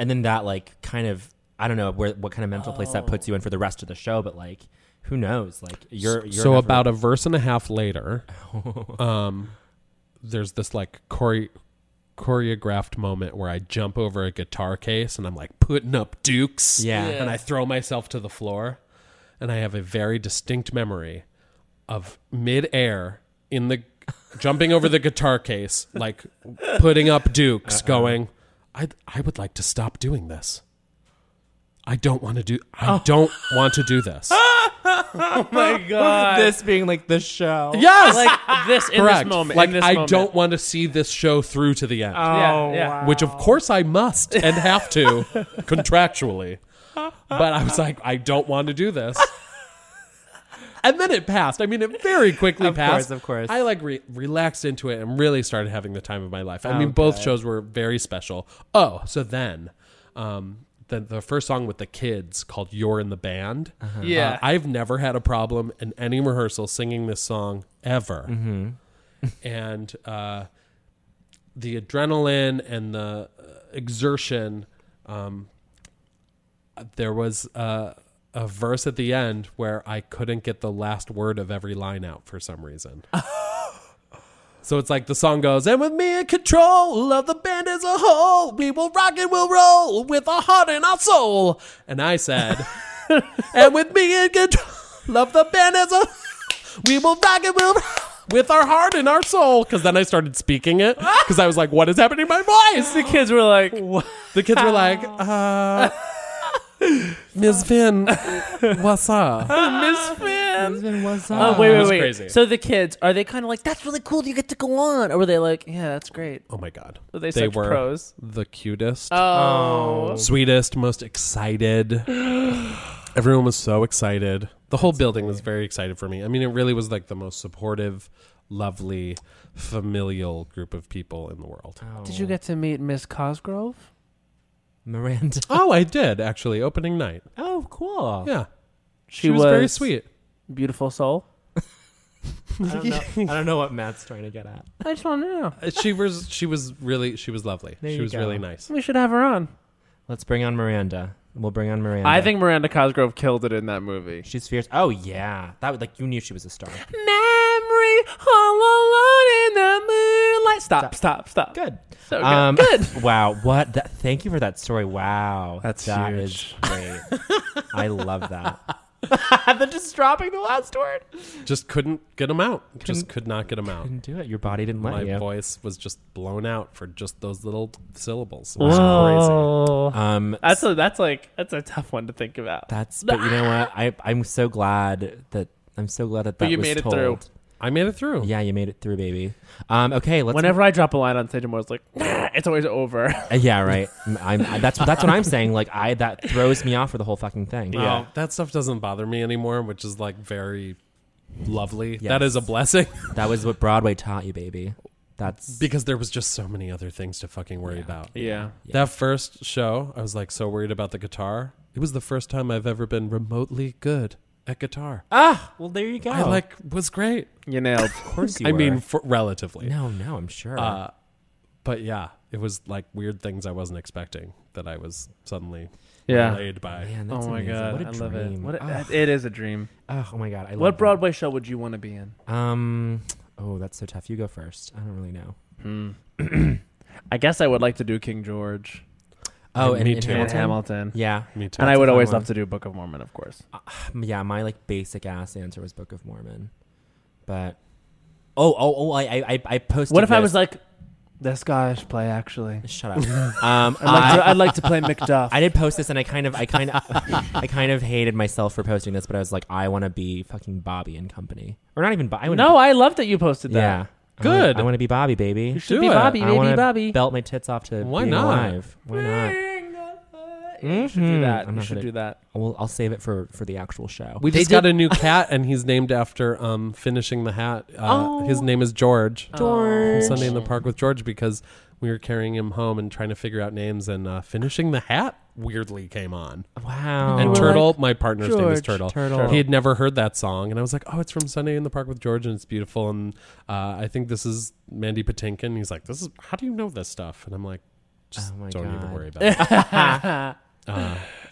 Speaker 2: And then that like kind of I don't know where what kind of mental place that puts you in for the rest of the show, but like who knows? Like you're, you're
Speaker 4: so
Speaker 2: never-
Speaker 4: about a verse and a half later, um, there's this like chore- choreographed moment where I jump over a guitar case and I'm like putting up dukes,
Speaker 2: Yeah. Yeah.
Speaker 4: and I throw myself to the floor, and I have a very distinct memory of midair in the jumping over the guitar case, like putting up
Speaker 2: Uh-huh.
Speaker 4: dukes, going, I I would like to stop doing this. I don't want to do. I
Speaker 2: Oh.
Speaker 4: don't want to do this.
Speaker 1: my god.
Speaker 2: this being like the show.
Speaker 4: yes,
Speaker 1: like this in
Speaker 4: Correct.
Speaker 1: this moment.
Speaker 4: Like
Speaker 1: in this
Speaker 4: I
Speaker 1: moment. Ah.
Speaker 4: don't want to see this show through to the end,
Speaker 2: Oh,
Speaker 1: Yeah, yeah.
Speaker 4: which of course I must and have to contractually. But I was like, I don't want to do this. And then it passed. I mean, it very quickly
Speaker 2: Of course,
Speaker 4: passed.
Speaker 2: of course.
Speaker 4: I like re- relaxed into it and really started having the time of my life. I mean, both shows were very special. Oh, so then, um, the the first song with the kids called "You're in the Band."
Speaker 1: Yeah.
Speaker 4: Uh, I've never had a problem in any rehearsal singing this song ever. and uh, the adrenaline and the uh, exertion, um, there was uh, a, a verse at the end where I couldn't get the last word of every line out for some reason. So it's like the song goes, and with me in control of the band as a whole, we will rock and we'll roll with our heart and our soul. And I said, and with me in control of the band as a we will rock and we'll roll with our heart and our soul. Because then I started speaking it because I was like, what is happening to my voice?
Speaker 1: The kids were like, "Oh,
Speaker 4: The kids were like, uh, Ms. Finn, what's up?
Speaker 1: Miss Finn.
Speaker 2: Oh,
Speaker 1: Oh, wait,
Speaker 4: It
Speaker 1: wait,
Speaker 4: was
Speaker 1: wait.
Speaker 4: crazy.
Speaker 1: So the kids, are they kind of like, that's really cool that you get to go on? Or were they like, yeah, that's great?
Speaker 4: Oh my God.
Speaker 1: Were they, such pros?
Speaker 4: the cutest.
Speaker 1: Oh.
Speaker 4: sweetest, most excited. Everyone was so excited. The whole building was very excited for me. I mean, it really was like the most supportive, lovely, familial group of people in the world.
Speaker 2: Oh,
Speaker 1: Did you get to meet Miss Cosgrove?
Speaker 2: Miranda?
Speaker 4: Oh, I did actually opening night.
Speaker 2: Oh, cool.
Speaker 4: Yeah.
Speaker 1: She,
Speaker 4: She, was, very sweet.
Speaker 1: Beautiful soul.
Speaker 2: I, don't know, I don't know what Matt's trying to get at.
Speaker 1: I just want to know.
Speaker 4: Uh, She was she was really she was lovely.
Speaker 2: There
Speaker 4: she
Speaker 2: you
Speaker 4: was
Speaker 2: go.
Speaker 4: really nice.
Speaker 1: We should have her on.
Speaker 2: Let's bring on Miranda. We'll bring on Miranda.
Speaker 1: I think Miranda Cosgrove killed it in that movie.
Speaker 2: she's fierce. Oh yeah, that was like you knew she was a star.
Speaker 1: Memory all alone in the moonlight. Stop, stop, stop.
Speaker 2: Good.
Speaker 1: So good.
Speaker 2: Um,
Speaker 1: good.
Speaker 2: Wow. What? That, thank you for that story. Wow.
Speaker 1: That's
Speaker 2: that
Speaker 1: huge.
Speaker 2: is great. I love that. then just dropping the last word.
Speaker 4: Just couldn't get them out. Just could not get them out.
Speaker 2: Didn't do it. Your body didn't let
Speaker 4: My
Speaker 2: you.
Speaker 4: voice was just blown out for just those little syllables. It was crazy.
Speaker 1: Whoa.
Speaker 2: Um,
Speaker 1: That's a, that's like that's a tough one to think about.
Speaker 2: that's. But you know what? I I'm so glad that I'm so glad that that
Speaker 1: you
Speaker 2: was
Speaker 1: made it
Speaker 2: told.
Speaker 1: through.
Speaker 4: I made it through.
Speaker 2: Yeah, you made it through, baby. Um, okay, let's.
Speaker 1: Whenever I drop a line on stage, I'm always like, "Nah, it's always over.
Speaker 2: Uh, yeah, right. I'm, I, that's that's what I'm saying. Like I that throws me off for the whole fucking thing.
Speaker 1: Oh,
Speaker 4: Yeah. that stuff doesn't bother me anymore, which is like very lovely. That
Speaker 2: Yes.
Speaker 4: is a blessing
Speaker 2: That was what Broadway taught you, baby. That's
Speaker 4: because there was just so many other things to fucking worry about.
Speaker 1: Yeah.
Speaker 4: That first show, I was like so worried about the guitar. It was the first time I've ever been remotely good at guitar.
Speaker 2: ah. Well, there you go.
Speaker 4: I like was great.
Speaker 1: You nailed.
Speaker 2: Of course you
Speaker 4: I
Speaker 2: were.
Speaker 4: mean, for, relatively.
Speaker 2: no, no. I'm sure.
Speaker 4: Uh, but yeah, it was like weird things I wasn't expecting that I was suddenly
Speaker 1: Yeah.
Speaker 4: laid by.
Speaker 2: Man, that's
Speaker 1: Oh my
Speaker 2: amazing.
Speaker 1: god,
Speaker 2: What a
Speaker 1: I
Speaker 2: dream.
Speaker 1: love it. What
Speaker 2: oh,
Speaker 1: a, it is a dream.
Speaker 2: oh, my god. I love
Speaker 1: What
Speaker 2: that.
Speaker 1: Broadway show would you want to be in?
Speaker 2: Um. Oh, that's so tough. You go first. I don't really know.
Speaker 1: I guess I would like to do King George
Speaker 2: Oh,
Speaker 4: And
Speaker 2: and,
Speaker 4: me
Speaker 2: and
Speaker 4: too.
Speaker 1: and
Speaker 2: Hamilton.
Speaker 1: Hamilton.
Speaker 2: Yeah.
Speaker 4: Me too.
Speaker 1: And I would
Speaker 2: a fun
Speaker 1: always
Speaker 2: one.
Speaker 1: love to do Book of Mormon, of course.
Speaker 2: Um, Yeah. My like basic ass answer was Book of Mormon, but Oh, oh, oh! I, I, I- I posted.
Speaker 1: What if I
Speaker 2: this.
Speaker 1: was like, this Scottish play actually?
Speaker 2: Shut up. Um,
Speaker 1: I'd like,
Speaker 2: I,
Speaker 1: to, I'd like to play Macduff.
Speaker 2: I did post this, and I kind of, I kind of, I kind of hated myself for posting this, but I was like, I want to be fucking Bobby and company, or not even. Bo- I wanna
Speaker 1: no,
Speaker 2: be-
Speaker 1: I love that you posted that.
Speaker 2: yeah, I
Speaker 4: Good.
Speaker 2: wanna, I want to be Bobby, baby.
Speaker 1: You should
Speaker 4: Do
Speaker 1: be
Speaker 4: it.
Speaker 1: Bobby,
Speaker 2: I
Speaker 1: baby,
Speaker 2: wanna
Speaker 1: Bobby.
Speaker 2: Belt my tits off to
Speaker 4: Why
Speaker 2: being
Speaker 4: not?
Speaker 2: alive. Why not?
Speaker 1: You should do
Speaker 2: Mhm.
Speaker 1: that.
Speaker 2: I'm
Speaker 1: You
Speaker 2: not
Speaker 1: should
Speaker 2: gonna-
Speaker 1: do that.
Speaker 2: Well, I'll save it for for the actual show.
Speaker 4: We
Speaker 6: They
Speaker 4: just
Speaker 6: did-
Speaker 4: got a new cat, and he's named after um, finishing the hat. Uh, His name is George. From Sunday in the Park with George because we were carrying him home and trying to figure out names, and uh, finishing the hat weirdly came on.
Speaker 2: wow.
Speaker 4: And
Speaker 1: were
Speaker 4: Turtle, my partner's name is
Speaker 1: "George,
Speaker 4: Turtle.
Speaker 2: Turtle.
Speaker 4: He had never heard that song, and I was like, "Oh, it's from Sunday in the Park with George, and it's beautiful." And uh, I think this is Mandy Patinkin. He's like, "This is how do you know this stuff?" And I'm like, "Just
Speaker 2: Oh my
Speaker 4: don't even
Speaker 2: God.
Speaker 4: worry about it."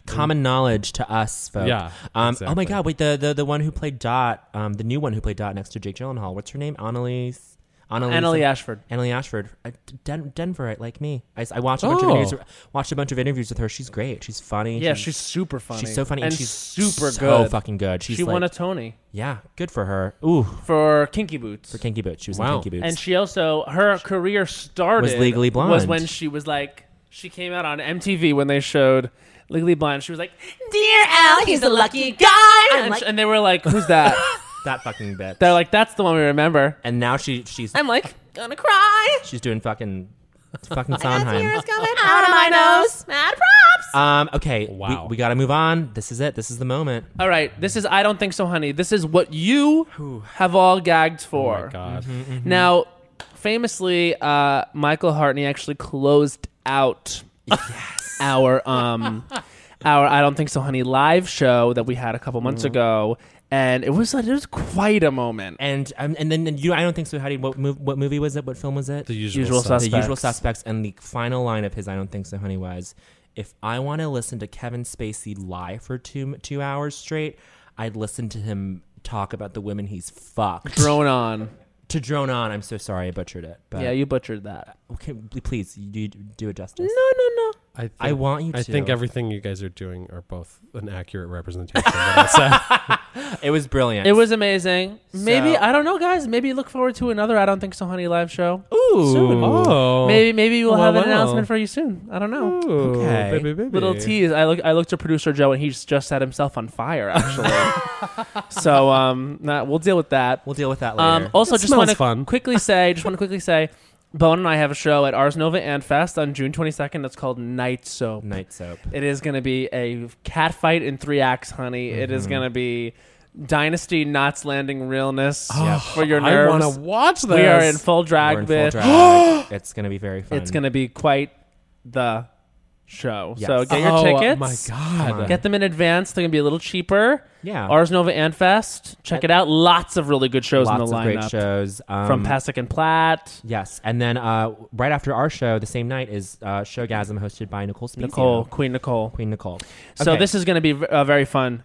Speaker 2: common knowledge to us, folks.
Speaker 4: Yeah,
Speaker 2: Um, Oh my
Speaker 4: exactly.
Speaker 2: God! Wait, the, the the one who played Dot, um, the new one who played Dot next to Jake Gyllenhaal. What's her name? Annalise. Annalise.
Speaker 1: Annalie Ashford.
Speaker 2: Annalie Ashford, a D- Den- Denverite like me. I, s- I watched a bunch of interviews. Watched a bunch of interviews with her. She's great. She's funny.
Speaker 1: Oh. Yeah, she's super funny.
Speaker 2: she's so funny
Speaker 1: and
Speaker 2: she's
Speaker 1: super
Speaker 2: so
Speaker 1: good.
Speaker 2: fucking good. She's
Speaker 1: she
Speaker 2: like,
Speaker 1: won a Tony
Speaker 2: yeah, good for her. Ooh,
Speaker 1: for Kinky Boots.
Speaker 2: for Kinky Boots. She was in
Speaker 4: Wow.
Speaker 2: Kinky Boots.
Speaker 1: and she also her career started
Speaker 2: Was Legally Blonde.
Speaker 1: was when she was like she came out on MTV when they showed Legally Blonde. She was like, "Dear Al, he's a lucky guy," and, sh- and they were like, "Who's that?"
Speaker 2: that fucking bitch.
Speaker 1: They're like, "That's the one we remember."
Speaker 2: and now she she's
Speaker 1: I'm like, "Gonna cry."
Speaker 2: she's doing fucking fucking Sondheim.
Speaker 3: coming out of my nose. Mad props.
Speaker 2: Um, okay, wow.
Speaker 4: Wow.
Speaker 2: we, we got to move on. This is it. This is the moment.
Speaker 1: All right, this is I don't think so, honey. This is what you have all gagged for.
Speaker 2: Oh
Speaker 4: God,
Speaker 1: Now, famously, uh, Michael Hartney actually closed out our um our I don't think so, honey live show that we had a couple months ago, and it was it was quite a moment.
Speaker 2: And um, and then and you, I don't think so. How do you, what mov- what movie was it? What film was it?
Speaker 4: the usual,
Speaker 1: Usual
Speaker 4: suspects.
Speaker 1: suspects.
Speaker 2: The usual suspects. And the final line of his "I don't think so, honey" was, "If I want to listen to Kevin Spacey lie for two two hours straight, I'd listen to him talk about the women he's fucked."
Speaker 1: Drone on.
Speaker 2: to drone on. I'm so sorry, I butchered it. But
Speaker 1: Yeah, you butchered that.
Speaker 2: okay, please you do, do it justice.
Speaker 1: No, no,
Speaker 4: I, think,
Speaker 2: I want you
Speaker 4: I
Speaker 2: to.
Speaker 4: think everything you guys are doing are both an accurate representation. of what I said.
Speaker 2: It was brilliant.
Speaker 1: no. It was amazing. Maybe
Speaker 2: So-
Speaker 1: I don't know, guys. Maybe look forward to another I don't think so, honey live show.
Speaker 2: Ooh.
Speaker 4: Oh,
Speaker 1: Maybe maybe we'll Hmm.
Speaker 4: Wow,
Speaker 1: have an
Speaker 4: wow.
Speaker 1: announcement for you soon. I don't know.
Speaker 4: Ooh,
Speaker 2: Okay.
Speaker 4: baby, baby.
Speaker 1: Little tease. I look. I looked to producer Joe, and he's just set himself on fire. Actually, so um, nah, we'll deal with that.
Speaker 2: We'll deal with that later.
Speaker 1: Um, also,
Speaker 4: That
Speaker 1: just
Speaker 4: smells
Speaker 1: want to
Speaker 4: fun.
Speaker 1: quickly say, just want to quickly say, Bone and I have a show at Ars Nova and Fest on June 22nd. It's called Night Soap.
Speaker 2: Night soap.
Speaker 1: It is going to be a cat fight in three acts, honey. It
Speaker 4: Mm-hmm.
Speaker 1: is going to be Dynasty Knots Landing realness for your
Speaker 4: Oh, I want
Speaker 1: nerves.
Speaker 4: to watch this.
Speaker 1: we are in full drag,
Speaker 2: We're in full
Speaker 1: bitch.
Speaker 2: drag. it's gonna be very fun.
Speaker 1: It's going to be quite the show.
Speaker 2: Yes.
Speaker 1: So get your
Speaker 4: oh,
Speaker 1: tickets.
Speaker 4: my god.
Speaker 1: Get them in advance. They're going to be a little cheaper.
Speaker 2: Yeah.
Speaker 1: Ars Nova and Fest. Check it out. Lots of really good shows
Speaker 2: lots
Speaker 1: in the
Speaker 2: of
Speaker 1: lineup.
Speaker 2: great shows um,
Speaker 1: From Pasek and Platt.
Speaker 2: Yes, and then uh, right after our show, the same night is uh, Showgasm hosted by Nicole Spezia.
Speaker 1: Nicole, Queen Nicole.
Speaker 2: Queen Nicole.
Speaker 1: So
Speaker 2: Okay.
Speaker 1: this is going to be a very fun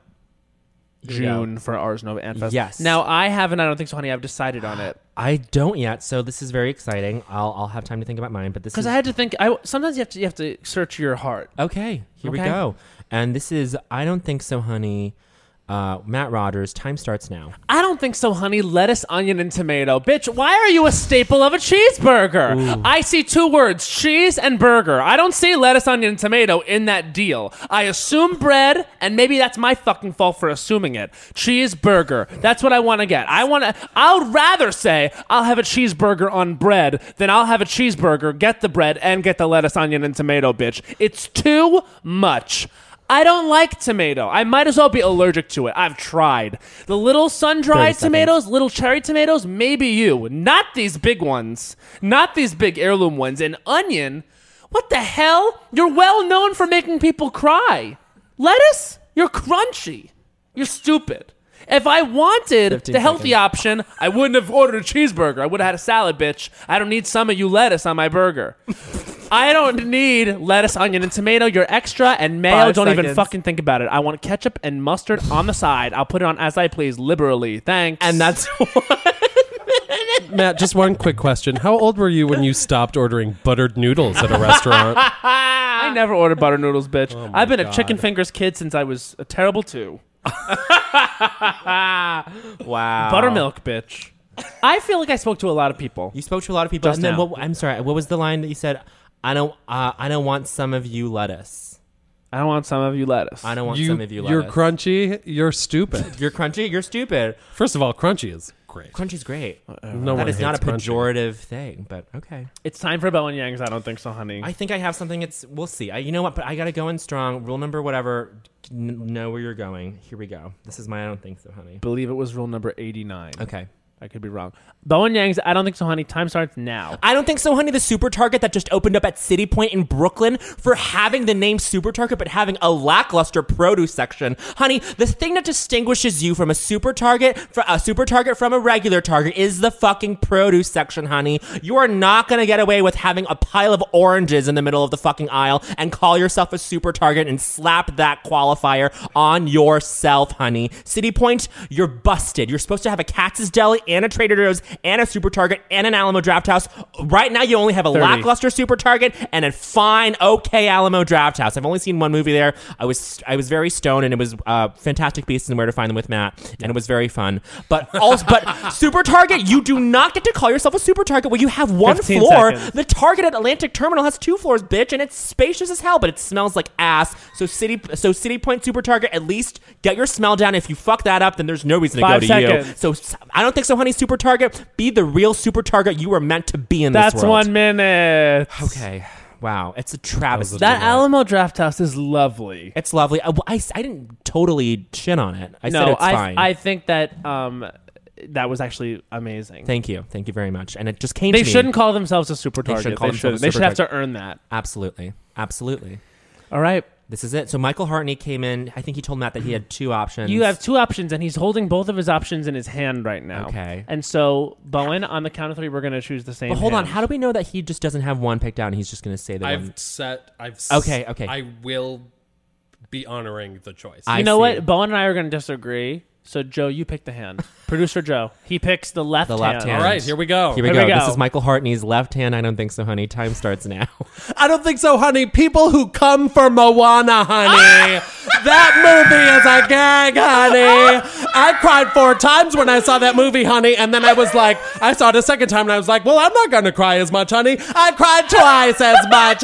Speaker 2: Here we go.
Speaker 1: June for Ars Nova and Fest.
Speaker 2: Yes.
Speaker 1: Now I haven't. I don't think so, honey. I've decided on it
Speaker 2: I don't yet, so this is very exciting. I'll I'll have time to think about mine, but this
Speaker 1: because
Speaker 2: is
Speaker 1: I had to think. I sometimes you have to you have to search your heart.
Speaker 2: okay. Here we
Speaker 1: Okay.
Speaker 2: go, and this is I don't think so, honey. Uh, Matt Rogers. Time starts now.
Speaker 1: I don't think so, honey. Lettuce, onion, and tomato. Bitch, why are you a staple of a cheeseburger? I see two words cheese and burger. I don't see lettuce, onion, and tomato in that deal. I assume bread, and maybe that's my fucking fault for assuming it. Cheeseburger. That's what I want to get. I want to, I'd rather say I'll have a cheeseburger on bread than I'll have a cheeseburger, get the bread, and get the lettuce, onion, and tomato, bitch. It's too much. I don't like tomato. I might as well be allergic to it. I've tried. The little sun dried
Speaker 2: seconds.
Speaker 1: tomatoes, little cherry tomatoes, maybe you. Not these big ones. Not these big heirloom ones. And onion, what the hell? You're well known for making people cry. Lettuce, you're crunchy. You're stupid. If I wanted the healthy option, I wouldn't have ordered a cheeseburger. I would have had a salad, bitch. I don't need some of you lettuce on my burger. I don't need lettuce, onion, and tomato. You're extra and mayo.
Speaker 2: Five
Speaker 1: don't even
Speaker 2: seconds.
Speaker 1: fucking think about it. I want ketchup and mustard on the side. I'll put it on as I please, liberally. Thanks.
Speaker 2: And that's
Speaker 4: Matt, just one quick question. How old were you when you stopped ordering buttered noodles at a restaurant?
Speaker 1: I never ordered butter noodles, bitch.
Speaker 2: Oh
Speaker 1: I've been a chicken fingers kid since I was a terrible two.
Speaker 2: wow.
Speaker 1: Buttermilk, bitch. I feel like I spoke to a lot of people.
Speaker 2: You spoke to a lot of people,
Speaker 1: Just
Speaker 2: and then
Speaker 1: now.
Speaker 2: what? I'm sorry. What was the line that you said? I don't. Uh, I don't want some of you lettuce.
Speaker 1: I don't want some of you lettuce.
Speaker 2: I don't want
Speaker 4: You,
Speaker 2: some of you
Speaker 4: are
Speaker 2: lettuce.
Speaker 4: crunchy. You're stupid.
Speaker 2: You're crunchy. You're stupid.
Speaker 4: First of all, crunchy is great.
Speaker 2: Crunchy's great.
Speaker 4: Uh, No one
Speaker 2: that is not a
Speaker 4: hates crunchy.
Speaker 2: pejorative thing, but okay.
Speaker 1: It's time for Bell and Yangs. I don't think so, honey.
Speaker 2: I think I have something. It's we'll see. I, you know what? But I gotta go in strong. Rule number whatever. N- know where you're going. Here we go. This is my. I don't think so, honey.
Speaker 1: believe it was rule number 89.
Speaker 2: Okay.
Speaker 1: I could be wrong. Bell and Yangs, I don't think so, honey. Time starts now.
Speaker 2: I don't think so, honey. The Super Target that just opened up at City Point in Brooklyn for having the name Super Target but having a lackluster produce section. Honey, the thing that distinguishes you from a Super Target from a Super Target from a regular Target is the fucking produce section, honey. You are not going to get away with having a pile of oranges in the middle of the fucking aisle and call yourself a Super Target and slap that qualifier on yourself, honey. City Point, you're busted. You're supposed to have a Katz's Deli and a Trader Joe's and a Super Target and an Alamo Draft House. Right now, you only have a lackluster Super Target and a fine, okay Alamo Draft House. I've only seen one movie there. I was I was very stoned, and it was uh, Fantastic Beasts and Where to Find Them with Matt, and it was very fun. But also, but Super Target, you do not get to call yourself a Super Target when you have one
Speaker 1: 15
Speaker 2: floor.
Speaker 1: seconds.
Speaker 2: The Target at Atlantic Terminal has two floors, bitch, and it's spacious as hell, but it smells like ass. So city, so City Point Super Target, at least get your smell down. If you fuck that up, then there's no reason to
Speaker 1: Five
Speaker 2: go to you.
Speaker 1: seconds.
Speaker 2: So s- I don't think so, honey. Super Target, be the real Super Target you were meant to be in
Speaker 1: That's
Speaker 2: this world.
Speaker 1: one minute.
Speaker 2: Okay, wow, it's a travesty.
Speaker 1: That Alamo Draft House is lovely.
Speaker 2: it's lovely. I, well, I s- I didn't totally shit on it. I said
Speaker 1: no,
Speaker 2: it's
Speaker 1: I
Speaker 2: fine.
Speaker 1: I think that um that was actually amazing.
Speaker 2: Thank you, thank you very much. And it just came.
Speaker 1: they
Speaker 2: to me.
Speaker 1: shouldn't call themselves a super
Speaker 2: They
Speaker 1: target.
Speaker 2: shouldn't
Speaker 1: They,
Speaker 2: call
Speaker 1: should.
Speaker 2: themselves a super
Speaker 1: They should have to earn that.
Speaker 2: Absolutely, absolutely.
Speaker 1: All right.
Speaker 2: This is it. So Michael Hartney came in. I think he told Matt that he had two options.
Speaker 1: You have two options, and he's holding both of his options in his hand right now.
Speaker 2: Okay.
Speaker 1: And so, Bowen, on the count of three, we're going to choose the same.
Speaker 2: But hold on,
Speaker 1: hand.
Speaker 2: how do we know that he just doesn't have one picked out and he's just going to say the one?
Speaker 4: I've set. I've s-
Speaker 2: Okay, okay.
Speaker 4: I will be honoring the choice.
Speaker 2: I
Speaker 1: you know
Speaker 2: see.
Speaker 1: what? Bowen and I are going to disagree. So, Joe, you pick the hand. Producer Joe, he picks the left.
Speaker 2: The left
Speaker 4: All
Speaker 2: hand.
Speaker 4: right, here we go.
Speaker 2: Here we,
Speaker 1: Here
Speaker 2: go.
Speaker 1: we
Speaker 2: This
Speaker 1: go.
Speaker 2: is Michael Hartney's left hand. I don't think so, honey. Time starts now.
Speaker 4: I don't think so, honey. People who come for Moana, honey. that movie is a gag, honey. I cried four times when I saw that movie, honey. And then I was like, I saw it a second time and I was like, well, I'm not going to cry as much, honey. I cried twice as much,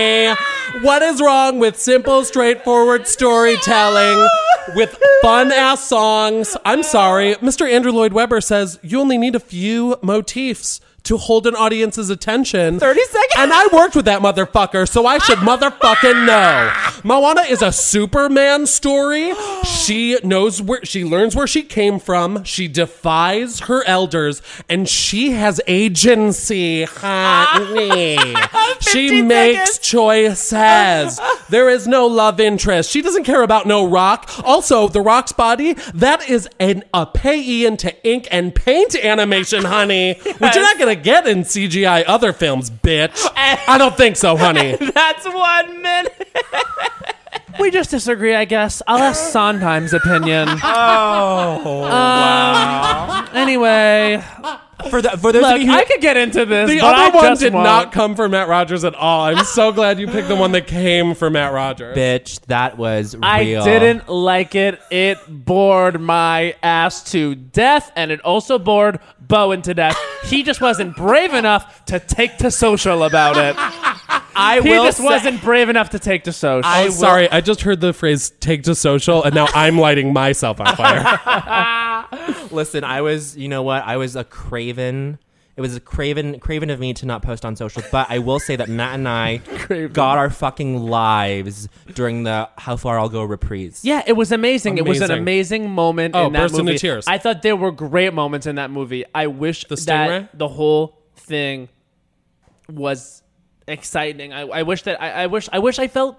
Speaker 4: honey. What is wrong with simple, straightforward storytelling with fun ass songs? I'm sorry. Mr. Andrew Lloyd Webber says you only need a few motifs to hold an audience's attention.
Speaker 2: 30 seconds.
Speaker 4: And I worked with that motherfucker, so I should motherfucking know. Moana is a Superman story. She knows where she learns where she came from. She defies her elders, and she has agency. Honey. she makes choices. There is no love interest. She doesn't care about no rock. Also, the rock's body that is an a payee into ink and paint animation, honey, which you're not gonna get in CGI other films, bitch. I don't think so, honey.
Speaker 2: That's one minute.
Speaker 1: We just disagree, I guess. I'll ask Sondheim's opinion. oh, Anyway,
Speaker 2: For, the, for those
Speaker 1: look,
Speaker 2: of you who
Speaker 1: I could get into this.
Speaker 4: The
Speaker 1: but
Speaker 4: other
Speaker 1: I
Speaker 4: one
Speaker 1: just
Speaker 4: did
Speaker 1: won't.
Speaker 4: not come for Matt Rogers at all. I'm so glad you picked the one that came for Matt Rogers.
Speaker 2: bitch, that was
Speaker 1: I
Speaker 2: real.
Speaker 1: didn't like it. It bored my ass to death, and it also bored Bowen to death. He just wasn't brave enough to take to social about it.
Speaker 2: I
Speaker 1: He
Speaker 2: will
Speaker 1: just
Speaker 2: say-
Speaker 1: wasn't brave enough to take to social.
Speaker 4: I'm sorry, I just heard the phrase "take to social," and now I'm lighting myself on fire.
Speaker 2: Listen, I was. You know what? I was a craven. It was a craven, craven of me to not post on social. But I will say that Matt and I got our fucking lives during the "How Far I'll Go" reprise.
Speaker 1: Yeah, it was amazing. It was an
Speaker 4: Amazing.
Speaker 1: amazing moment
Speaker 4: Oh,
Speaker 1: in that
Speaker 4: burst into
Speaker 1: movie.
Speaker 4: tears.
Speaker 1: I thought there were great moments in that movie. I wish
Speaker 4: The stingray?
Speaker 1: that the whole thing was exciting. I, I wish that I, I wish I wish I felt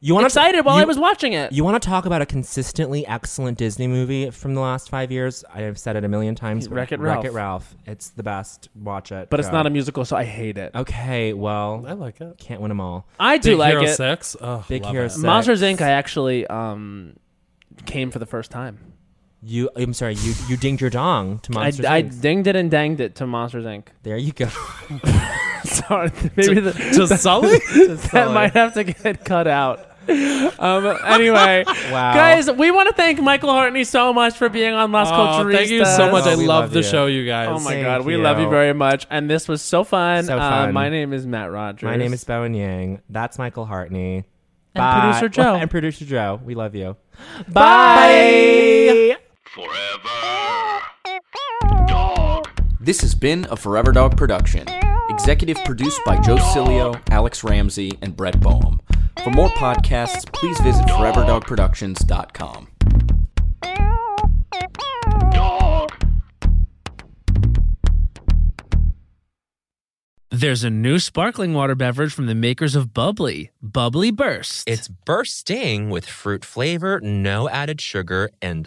Speaker 2: You want
Speaker 1: excited while I was watching it.
Speaker 2: You want to talk about a consistently excellent Disney movie from the last five years? I have said it a million times. but
Speaker 1: Wreck-It Ralph.
Speaker 2: Wreck-It Ralph. It's the best. Watch it.
Speaker 1: but it's
Speaker 2: Go.
Speaker 1: not a musical, so I hate it.
Speaker 2: Okay, well,
Speaker 4: I like it.
Speaker 2: can't win them all.
Speaker 1: I do
Speaker 4: Big
Speaker 1: like
Speaker 4: Hero
Speaker 1: it.
Speaker 4: Six. Oh,
Speaker 2: Big
Speaker 4: love
Speaker 2: Hero
Speaker 4: it.
Speaker 2: Six.
Speaker 1: Monsters Inc. I actually um, came for the first time.
Speaker 2: You, I'm sorry, you you dinged your dong to
Speaker 1: I,
Speaker 2: Monsters
Speaker 1: I
Speaker 2: Inc.
Speaker 1: dinged it and danged it to Monsters Inc.
Speaker 2: there you go.
Speaker 1: Sorry, maybe the,
Speaker 4: To Sully.
Speaker 1: that might have to get cut out. Um, anyway,
Speaker 2: Wow.
Speaker 1: guys, we want to thank Michael Hartney so much for being on Las
Speaker 4: Oh,
Speaker 1: Culturistas.
Speaker 4: thank you so much.
Speaker 2: Oh,
Speaker 4: I
Speaker 2: we
Speaker 4: love,
Speaker 2: love
Speaker 4: the
Speaker 2: you.
Speaker 4: show, you guys.
Speaker 1: Oh my
Speaker 2: Thank
Speaker 1: God, we
Speaker 2: you.
Speaker 1: love you very much, and this was so fun.
Speaker 2: So fun.
Speaker 1: Uh, my name is Matt Rogers.
Speaker 2: My name is Bowen Yang. That's Michael Hartney. And
Speaker 1: producer Joe.
Speaker 2: And producer Joe. We love you. Bye.
Speaker 1: Bye.
Speaker 9: This has been a Forever Dog production. Executive produced by Joe Cilio, Alex Ramsey, and Brett Boehm. For more podcasts, please visit foreverdogproductions.com.
Speaker 6: There's a new sparkling water beverage from the makers of Bubbly, Bubbly Burst.
Speaker 8: It's bursting with fruit flavor, no added sugar, and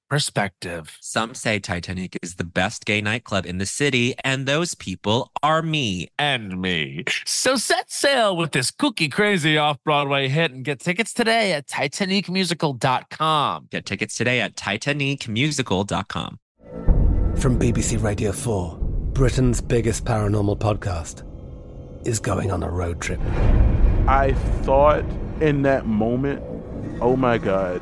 Speaker 10: perspective.
Speaker 8: Some say Titanic is the best gay nightclub in the city, and those people are me.
Speaker 10: and me. So set sail with this cookie crazy off Broadway hit and get tickets today at TitanicMusical.com.
Speaker 8: Get tickets today at titanicmusical.com.
Speaker 11: From BBC Radio 4, Britain's biggest paranormal podcast is going on a road trip.
Speaker 12: I thought in that moment, oh my God,